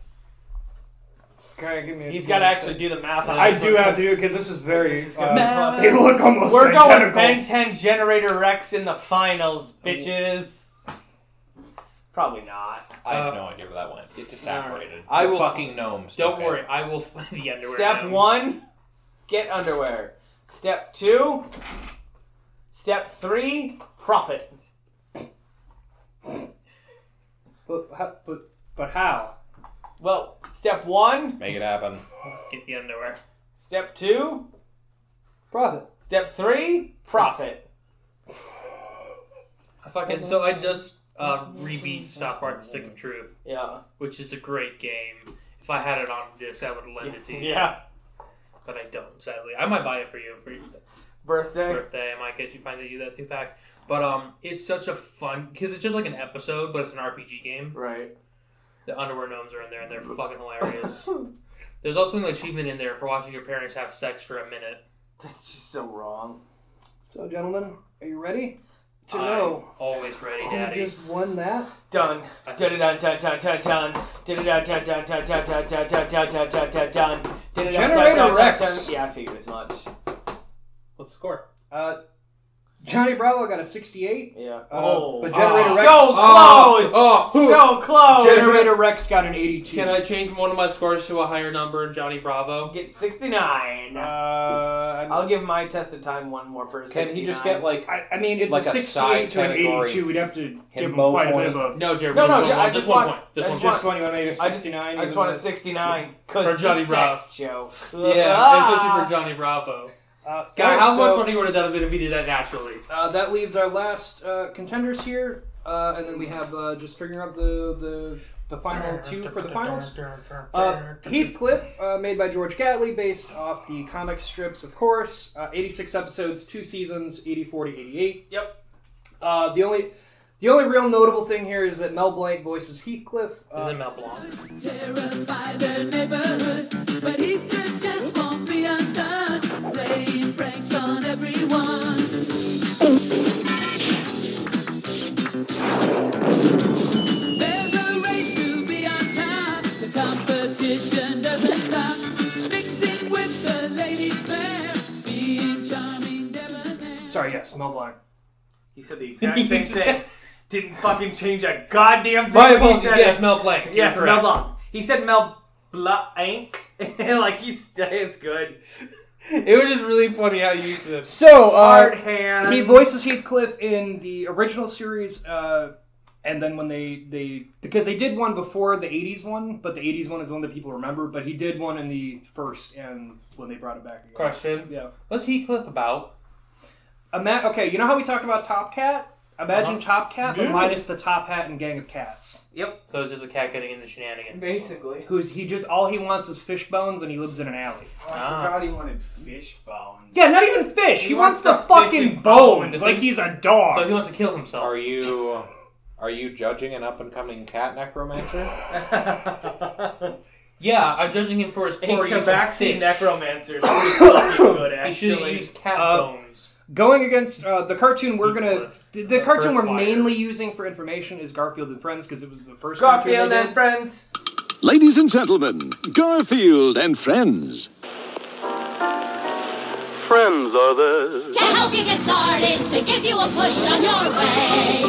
Speaker 6: Okay, give me. a-
Speaker 7: He's got to actually do the math on
Speaker 6: I
Speaker 7: this
Speaker 6: do
Speaker 7: one,
Speaker 6: have to do because this is very.
Speaker 7: This is gonna be
Speaker 6: uh,
Speaker 7: fun.
Speaker 6: they look almost.
Speaker 7: We're going
Speaker 6: identical.
Speaker 7: Ben 10 Generator Rex in the finals, bitches. Probably not.
Speaker 4: I have no idea where that went. It just evaporated.
Speaker 7: I
Speaker 4: The
Speaker 7: will-
Speaker 4: fucking gnomes.
Speaker 7: don't
Speaker 4: took it.
Speaker 7: worry,
Speaker 3: I *laughs* will find the underwear.
Speaker 7: Step one, get underwear. Step two, step three, profit.
Speaker 6: But, how- but, but how?
Speaker 7: Well, step one,
Speaker 4: Make it happen.
Speaker 3: Get the underwear.
Speaker 7: step two,
Speaker 6: profit.
Speaker 7: Step three, profit.
Speaker 3: I fucking so I just uh, rebeat South Park: The Stick of Truth.
Speaker 7: Yeah,
Speaker 3: which is a great game. If I had it on disc, I would lend it to you.
Speaker 7: Yeah.
Speaker 3: but I don't. Sadly, I might buy it for you for your
Speaker 7: birthday.
Speaker 3: Birthday, I might get you finally do that two pack. But um, it's such a fun because it's just like an episode, but it's an RPG game.
Speaker 7: Right.
Speaker 3: The underwear gnomes are in there, and they're fucking hilarious. There's also an achievement in there for watching your parents have sex for a minute.
Speaker 7: That's just so wrong.
Speaker 6: So, gentlemen, are you ready to
Speaker 3: I'm
Speaker 6: know
Speaker 3: Always ready,
Speaker 6: who
Speaker 3: daddy.
Speaker 6: Oh, just won that?
Speaker 7: Done. Dun dun dun dun dun dun dun dun dun dun dun dun dun dun dun dun dun dun dun dun. Dun, dun, dun,
Speaker 6: Generator
Speaker 7: dun, dun,
Speaker 6: Rex.
Speaker 7: dun. Yeah, I figured as much.
Speaker 3: What's the score?
Speaker 6: Uh, Johnny Bravo got a 68.
Speaker 7: Yeah.
Speaker 6: Uh,
Speaker 7: Oh.
Speaker 6: but Generator
Speaker 7: Oh.
Speaker 6: Rex.
Speaker 7: So close!
Speaker 3: Oh,
Speaker 7: who- So close!
Speaker 6: Generator Rex got an 82.
Speaker 3: Can I change one of my scores to a higher number, Johnny Bravo?
Speaker 7: Get 69.
Speaker 6: Uh,
Speaker 7: I'll give my tested time one more for a 69.
Speaker 4: Can he just get like?
Speaker 6: I, I mean, it's
Speaker 4: like
Speaker 6: a 68
Speaker 4: side
Speaker 6: to an
Speaker 4: category.
Speaker 6: 82. We'd have to
Speaker 4: Hit
Speaker 6: give him
Speaker 4: mo
Speaker 6: quite
Speaker 4: point.
Speaker 6: a bit of a.
Speaker 3: No, Jared.
Speaker 7: No,
Speaker 3: we
Speaker 7: no,
Speaker 3: just
Speaker 7: ju- I
Speaker 3: want-
Speaker 7: just
Speaker 3: just one
Speaker 7: want-
Speaker 3: point. Just
Speaker 7: I
Speaker 3: one
Speaker 7: just
Speaker 3: point.
Speaker 7: want-
Speaker 6: Funny, I made a
Speaker 7: I just-
Speaker 6: 69.
Speaker 7: I just
Speaker 6: even
Speaker 7: want a
Speaker 6: though-
Speaker 7: 69
Speaker 3: For
Speaker 7: because
Speaker 3: Johnny
Speaker 7: the
Speaker 3: Bravo.
Speaker 7: sex joke.
Speaker 3: Yeah,
Speaker 7: Ah!
Speaker 3: especially for Johnny Bravo.
Speaker 6: Uh,
Speaker 3: God,
Speaker 6: alright,
Speaker 3: how
Speaker 6: so-
Speaker 3: much money would it have been if he did that naturally?
Speaker 6: Uh, that leaves our last uh, contenders here, uh, and then we have uh, just figuring out the, the the final two for the finals. Uh, Heathcliff, uh, made by George Gatley, based off the comic strips, of course. Uh, 86 episodes, two seasons, 84 to 88.
Speaker 7: Yep.
Speaker 6: Uh, the only the only real notable thing here is that Mel Blanc voices Heathcliff. Uh,
Speaker 3: Mel Blanc?
Speaker 17: Terrify the neighborhood, but Heathcliff just won't be undone. Playing pranks on everyone. There's a race to be on top. The competition doesn't stop. Fixing with the ladies' fair, being charming, debonair.
Speaker 6: Sorry, yes, Mel Blanc.
Speaker 7: He said the exact same thing. *laughs* Didn't fucking change a goddamn thing.
Speaker 3: My
Speaker 7: he
Speaker 3: apologies,
Speaker 7: said
Speaker 3: yes,
Speaker 7: it.
Speaker 3: Mel Blanc, you're
Speaker 7: Yes,
Speaker 3: correct.
Speaker 7: Mel Blanc. He said Mel Blanc. *laughs* like he's *laughs* it's good.
Speaker 3: It was just really funny how you used this.
Speaker 6: So, uh,
Speaker 7: Hard hand.
Speaker 6: he voices Heathcliff in the original series, uh, and then when they, they because they did one before the '80s one, but the '80s one is the one that people remember. But he did one in the first, and when they brought it back. Again.
Speaker 3: Question.
Speaker 6: Yeah.
Speaker 3: What's Heathcliff about?
Speaker 6: Ima- okay, you know how we talked about Top Cat? Imagine Top Cat, but
Speaker 3: Yeah.
Speaker 6: minus the top hat and gang of cats.
Speaker 7: Yep.
Speaker 3: So it's just a cat getting into shenanigans.
Speaker 7: *laughs* Basically.
Speaker 6: Who's he? Just all he wants is fish bones, and he lives in an alley.
Speaker 7: Oh, I
Speaker 3: Ah.
Speaker 7: forgot he wanted fish bones.
Speaker 6: Yeah, not even fish. He, wants, the fucking bones, like he's a dog.
Speaker 3: So he wants to kill himself.
Speaker 4: Are you? Are you judging an up and coming cat necromancer?
Speaker 3: Yeah, I'm judging him for his poor use of
Speaker 7: Tabaxi
Speaker 3: fish. *laughs*
Speaker 7: necromancer is pretty fucking good,
Speaker 3: He should have
Speaker 7: actually.
Speaker 3: used cat
Speaker 6: Uh,
Speaker 3: bones.
Speaker 6: Going against uh, the cartoon, we're gonna the, the
Speaker 3: Uh,
Speaker 6: cartoon we're
Speaker 3: Earthfire.
Speaker 6: mainly using for information is Garfield and Friends because it was the first cartoon
Speaker 7: Garfield
Speaker 6: they
Speaker 7: and
Speaker 6: did.
Speaker 7: friends.
Speaker 19: Ladies and gentlemen, Garfield and friends. Friends are there.
Speaker 17: To help you get started, to give you a push on your way,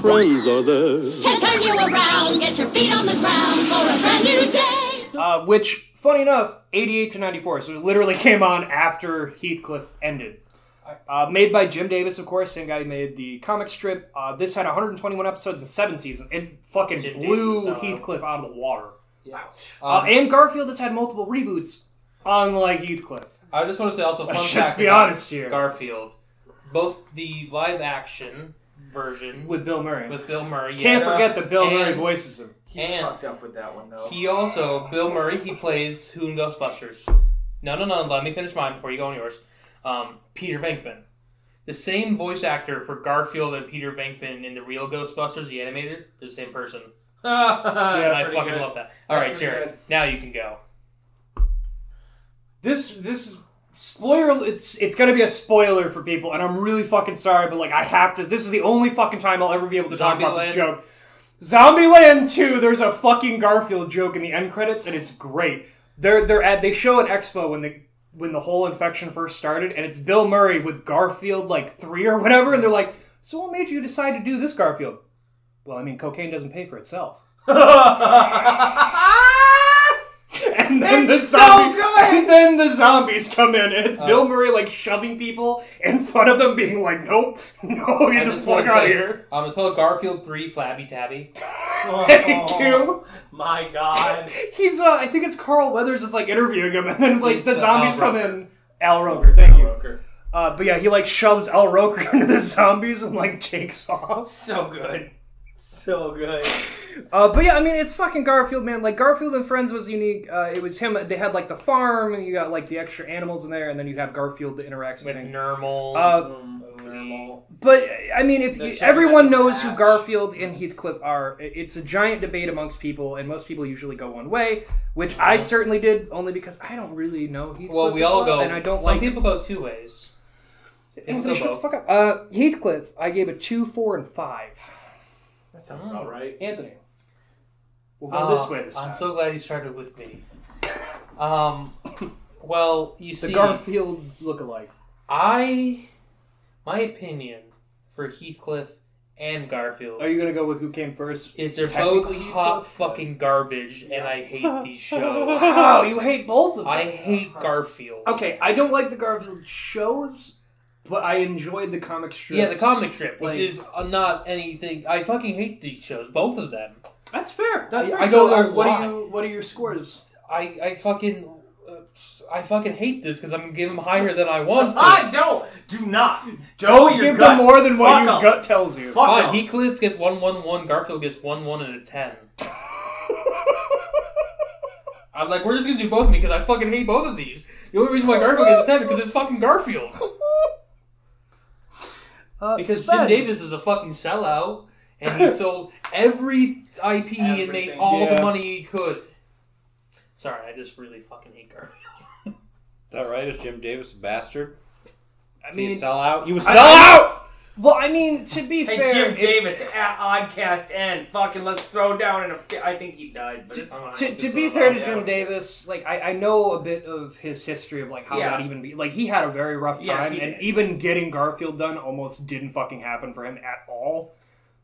Speaker 19: Friends are there.
Speaker 17: to turn you around, get your feet on the ground for a brand new day.
Speaker 6: uh, which funny enough, eighty-eight to ninety-four, so it literally *laughs* came on after Heathcliff ended. Uh, made by Jim Davis, of course, same guy who made the comic strip. Uh, this had 121 episodes and seven seasons. It fucking blew
Speaker 3: Davis, uh,
Speaker 6: Heathcliff out of the water.
Speaker 3: Ouch.
Speaker 6: Uh,
Speaker 3: Um,
Speaker 6: and Garfield has had multiple reboots, unlike Heathcliff.
Speaker 3: I just want to say also fun
Speaker 6: Let's
Speaker 3: fact
Speaker 6: just be
Speaker 3: about
Speaker 6: honest here.
Speaker 3: Garfield, both the live action version
Speaker 6: With Bill Murray.
Speaker 3: with Bill Murray.
Speaker 6: Can't
Speaker 3: yeah,
Speaker 6: forget that Bill Murray
Speaker 3: and-
Speaker 6: voices him.
Speaker 7: He's
Speaker 3: And-
Speaker 7: fucked up with that one though. *laughs*
Speaker 3: He also Bill Murray. He plays who in Ghostbusters. No, no, no. Let me finish mine before you go on yours. Um, Peter Venkman. the same voice actor for Garfield and Peter Venkman in the real Ghostbusters, the animated, the same person. and I
Speaker 6: pretty
Speaker 3: fucking
Speaker 6: good.
Speaker 3: love that. All
Speaker 6: That's
Speaker 3: right,
Speaker 6: pretty
Speaker 3: Jared, now you can go.
Speaker 7: *laughs*
Speaker 6: This this spoiler it's it's gonna be a spoiler for people, and I'm really fucking sorry, but like I have to. This is the only fucking time I'll ever be able to talk about
Speaker 3: Zombieland?
Speaker 6: this joke. Zombieland 2, there's a fucking Garfield joke in the end credits, and it's great. They're they're at they show an expo when the when the whole infection first started, and it's Bill Murray with Garfield like three or whatever, and they're like, "So what made you decide to do this, Garfield?" Well, I mean, cocaine doesn't pay for itself. *laughs* And then
Speaker 17: It's
Speaker 6: the
Speaker 17: so
Speaker 6: zombie,
Speaker 17: good!
Speaker 6: And then the zombies come in, and it's
Speaker 3: Uh.
Speaker 6: Bill Murray like shoving people in front of them, being like, "Nope, *laughs* no,
Speaker 3: I
Speaker 6: get the
Speaker 3: just
Speaker 6: fuck
Speaker 3: wanna
Speaker 6: out of
Speaker 3: say, *laughs*
Speaker 6: here."
Speaker 3: Um, it's called Garfield Three Flabby
Speaker 6: *laughs*
Speaker 3: Tabby.
Speaker 6: Thank
Speaker 3: Oh.
Speaker 6: you.
Speaker 7: My
Speaker 3: *laughs*
Speaker 7: God.
Speaker 6: He's, uh, I think it's Carl Weathers is like interviewing him, *laughs* and then like
Speaker 7: He's,
Speaker 6: the
Speaker 7: uh,
Speaker 6: zombies
Speaker 7: Al
Speaker 6: come
Speaker 7: Roker.
Speaker 6: in. Al Roker, thank you. Uh, but yeah, he like shoves Al Roker *laughs* into the zombies and like takes off.
Speaker 7: So good. So good.
Speaker 6: Uh, but yeah, I mean, it's fucking Garfield, man. Like Garfield and Friends was unique. Uh, it was him. They had like the farm, and you got like the extra animals in there, and then you have Garfield that interacts with,
Speaker 3: Normal.
Speaker 6: Uh,
Speaker 7: normal.
Speaker 6: but I mean, if
Speaker 7: The
Speaker 6: you,
Speaker 7: Chuck
Speaker 6: everyone
Speaker 7: Norris
Speaker 6: knows who Garfield and Heathcliff are, i- it's a giant debate amongst people, and most people usually go one way, which I certainly did, only because I don't really know Heathcliff.
Speaker 3: Well, we
Speaker 6: as
Speaker 3: all
Speaker 6: Uh-huh. well,
Speaker 3: go.
Speaker 6: and I don't
Speaker 3: Some
Speaker 6: like
Speaker 3: people go two ways. People
Speaker 6: Anthony, shut
Speaker 3: go
Speaker 6: the
Speaker 3: both.
Speaker 6: fuck up. Uh, Heathcliff, I gave a two, four, and five.
Speaker 7: That sounds about right.
Speaker 6: Anthony. We'll go
Speaker 3: Uh,
Speaker 6: this way this time.
Speaker 3: I'm so glad you started with me.
Speaker 6: *laughs*
Speaker 3: Um, well, you
Speaker 6: the
Speaker 3: see,
Speaker 6: Garfield look-alike.
Speaker 3: I, my opinion for Heathcliff and Garfield.
Speaker 6: Are you gonna go with who came first?
Speaker 3: Is they're both
Speaker 6: Technically
Speaker 3: hot
Speaker 6: *laughs*
Speaker 3: fucking garbage, and I hate these shows.
Speaker 6: Wow, Oh, you hate both of them.
Speaker 3: I hate Garfield.
Speaker 6: Okay, I don't like the Garfield shows, but I enjoyed the comic strips.
Speaker 3: Yeah, the comic strip, which
Speaker 6: Like,
Speaker 3: is uh, not anything. I fucking hate these shows, both of them.
Speaker 6: that's fair. That's
Speaker 3: I-
Speaker 6: fair.
Speaker 3: I
Speaker 6: so,
Speaker 3: don't know
Speaker 6: uh, what
Speaker 3: why.
Speaker 6: are you? What are your scores?
Speaker 3: I I fucking uh, I fucking hate this because I'm gonna give them higher than I want to.
Speaker 7: I don't. Do not.
Speaker 6: Don't
Speaker 7: Oh, your
Speaker 6: give
Speaker 7: gut.
Speaker 6: them more than what
Speaker 7: Fuck
Speaker 6: your
Speaker 7: 'em.
Speaker 6: gut tells you.
Speaker 7: Fuck
Speaker 3: Fine,
Speaker 7: them.
Speaker 3: Oh, Heathcliff gets one one one. Garfield gets one one and a ten. I'm like, we're just gonna do both of me because I fucking hate both of these. The only reason why Garfield gets a ten is because it's fucking
Speaker 6: *laughs*
Speaker 3: Garfield.
Speaker 6: *laughs* Uh,
Speaker 3: Because Jim
Speaker 6: Sven.
Speaker 3: Davis is a fucking sellout, and
Speaker 6: *laughs*
Speaker 3: he sold every IP and made
Speaker 7: Everything.
Speaker 3: all
Speaker 7: Yeah.
Speaker 3: the money he could. Sorry, I just really fucking hate Garfield.
Speaker 4: that right? Is Jim Davis a bastard?
Speaker 6: I
Speaker 4: Is he a
Speaker 6: mean-
Speaker 4: sellout? You a
Speaker 6: I-
Speaker 4: sellout!
Speaker 6: Well, I mean, to be
Speaker 7: Hey,
Speaker 6: fair,
Speaker 7: Jim
Speaker 6: it-
Speaker 7: Davis at Oddcast N. Fucking let's throw down. And I think he died. But it's
Speaker 6: to, to be fair to Jim Davis, like I, I know a bit of his history of like how
Speaker 7: Yeah.
Speaker 6: that even be like he had a very rough time,
Speaker 7: Yes, he
Speaker 6: and
Speaker 7: did.
Speaker 6: even getting Garfield done almost didn't fucking happen for him at all.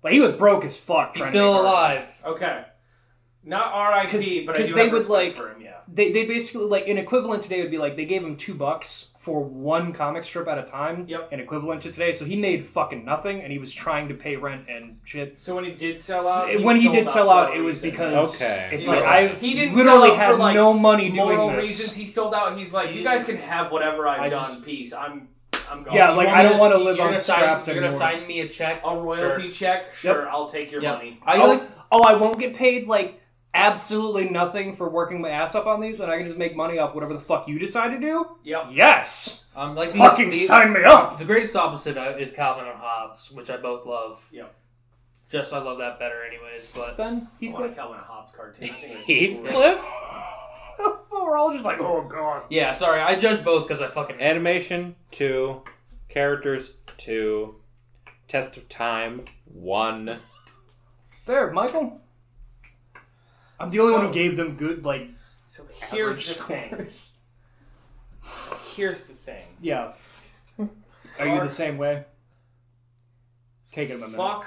Speaker 6: Like he was broke as fuck.
Speaker 3: He's
Speaker 6: trying to make
Speaker 3: still
Speaker 6: Garfield.
Speaker 3: alive.
Speaker 7: Okay. Not R.I.P. But I do
Speaker 6: they
Speaker 7: have
Speaker 6: would
Speaker 7: respect
Speaker 6: like
Speaker 7: for him. Yeah.
Speaker 6: they they basically like an equivalent today would be like they gave him two bucks for one comic strip at a time. Yep. An equivalent to today, so he made fucking nothing, and he did trying to pay rent and shit.
Speaker 7: So when he did sell out,
Speaker 6: S- when he
Speaker 7: sold
Speaker 6: did
Speaker 7: out
Speaker 6: sell
Speaker 7: for
Speaker 6: out,
Speaker 7: a
Speaker 6: it was
Speaker 7: reason.
Speaker 6: because it's
Speaker 7: Yeah.
Speaker 6: like I
Speaker 7: he didn't
Speaker 6: literally
Speaker 7: sell out
Speaker 6: had
Speaker 7: for, like,
Speaker 6: no money doing
Speaker 7: moral
Speaker 6: this.
Speaker 7: reasons. He sold out. He's like, you guys can have whatever I've done. Peace. I'm, I'm gone.
Speaker 6: Yeah, like I don't want to
Speaker 3: you're
Speaker 6: live on
Speaker 3: gonna sign-
Speaker 6: scraps
Speaker 3: you're gonna
Speaker 6: anymore.
Speaker 3: sign me a check,
Speaker 7: a royalty check. Sure, I'll take your
Speaker 3: Yep.
Speaker 7: money.
Speaker 3: I
Speaker 6: oh,
Speaker 3: like-
Speaker 6: oh, I won't get paid like absolutely nothing for working my ass up on these, and I can just make money off whatever the fuck you decide to do.
Speaker 7: Yep.
Speaker 6: Yes.
Speaker 3: Um, like the-
Speaker 6: fucking
Speaker 3: the-
Speaker 6: sign me up.
Speaker 3: The greatest opposite uh, is Calvin and Hobbes, which I both love.
Speaker 7: Yeah.
Speaker 3: Just I love that better, anyways. But
Speaker 6: Ben
Speaker 7: I want a Calvin and Hobbes
Speaker 3: *laughs*
Speaker 7: cartoon. I think that'd be cool.
Speaker 4: Heathcliff?
Speaker 6: *laughs* We're all just like, oh god.
Speaker 3: Yeah, sorry, I judge both because I fucking hate
Speaker 4: Animation two, characters two, test of time one.
Speaker 6: There, Michael. I'm the only one who gave them good like.
Speaker 7: So here's the thing.
Speaker 6: scores.
Speaker 7: Here's the thing.
Speaker 6: Yeah. Are you the same way? Take it, my man.
Speaker 7: Fuck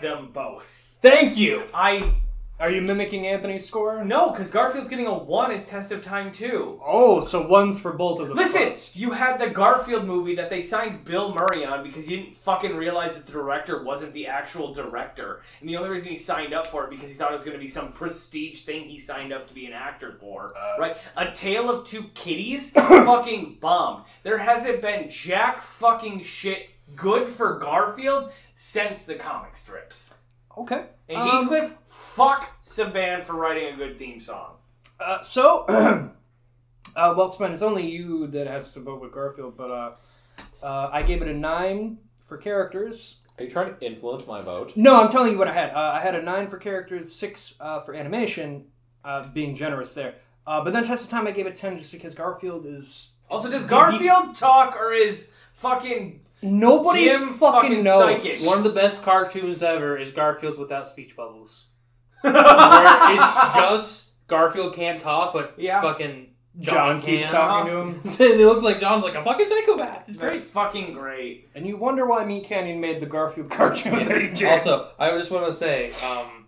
Speaker 7: them both.
Speaker 3: Thank you.
Speaker 7: I
Speaker 6: Are you mimicking Anthony's score?
Speaker 7: no, because Garfield's getting a one is test of time too.
Speaker 6: Oh, so one's for both of them.
Speaker 7: Listen, you had the Garfield movie that they signed Bill Murray on because he didn't fucking realize that the director wasn't the actual director, and the only reason he signed up for it because he thought it was going to be some prestige thing he signed up to be an actor for. right? A Tale of Two Kitties fucking bombed. There hasn't been jack fucking shit good for Garfield since the comic strips.
Speaker 6: Okay.
Speaker 7: And
Speaker 6: Um,
Speaker 7: Heathcliff, fuck Saban for writing a good theme song.
Speaker 6: *clears throat* Uh, so, uh, well, Sven, it's only you that has to vote with Garfield, but uh, Uh, I gave it a nine for characters.
Speaker 4: Are you trying to influence my vote?
Speaker 6: No, I'm telling you what I had. Uh, I had a nine for characters, six uh, for animation, uh, being generous there. Uh, but then Test of Time, I gave it ten just because Garfield is.
Speaker 7: Also, does Garfield talk or is fucking
Speaker 6: Nobody
Speaker 7: Jim
Speaker 6: fucking, knows.
Speaker 3: One of the best cartoons ever is Garfield without speech bubbles. Where
Speaker 7: *laughs*
Speaker 3: it's just Garfield can't talk, but fucking *laughs* John,
Speaker 6: John keeps
Speaker 3: can.
Speaker 6: talking
Speaker 3: to him. it looks like John's like a fucking psychopath. It's
Speaker 6: That's
Speaker 3: great.
Speaker 7: fucking great.
Speaker 6: And you wonder why Meat Canyon made the
Speaker 3: *laughs*
Speaker 6: Garfield cartoon that he did.
Speaker 3: Also, I just want to say, um,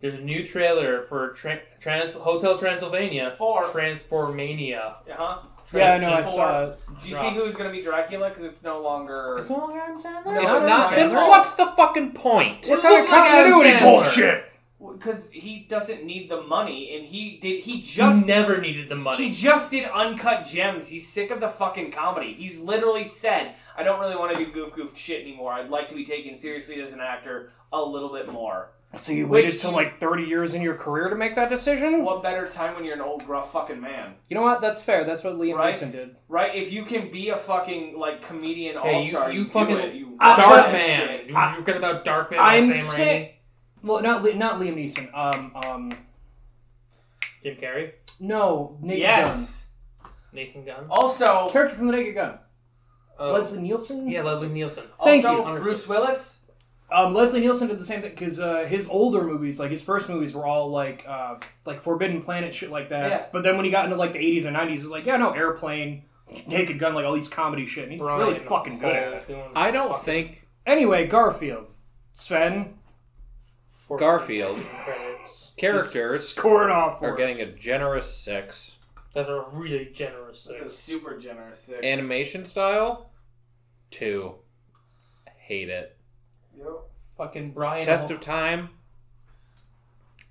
Speaker 3: there's a new trailer for Tran Trans- Hotel Transylvania for Transformania.
Speaker 7: Uh-huh.
Speaker 6: Yeah, I know, I saw it.
Speaker 7: Do you see who's gonna be Dracula? Because it's no longer. It's
Speaker 4: no longer
Speaker 7: No,
Speaker 4: it's not. Then what's the fucking point?
Speaker 7: What kind of continuity bullshit? Because he doesn't need the money, and he did. He just
Speaker 3: never needed the money.
Speaker 7: He just did uncut gems. He's sick of the fucking comedy. He's literally said, "I don't really want to do goof goof shit anymore. I'd like to be taken seriously as an actor a little bit more."
Speaker 6: So you
Speaker 7: Which
Speaker 6: waited till
Speaker 7: he-
Speaker 6: like 30 years in your career to make that decision?
Speaker 7: What better time when you're an old gruff fucking man,
Speaker 6: You know what? That's fair. That's what Liam
Speaker 7: Right?
Speaker 6: Neeson did.
Speaker 7: right? If you can be a fucking like comedian
Speaker 6: Hey, you-
Speaker 7: all star,
Speaker 6: you
Speaker 7: you,
Speaker 6: fucking-
Speaker 7: do it. You
Speaker 6: I-
Speaker 7: rock that
Speaker 6: but-
Speaker 7: shit.
Speaker 3: You forget about Darkman. by Sam
Speaker 6: I'm
Speaker 3: Raimi.
Speaker 6: sick. Well, not Li- not Liam Neeson. Um, um,
Speaker 3: Jim Carrey,
Speaker 6: no, Naked
Speaker 3: Yes. Nathan Gunn.
Speaker 6: Gun.
Speaker 7: Also,
Speaker 6: Character from The Naked Gun.
Speaker 3: Uh,
Speaker 6: Leslie Nielsen.
Speaker 3: Yeah, Uh, Leslie Nielsen.
Speaker 6: Thank
Speaker 3: Also,
Speaker 6: you.
Speaker 3: Bruce
Speaker 7: Willis.
Speaker 6: Um, Leslie Nielsen did the same thing because uh, his older movies, like his first movies, were all like uh, like Forbidden Planet shit like that.
Speaker 7: Yeah.
Speaker 6: But then when he got into like the 80s and 90s, he was like, yeah, no, Airplane, Naked Gun, like all these comedy shit. And he's really
Speaker 3: Brian
Speaker 6: fucking good at
Speaker 3: Hall
Speaker 6: it.
Speaker 3: doing
Speaker 4: I don't think
Speaker 6: Anyway, Garfield, Sven.
Speaker 4: Garfield
Speaker 3: credits.
Speaker 4: characters
Speaker 6: scored off
Speaker 4: are
Speaker 6: for
Speaker 4: getting
Speaker 6: us.
Speaker 4: a generous six.
Speaker 3: That's a really generous. That's
Speaker 7: a super generous six.
Speaker 4: Animation style, two. Hate it.
Speaker 3: Fucking Brian.
Speaker 4: Test
Speaker 3: Hall-
Speaker 4: of time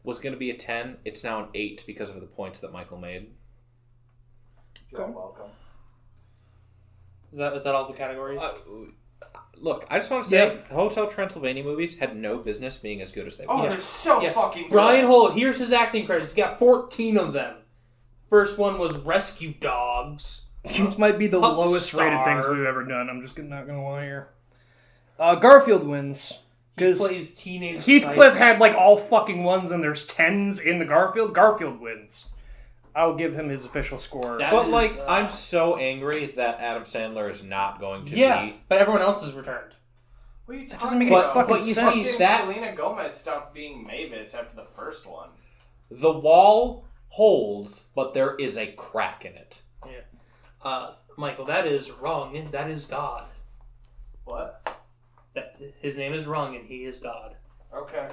Speaker 4: was going to be a ten. It's now an eight because of the points that Michael made.
Speaker 7: You're welcome.
Speaker 3: Is that is that all the categories?
Speaker 4: Uh, Look, I just want to say, Hotel Transylvania movies had no business being as good as they were.
Speaker 3: Oh,
Speaker 7: they're so fucking good.
Speaker 3: Brian Hole, here's his acting credits. He's got 14 of them. First one was Rescue Dogs.
Speaker 6: These might be the
Speaker 3: Pup
Speaker 6: lowest rated
Speaker 3: Star.
Speaker 6: things we've ever done. I'm just gonna- not gonna lie here. Uh, Garfield wins because
Speaker 3: plays teenage
Speaker 6: Heathcliff
Speaker 3: psych.
Speaker 6: had like all fucking ones, and there's tens in the Garfield. Garfield wins. I'll give him his official score.
Speaker 4: but
Speaker 6: uh,
Speaker 4: like, I'm so angry that Adam Sandler is not going to
Speaker 3: Yeah,
Speaker 4: be.
Speaker 3: but everyone else has returned.
Speaker 7: What are you talking
Speaker 6: doesn't make
Speaker 7: about?
Speaker 4: any fucking But you sense. see
Speaker 7: Fucking
Speaker 4: that-
Speaker 7: Selena Gomez stopped being Mavis after the first one.
Speaker 4: The wall holds, but there is a crack in it.
Speaker 3: Yeah. Uh, Michael, that is wrong. That is God.
Speaker 7: What?
Speaker 3: That, his name is wrong, and he is God.
Speaker 7: Okay.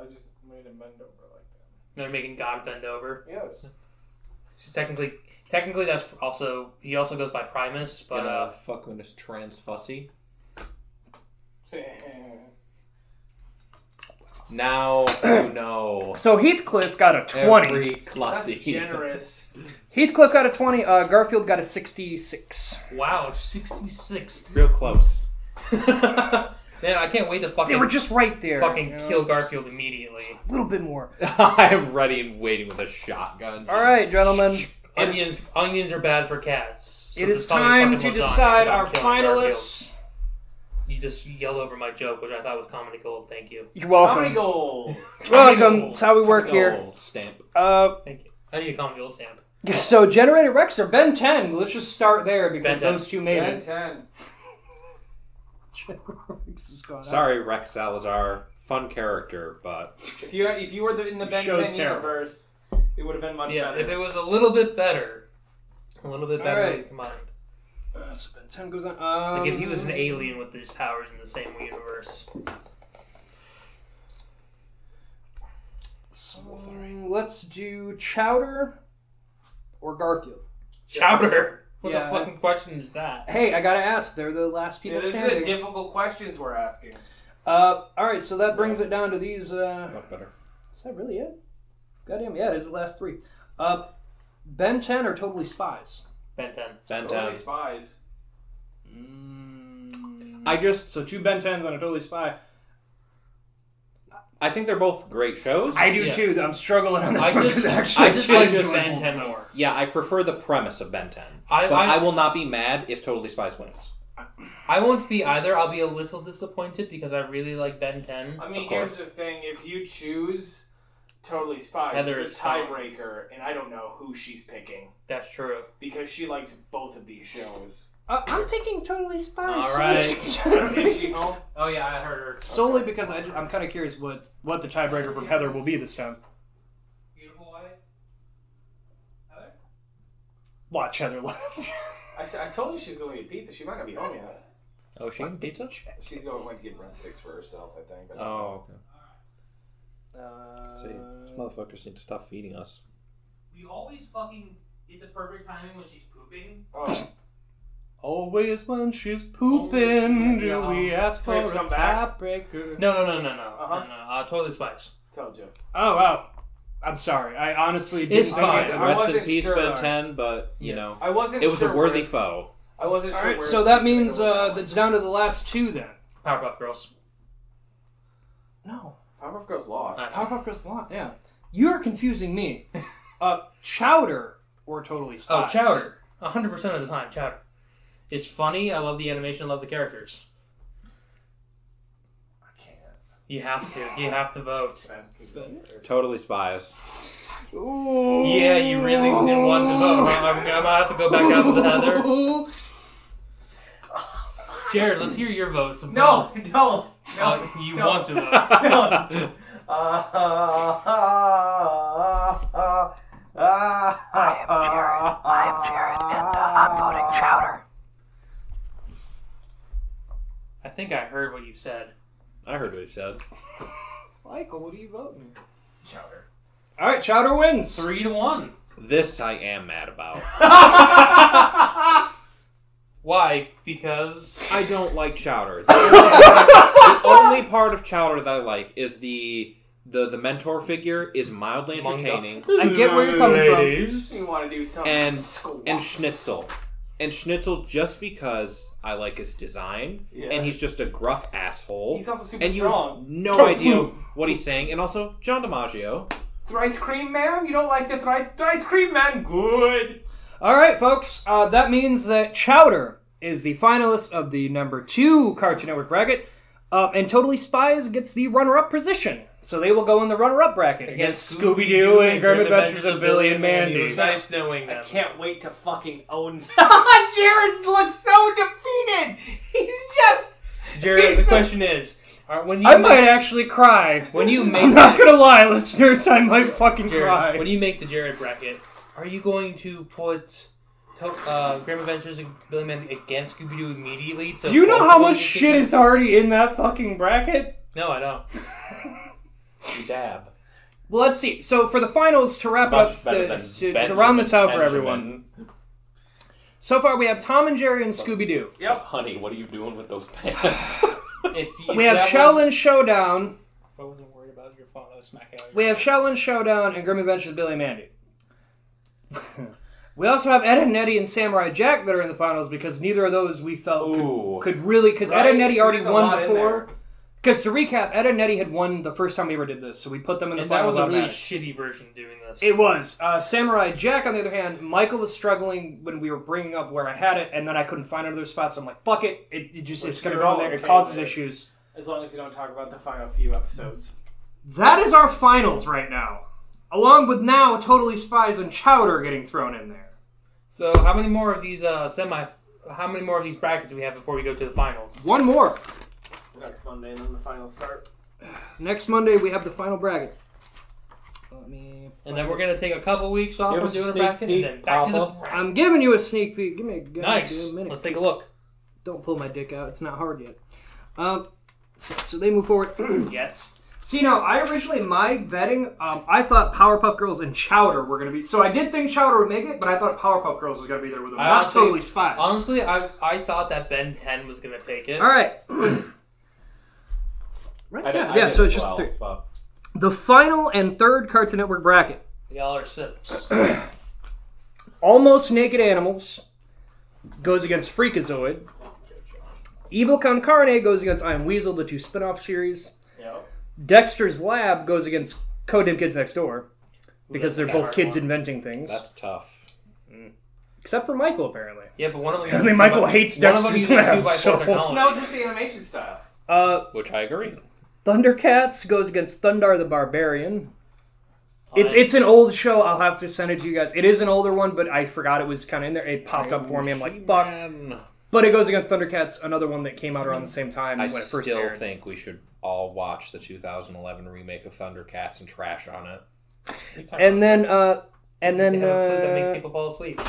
Speaker 7: I just made a bend over like
Speaker 3: They're making God bend over.
Speaker 7: Yes.
Speaker 3: So technically, technically, that's also he also goes by Primus, but
Speaker 4: Gonna
Speaker 3: uh,
Speaker 4: fuck when it's trans
Speaker 6: *laughs*
Speaker 4: fussy. Now
Speaker 6: *coughs*
Speaker 4: you know.
Speaker 6: So Heathcliff got a twenty.
Speaker 4: Every classy.
Speaker 7: generous.
Speaker 6: Heathcliff got a twenty. Uh, Garfield got a sixty-six.
Speaker 3: wow, sixty *laughs* six.
Speaker 4: Real close. *laughs*
Speaker 3: Man, I can't wait to fucking.
Speaker 6: They were just right there,
Speaker 3: Fucking
Speaker 6: you know?
Speaker 3: kill Garfield immediately.
Speaker 6: A little bit more.
Speaker 4: I am ready and waiting with a shotgun.
Speaker 6: All right, gentlemen.
Speaker 3: Onions, onions are bad for cats. so
Speaker 6: It
Speaker 3: just
Speaker 6: is
Speaker 3: call me
Speaker 6: time
Speaker 3: fucking
Speaker 6: to
Speaker 3: lasagna,
Speaker 6: decide
Speaker 3: 'cause I'm
Speaker 6: our
Speaker 3: killing Garfield.
Speaker 6: finalists.
Speaker 3: You just yelled over my joke, which I thought was comedy gold. Thank you.
Speaker 6: You're welcome.
Speaker 3: *laughs*
Speaker 6: Comedy
Speaker 7: gold.
Speaker 6: Welcome. It's how we work here.
Speaker 4: Stamp.
Speaker 6: Uh,
Speaker 3: Thank you. I need a comedy gold stamp.
Speaker 6: *laughs* So generated Rex or Ben Ten? Let's just start there
Speaker 3: Ben
Speaker 6: because
Speaker 3: 10.
Speaker 6: those two made
Speaker 3: Ben
Speaker 6: it.
Speaker 7: 10.
Speaker 6: *laughs* Rex is gone out.
Speaker 4: Sorry, Rex Salazar. Fun character, but
Speaker 7: If you if you were the, in the Ben
Speaker 4: show's
Speaker 7: 10
Speaker 4: terrible.
Speaker 7: universe, it would have been much
Speaker 3: Yeah,
Speaker 7: better.
Speaker 3: if it was a little bit better, a little bit
Speaker 6: All
Speaker 3: better
Speaker 6: right.
Speaker 3: combined.
Speaker 6: Uh, so Ben Ten goes on. Um,
Speaker 3: Like if he was an alien with his powers in the same universe.
Speaker 6: So, let's do Chowder or Garfield.
Speaker 3: Chowder. What
Speaker 6: Yeah.
Speaker 3: the fucking question is that?
Speaker 6: Hey, I gotta ask. They're the last
Speaker 7: Yeah,
Speaker 6: people
Speaker 7: this is
Speaker 6: standing.
Speaker 7: the difficult questions we're asking.
Speaker 6: uh, all right, so that brings it down to these. Uh,
Speaker 4: not better.
Speaker 6: is that really it? Goddamn, yeah, it is the last three. Uh, ben Ten or Totally Spies?
Speaker 3: Ben Ten.
Speaker 4: Ben
Speaker 7: Totally
Speaker 4: 10.
Speaker 7: spies.
Speaker 4: I just
Speaker 6: so two Ben Tens and a Totally Spy.
Speaker 4: I think they're both great shows.
Speaker 6: I do too. I'm struggling on this one. 'cause actually,
Speaker 4: I just like
Speaker 6: just-
Speaker 4: Ben 10
Speaker 3: more.
Speaker 4: Yeah, I prefer the premise of Ben 10.
Speaker 3: I-
Speaker 4: but
Speaker 3: I-
Speaker 4: I, will not be mad if Totally Spies wins.
Speaker 3: I won't be either. I'll be a little disappointed because I really like Ben 10.
Speaker 7: I mean, here's the thing: if you choose Totally Spies,
Speaker 3: Heather
Speaker 7: it's
Speaker 3: is
Speaker 7: a
Speaker 3: fine.
Speaker 7: tiebreaker, and I don't know who she's picking
Speaker 3: That's true.
Speaker 7: because she likes both of these shows.
Speaker 21: Uh, I'm picking Totally Spies.
Speaker 3: All right.
Speaker 7: Is she home?
Speaker 3: Oh yeah, I heard her.
Speaker 6: *laughs* Solely because I, am kind of curious what, what the tiebreaker from Heather will be this time.
Speaker 3: Beautiful wife.
Speaker 6: Watch Heather left.
Speaker 7: I, s- I told you she's going to get pizza. She might not be home yet.
Speaker 4: Oh, she can pizza?
Speaker 7: She's going to get breadsticks for herself, I think. I don't know.
Speaker 4: Oh,
Speaker 6: Uh,
Speaker 4: okay. See, these motherfuckers need to stop feeding us.
Speaker 3: We always fucking get the perfect timing when she's pooping.
Speaker 7: Oh.
Speaker 6: Always when she's pooping, do we ask
Speaker 3: um, So we
Speaker 6: for
Speaker 3: have
Speaker 6: a
Speaker 3: to come back?
Speaker 6: tiebreaker?
Speaker 3: No, no, no, no, no.
Speaker 7: Uh-huh.
Speaker 3: no, no. Uh, totally spies.
Speaker 7: Told *laughs* you.
Speaker 6: Oh wow, I'm sorry. I honestly didn't
Speaker 4: It's
Speaker 6: think
Speaker 4: fine.
Speaker 6: I- I
Speaker 4: Rest in
Speaker 6: wasn't
Speaker 4: peace,
Speaker 6: sure.
Speaker 4: Ben 10, but, you know,
Speaker 7: I wasn't
Speaker 4: it was
Speaker 7: sure
Speaker 4: a worthy
Speaker 7: where-
Speaker 4: foe.
Speaker 7: I wasn't
Speaker 6: All
Speaker 7: sure.
Speaker 6: right,
Speaker 7: where
Speaker 6: so
Speaker 7: it
Speaker 6: that
Speaker 7: was gonna
Speaker 6: means
Speaker 7: go with
Speaker 6: uh, that's down to the last two then.
Speaker 3: Powerpuff Girls.
Speaker 6: No,
Speaker 7: that one. Powerpuff Girls lost.
Speaker 6: Powerpuff Girls lot. Yeah, you are confusing *laughs* me. uh, chowder or totally
Speaker 3: Oh,
Speaker 6: spies?
Speaker 3: Chowder. 100% of the time, Chowder. It's funny. I love the animation. I love the characters. I can't. You have to. You have to vote.
Speaker 4: Totally Spies.
Speaker 3: Yeah, you really didn't want to vote. huh? I'm, I'm gonna have to go back out with Heather. Jared, let's hear your vote. So
Speaker 22: No, don't. *laughs* No,
Speaker 3: Uh, you
Speaker 22: don't. *laughs*
Speaker 3: want to vote.
Speaker 22: Don't. Uh, uh, uh, uh, uh, I am Jared. and I'm voting Chowder.
Speaker 3: I think I heard what you said.
Speaker 4: I heard what he said.
Speaker 6: Michael, what are you voting?
Speaker 3: Chowder.
Speaker 6: All right, Chowder wins
Speaker 3: three to one.
Speaker 4: This I am mad about.
Speaker 3: Why? Because
Speaker 4: I don't like chowder. The only- the only part of chowder that I like is the the the mentor figure is mildly entertaining.
Speaker 6: I get where you're coming from.
Speaker 7: You want to do something.
Speaker 4: And
Speaker 7: squats.
Speaker 4: and Schnitzel. And Schnitzel just because I like his design
Speaker 7: Yeah.
Speaker 4: and he's just a gruff asshole.
Speaker 7: He's also super
Speaker 4: and you
Speaker 7: strong.
Speaker 4: have no
Speaker 7: Tofu.
Speaker 4: idea what he's saying. And also John DiMaggio.
Speaker 7: Thrice cream man? You don't like the thrice thrice cream man? Good.
Speaker 6: All right, folks. Uh, that means that Chowder is the finalist of the number two Cartoon Network bracket, uh, and Totally Spies gets the runner-up position. So they will go in the runner-up bracket against, Scooby Doo and Grim Adventures of Billy and Mandy.
Speaker 3: It was nice knowing
Speaker 7: I
Speaker 3: them.
Speaker 7: can't wait to fucking *laughs* own.
Speaker 22: Jared looks so defeated. He's just.
Speaker 3: *laughs*
Speaker 22: *laughs*
Speaker 3: Jared, the question is, are, when you
Speaker 6: I
Speaker 3: make-
Speaker 6: might actually cry.
Speaker 3: when you make
Speaker 6: I'm not gonna lie, *laughs* listeners. I might fucking
Speaker 3: Jared,
Speaker 6: cry.
Speaker 3: when you make the Jared bracket, are you going to put to- uh, Grim Adventures of Billy Mandy against Scooby Doo immediately?
Speaker 6: Do you know
Speaker 3: both
Speaker 6: how
Speaker 3: of them
Speaker 6: much
Speaker 3: get
Speaker 6: shit
Speaker 3: picked?
Speaker 6: is already in that fucking bracket?
Speaker 3: No, I don't.
Speaker 4: You dab.
Speaker 6: Well, let's see. So for the finals, to wrap
Speaker 4: Much
Speaker 6: up,
Speaker 4: better
Speaker 6: the,
Speaker 4: than
Speaker 6: to, to
Speaker 4: Benjamin
Speaker 6: round this out for
Speaker 4: Benjamin.
Speaker 6: everyone. So far, we have Tom and Jerry and Scooby Doo.
Speaker 4: Yep. Honey, what are you doing with those *laughs* pants?
Speaker 6: *laughs*
Speaker 3: If, if
Speaker 6: We have
Speaker 3: that
Speaker 6: Shaolin Showdown.
Speaker 3: Was, if I wasn't worried about your phone. I was smacking. out your-
Speaker 6: We have Shaolin Showdown and Grim Adventures of Billy and Mandy. *laughs* we also have Ed and Nettie and Samurai Jack that are in the finals because neither of those we felt
Speaker 4: Ooh.
Speaker 6: could, could really because Ed and
Speaker 7: Right?
Speaker 6: Nettie
Speaker 7: So
Speaker 6: already
Speaker 7: there's a
Speaker 6: won
Speaker 7: lot in
Speaker 6: before. Because to recap, Ed and Nettie had won the first time we ever did this, so we put them in the
Speaker 3: And that
Speaker 6: finals.
Speaker 3: was a really
Speaker 6: automatic.
Speaker 3: shitty version doing this.
Speaker 6: It was. Uh, Samurai Jack, on the other hand, Michael was struggling when we were bringing up where I had it, and then I couldn't find another spot, so I'm like, fuck it. It, it just,
Speaker 7: Which
Speaker 6: it's going to
Speaker 7: you're
Speaker 6: go in
Speaker 7: all
Speaker 6: there. It
Speaker 7: okay
Speaker 6: causes
Speaker 7: with.
Speaker 6: issues.
Speaker 7: As long as you don't talk about the final few episodes.
Speaker 6: That is our finals right now. Along with now Totally Spies and Chowder getting thrown in there.
Speaker 3: So how many more of these uh, semi? How many more of these brackets do we have before we go to the finals?
Speaker 6: One more.
Speaker 7: Next Monday, and then the final start.
Speaker 6: Next Monday, we have the final bracket. Let me.
Speaker 3: And then we're gonna take a couple weeks off
Speaker 4: Give
Speaker 3: from
Speaker 4: us a
Speaker 3: doing a
Speaker 4: sneak
Speaker 3: bracket, and
Speaker 4: peek,
Speaker 3: then back to the
Speaker 4: Papa.
Speaker 6: I'm giving you a sneak peek. Give me a goddamn
Speaker 3: nice.
Speaker 6: minute.
Speaker 3: Let's take a look.
Speaker 6: Don't pull my dick out. It's not hard yet. Um, so, so they move forward. *clears throat*
Speaker 3: Yes.
Speaker 6: See, now I originally my betting, um, I thought Powerpuff Girls and Chowder were gonna be. So I did think Chowder would make it, but I thought Powerpuff Girls was gonna be there with them.
Speaker 3: I
Speaker 6: Not
Speaker 3: honestly-
Speaker 6: totally spies.
Speaker 3: Honestly, I I thought that Ben Ten was gonna take it.
Speaker 6: All right.
Speaker 4: I
Speaker 6: right.
Speaker 4: did,
Speaker 6: Yeah.
Speaker 4: I
Speaker 6: yeah
Speaker 4: did
Speaker 6: so
Speaker 4: as
Speaker 6: it's just
Speaker 4: well,
Speaker 6: three.
Speaker 4: but-
Speaker 6: the final and third Cartoon Network bracket:
Speaker 3: Y'all are sips.
Speaker 6: Almost Naked Animals goes against Freakazoid. Evil Con Carne goes against I Am Weasel, the two spin-off series.
Speaker 7: Yep.
Speaker 6: Dexter's Lab goes against Codename Kids Next Door because they're both kids inventing things.
Speaker 4: That's tough.
Speaker 6: Except for Michael, apparently.
Speaker 3: Yeah, but one of them.
Speaker 6: I think Michael hates
Speaker 3: one of them
Speaker 6: Dexter's
Speaker 3: uses
Speaker 6: Lab,
Speaker 3: two-by-four
Speaker 6: so-
Speaker 3: technology.
Speaker 7: No, just the animation style.
Speaker 6: Uh,
Speaker 4: Which I agree.
Speaker 6: Thundercats goes against Thundar the Barbarian. It's it's an old show. I'll have to send it to you guys. It is an older one, but I forgot it was kind of in there. It popped up for me. I'm like, fuck. But it goes against Thundercats, another one that came out around the same time
Speaker 4: I
Speaker 6: when it first
Speaker 4: still
Speaker 6: aired.
Speaker 4: think we should all watch the 2011 remake of Thundercats and trash on it.
Speaker 6: And then, uh, and then,
Speaker 3: They have a food that makes
Speaker 6: uh,
Speaker 3: people fall asleep.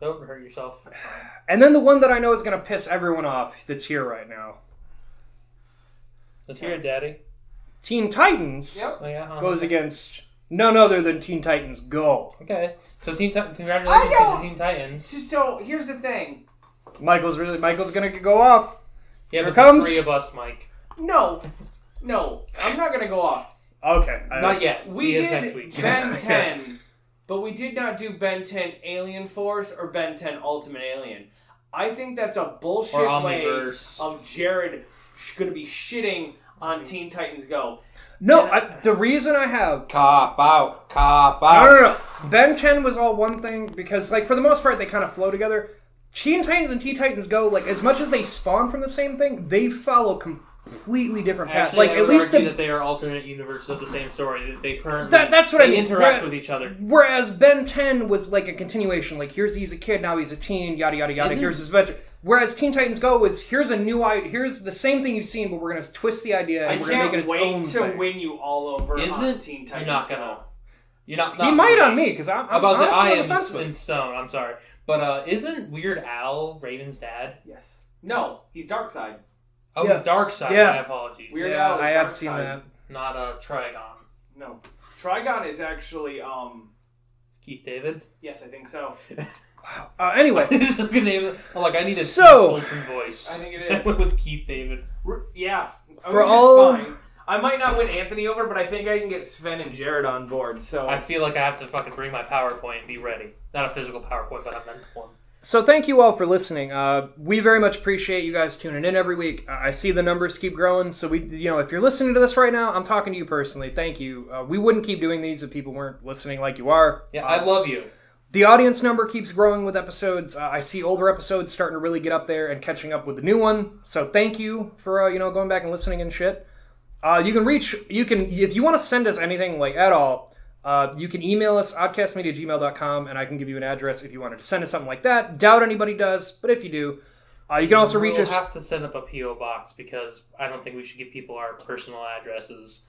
Speaker 3: Don't hurt yourself. It's fine.
Speaker 6: and then the one that I know is gonna piss everyone off that's here right now.
Speaker 3: Let's hear it, Daddy.
Speaker 6: Teen Titans
Speaker 3: Yep. Oh, yeah, huh.
Speaker 6: goes against none other than Teen Titans Go.
Speaker 3: Okay. So Teen Titans,
Speaker 7: I
Speaker 3: congratulations
Speaker 7: don't-
Speaker 3: to the Teen Titans.
Speaker 7: So here's the thing.
Speaker 6: Michael's really Michael's gonna go off.
Speaker 3: Yeah,
Speaker 6: Here
Speaker 3: but the
Speaker 6: comes.
Speaker 3: three of us, Mike.
Speaker 7: No, no, I'm not gonna go off.
Speaker 6: Okay,
Speaker 3: Not yet.
Speaker 7: We
Speaker 3: He is
Speaker 7: did
Speaker 3: next week.
Speaker 7: Ben
Speaker 3: Okay.
Speaker 7: 10, but we did not do Ben 10 Alien Force or Ben 10 Ultimate Alien. I think that's a bullshit
Speaker 3: Or
Speaker 7: way
Speaker 3: Omniverse.
Speaker 7: of Jared sh- gonna be shitting on Teen Titans Go.
Speaker 6: No, I, the reason I have
Speaker 4: cop out, cop
Speaker 6: No, no, no, no. Ben 10 was all one thing because, like, for the most part, they kind of flow together. Teen Titans and T Titans Go, like, as much as they spawn from the same thing, they follow completely different paths.
Speaker 3: Actually,
Speaker 6: Like,
Speaker 3: I
Speaker 6: at
Speaker 3: would
Speaker 6: least
Speaker 3: argue
Speaker 6: the
Speaker 3: that they are alternate universes of the same story. That they currently
Speaker 6: That- that's what I
Speaker 3: they
Speaker 6: mean.
Speaker 3: interact
Speaker 6: Yeah.
Speaker 3: with each other.
Speaker 6: Whereas Ben 10 was like a continuation, like here's he's a kid, now he's a teen, yada yada yada.
Speaker 3: Isn't-
Speaker 6: Here's his adventure. Whereas Teen Titans Go was here's a new idea, here's the same thing you've seen, but we're gonna twist the idea and
Speaker 7: I
Speaker 6: we're gonna make
Speaker 7: can't
Speaker 6: it its
Speaker 7: wait
Speaker 6: own
Speaker 7: to
Speaker 6: thing.
Speaker 7: win you all over on
Speaker 3: Isn't-
Speaker 7: Teen
Speaker 3: you're
Speaker 7: Titans
Speaker 3: not
Speaker 7: Go.
Speaker 3: You're not.
Speaker 6: He
Speaker 3: not-
Speaker 6: might on me, 'cause I'm- I'm
Speaker 3: about to say,
Speaker 6: honestly
Speaker 3: I
Speaker 6: on the
Speaker 3: am
Speaker 6: fence with
Speaker 3: in stone. I'm sorry, but uh, isn't Weird Al Raven's dad?
Speaker 7: Yes. No, he's Dark Side.
Speaker 3: Oh,
Speaker 7: Yeah.
Speaker 3: he's Dark Side.
Speaker 7: Yeah.
Speaker 3: My apologies.
Speaker 7: Weird Yeah, Al is I have Darkseid. seen that.
Speaker 3: Not a uh, Trigon.
Speaker 7: No. Trigon is actually um
Speaker 3: Keith David. *laughs*
Speaker 7: Yes, I think so.
Speaker 6: Uh, anyway,
Speaker 3: just looking at him, I'm like I need a
Speaker 6: So-
Speaker 3: sultry voice.
Speaker 7: I think it
Speaker 3: *laughs*
Speaker 7: is.
Speaker 3: with Keith David.
Speaker 7: R- Yeah,
Speaker 6: For
Speaker 7: which is
Speaker 6: all-
Speaker 7: fine. I might not win Anthony over, but I think I can get Sven and Jared on board. So
Speaker 3: I feel like I have to fucking bring my PowerPoint and be ready. Not a physical PowerPoint, but a mental one.
Speaker 6: So thank you all for listening. Uh, we very much appreciate you guys tuning in every week. Uh, I see the numbers keep growing, so we, you know, if you're listening to this right now, I'm talking to you personally. Thank you. Uh, we wouldn't keep doing these if people weren't listening like you are.
Speaker 3: Yeah,
Speaker 6: Uh,
Speaker 3: I love you.
Speaker 6: the audience number keeps growing with episodes. Uh, I see older episodes starting to really get up there and catching up with the new one. So thank you for uh, you know going back and listening and shit. Uh, you can reach you can if you want to send us anything like at all. Uh, you can email us oddcastmedia@gmail.com and I can give you an address if you wanted to send us something like that. Doubt anybody does, but if you do, uh, you can also reach
Speaker 3: we'll
Speaker 6: us.
Speaker 3: have to send up a PO box because I don't think we should give people our personal addresses.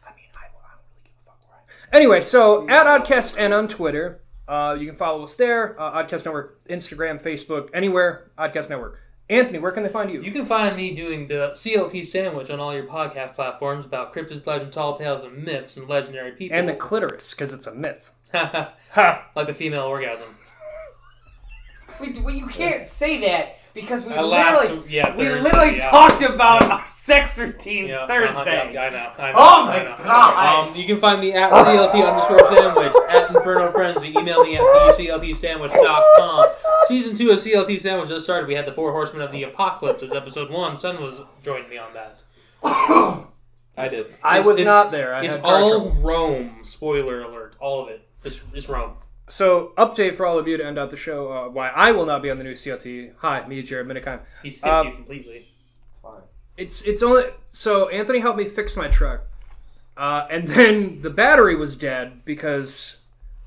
Speaker 6: Anyway, so at Oddcast and on Twitter, uh, you can follow us there. Uh, Oddcast Network, Instagram, Facebook, anywhere. Oddcast Network. Anthony, where can they find you?
Speaker 3: You can find me doing the CLT sandwich on all your podcast platforms about cryptids, legends, tall tales, and myths and legendary people. *laughs*
Speaker 6: and the clitoris because it's a myth.
Speaker 3: like the female orgasm.
Speaker 10: We, we, you can't say that because we
Speaker 3: Uh, last-
Speaker 10: literally,
Speaker 3: yeah,
Speaker 10: we
Speaker 3: Thursday,
Speaker 10: literally
Speaker 3: yeah.
Speaker 10: talked about our sex routines
Speaker 3: Yeah,
Speaker 10: Thursday.
Speaker 3: uh-huh, yeah, I know. I know
Speaker 10: Oh
Speaker 3: I
Speaker 10: my
Speaker 3: know.
Speaker 10: God.
Speaker 3: Um, you can find me at CLT underscore sandwich at Inferno Frenzy. Email me at thecltsandwich.com. Season two of CLT Sandwich just started. We had the Four Horsemen of the Apocalypse as episode one. Sun was joined me on that.
Speaker 4: I did.
Speaker 6: I was not there. I
Speaker 3: it's
Speaker 6: had car
Speaker 3: all Rome. Spoiler alert. All of it. It's, it's Rome.
Speaker 6: So, update for all of you to end out the show. Uh, why I will not be on the new CLT. Hi, me, Jared Minikheim.
Speaker 3: He skipped
Speaker 6: Uh,
Speaker 3: you completely.
Speaker 6: It's it's only so Anthony helped me fix my truck, uh, and *laughs* then the battery was dead because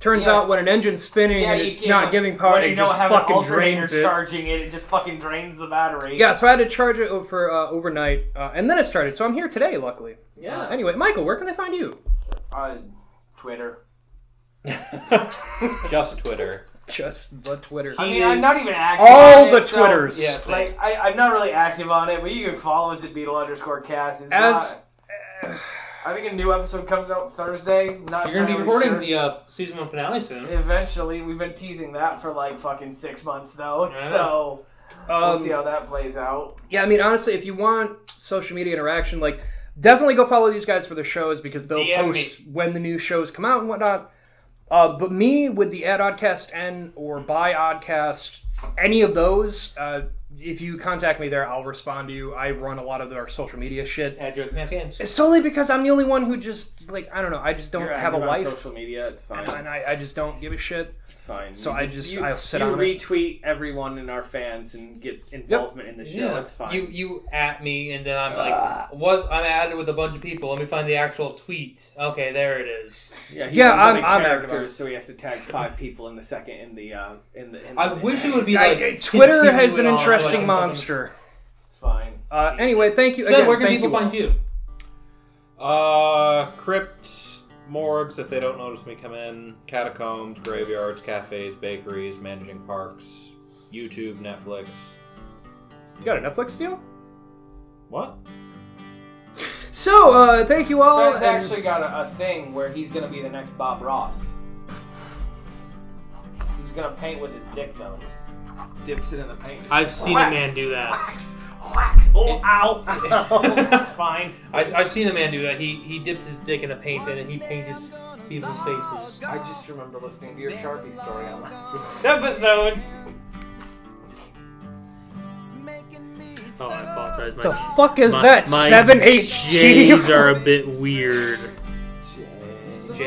Speaker 6: turns
Speaker 7: Yeah.
Speaker 6: out when an engine's spinning
Speaker 7: yeah,
Speaker 6: and
Speaker 7: you
Speaker 6: it's
Speaker 7: can't-
Speaker 6: not giving power,
Speaker 7: when
Speaker 6: it
Speaker 7: you don't
Speaker 6: just
Speaker 7: have an
Speaker 6: fucking
Speaker 7: alternator
Speaker 6: drains it.
Speaker 7: charging it. It just fucking drains the battery.
Speaker 6: Yeah, so I had to charge it over uh, overnight, uh, and then it started. So I'm here today, luckily.
Speaker 7: Yeah.
Speaker 6: Uh, anyway, Michael, where can they find you?
Speaker 7: Uh, Twitter.
Speaker 4: Just Twitter.
Speaker 6: Just the Twitter.
Speaker 7: I mean, I'm not even active.
Speaker 6: All
Speaker 7: on
Speaker 6: the
Speaker 7: it, so,
Speaker 6: Twitters.
Speaker 7: like I, I'm not really active on it, but you can follow us at Beetle underscore Cast. It's
Speaker 6: As-
Speaker 7: not- I think a new episode comes out Thursday. Not
Speaker 3: You're going to be
Speaker 7: entirely
Speaker 3: recording
Speaker 7: sure.
Speaker 3: the uh, season one finale soon.
Speaker 7: Eventually, we've been teasing that for like fucking six months though,
Speaker 3: Yeah.
Speaker 7: so we'll
Speaker 6: Um,
Speaker 7: see how that plays out.
Speaker 6: Yeah, I mean, honestly, if you want social media interaction, like definitely go follow these guys for their shows because they'll
Speaker 7: DM
Speaker 6: post when the new shows come out and whatnot. Uh, but me with the at Oddcast N or by Oddcast any of those, uh, if you contact me there, I'll respond to you. I run a lot of our social media shit.
Speaker 23: At Joe Command Games.
Speaker 6: It's solely because I'm the only one who just like I don't know. I just don't
Speaker 7: You're
Speaker 6: have a
Speaker 7: active on
Speaker 6: life.
Speaker 7: social media, it's fine.
Speaker 6: And, and I, I just don't give a shit.
Speaker 7: It's fine.
Speaker 6: So
Speaker 7: You
Speaker 6: I just
Speaker 7: you-
Speaker 6: I'll sit
Speaker 7: you
Speaker 6: on it.
Speaker 7: retweet everyone in our fans and get involvement in the show. It's fine.
Speaker 3: You you at me and then I'm like, was I'm added with a bunch of people. Let me find the actual tweet. Okay, there it is.
Speaker 7: yeah, he runs out of characters, so he has to tag five people in the second in the uh, in the. In
Speaker 3: I
Speaker 7: the,
Speaker 3: wish it would be
Speaker 6: I-
Speaker 3: like
Speaker 6: I- Twitter has an
Speaker 3: continuing on,
Speaker 6: interesting
Speaker 3: like,
Speaker 6: monster.
Speaker 7: It's fine.
Speaker 6: Uh, anyway, thank you.
Speaker 4: So then
Speaker 6: again,
Speaker 4: where can
Speaker 6: thank
Speaker 4: people
Speaker 6: you
Speaker 4: find
Speaker 6: all.
Speaker 4: you? Uh, crypts, morgues, if they don't notice me come in, catacombs, graveyards, cafes, bakeries, managing parks, YouTube, Netflix.
Speaker 6: You got a Netflix deal?
Speaker 4: What?
Speaker 6: So uh, thank you all.
Speaker 7: Sven's
Speaker 6: and-
Speaker 7: actually got a, a thing where he's gonna be the next Bob Ross. He's gonna paint with his dick though. Just dips it in the paint.
Speaker 23: I've seen a man do that.
Speaker 7: Oh, ow! *laughs* That's fine.
Speaker 3: I, I've seen a man do that. He he dipped his dick in a paint bin and he painted people's faces.
Speaker 7: I just remember listening to your Sharpie story on last week's
Speaker 23: episode. Oh, I apologize.
Speaker 6: The
Speaker 23: My-
Speaker 6: fuck is
Speaker 23: my-
Speaker 6: that?
Speaker 23: My
Speaker 6: 7HT?
Speaker 23: J's are a bit weird. J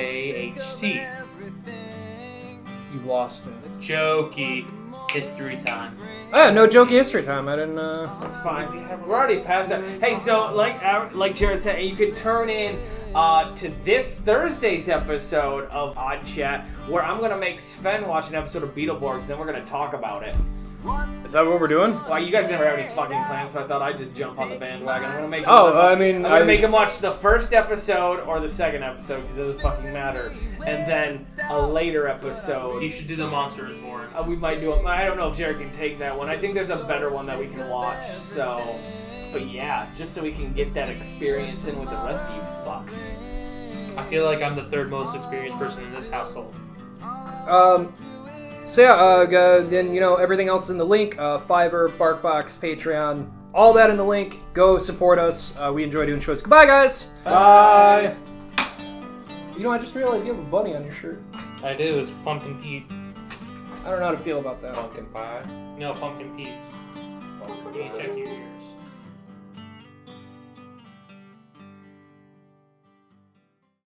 Speaker 23: H T.
Speaker 6: You lost me.
Speaker 3: Jokey history time.
Speaker 6: Ah, no joke history time. I didn't. Uh...
Speaker 7: That's fine. We have- We're already past that. Hey, so like uh, like Jared said, you could turn in
Speaker 10: uh, to this Thursday's episode of Odd Chat, where I'm gonna make Sven watch an episode of Beetleborgs, and then we're gonna talk about it.
Speaker 6: Is that what we're doing?
Speaker 10: Well, you guys never have any fucking plans, so I thought I'd just jump on the bandwagon. I'm gonna make.
Speaker 6: Oh,
Speaker 10: him,
Speaker 6: I mean,
Speaker 10: I'm gonna
Speaker 6: I-
Speaker 10: make him watch the first episode or the second episode because it doesn't fucking matter, and then a later episode.
Speaker 3: You should do the monster is born.
Speaker 10: Uh, we might do it. I don't know if Jared can take that one. I think there's a better one that we can watch. So, but yeah, just so we can get that experience in with the rest of you fucks.
Speaker 3: I feel like I'm the third most experienced person in this household.
Speaker 6: Um, so yeah, uh, g- then you know everything else in the link: uh, Fiverr, BarkBox, Patreon, all that in the link. Go support us. Uh, we enjoy doing shows. Goodbye, guys. Bye. You know, I just realized you have a bunny on your shirt.
Speaker 3: I do. It's pumpkin Pete.
Speaker 6: I don't know how to feel about that.
Speaker 4: Pumpkin pie.
Speaker 3: No, pumpkin peas. Hey, check your ear.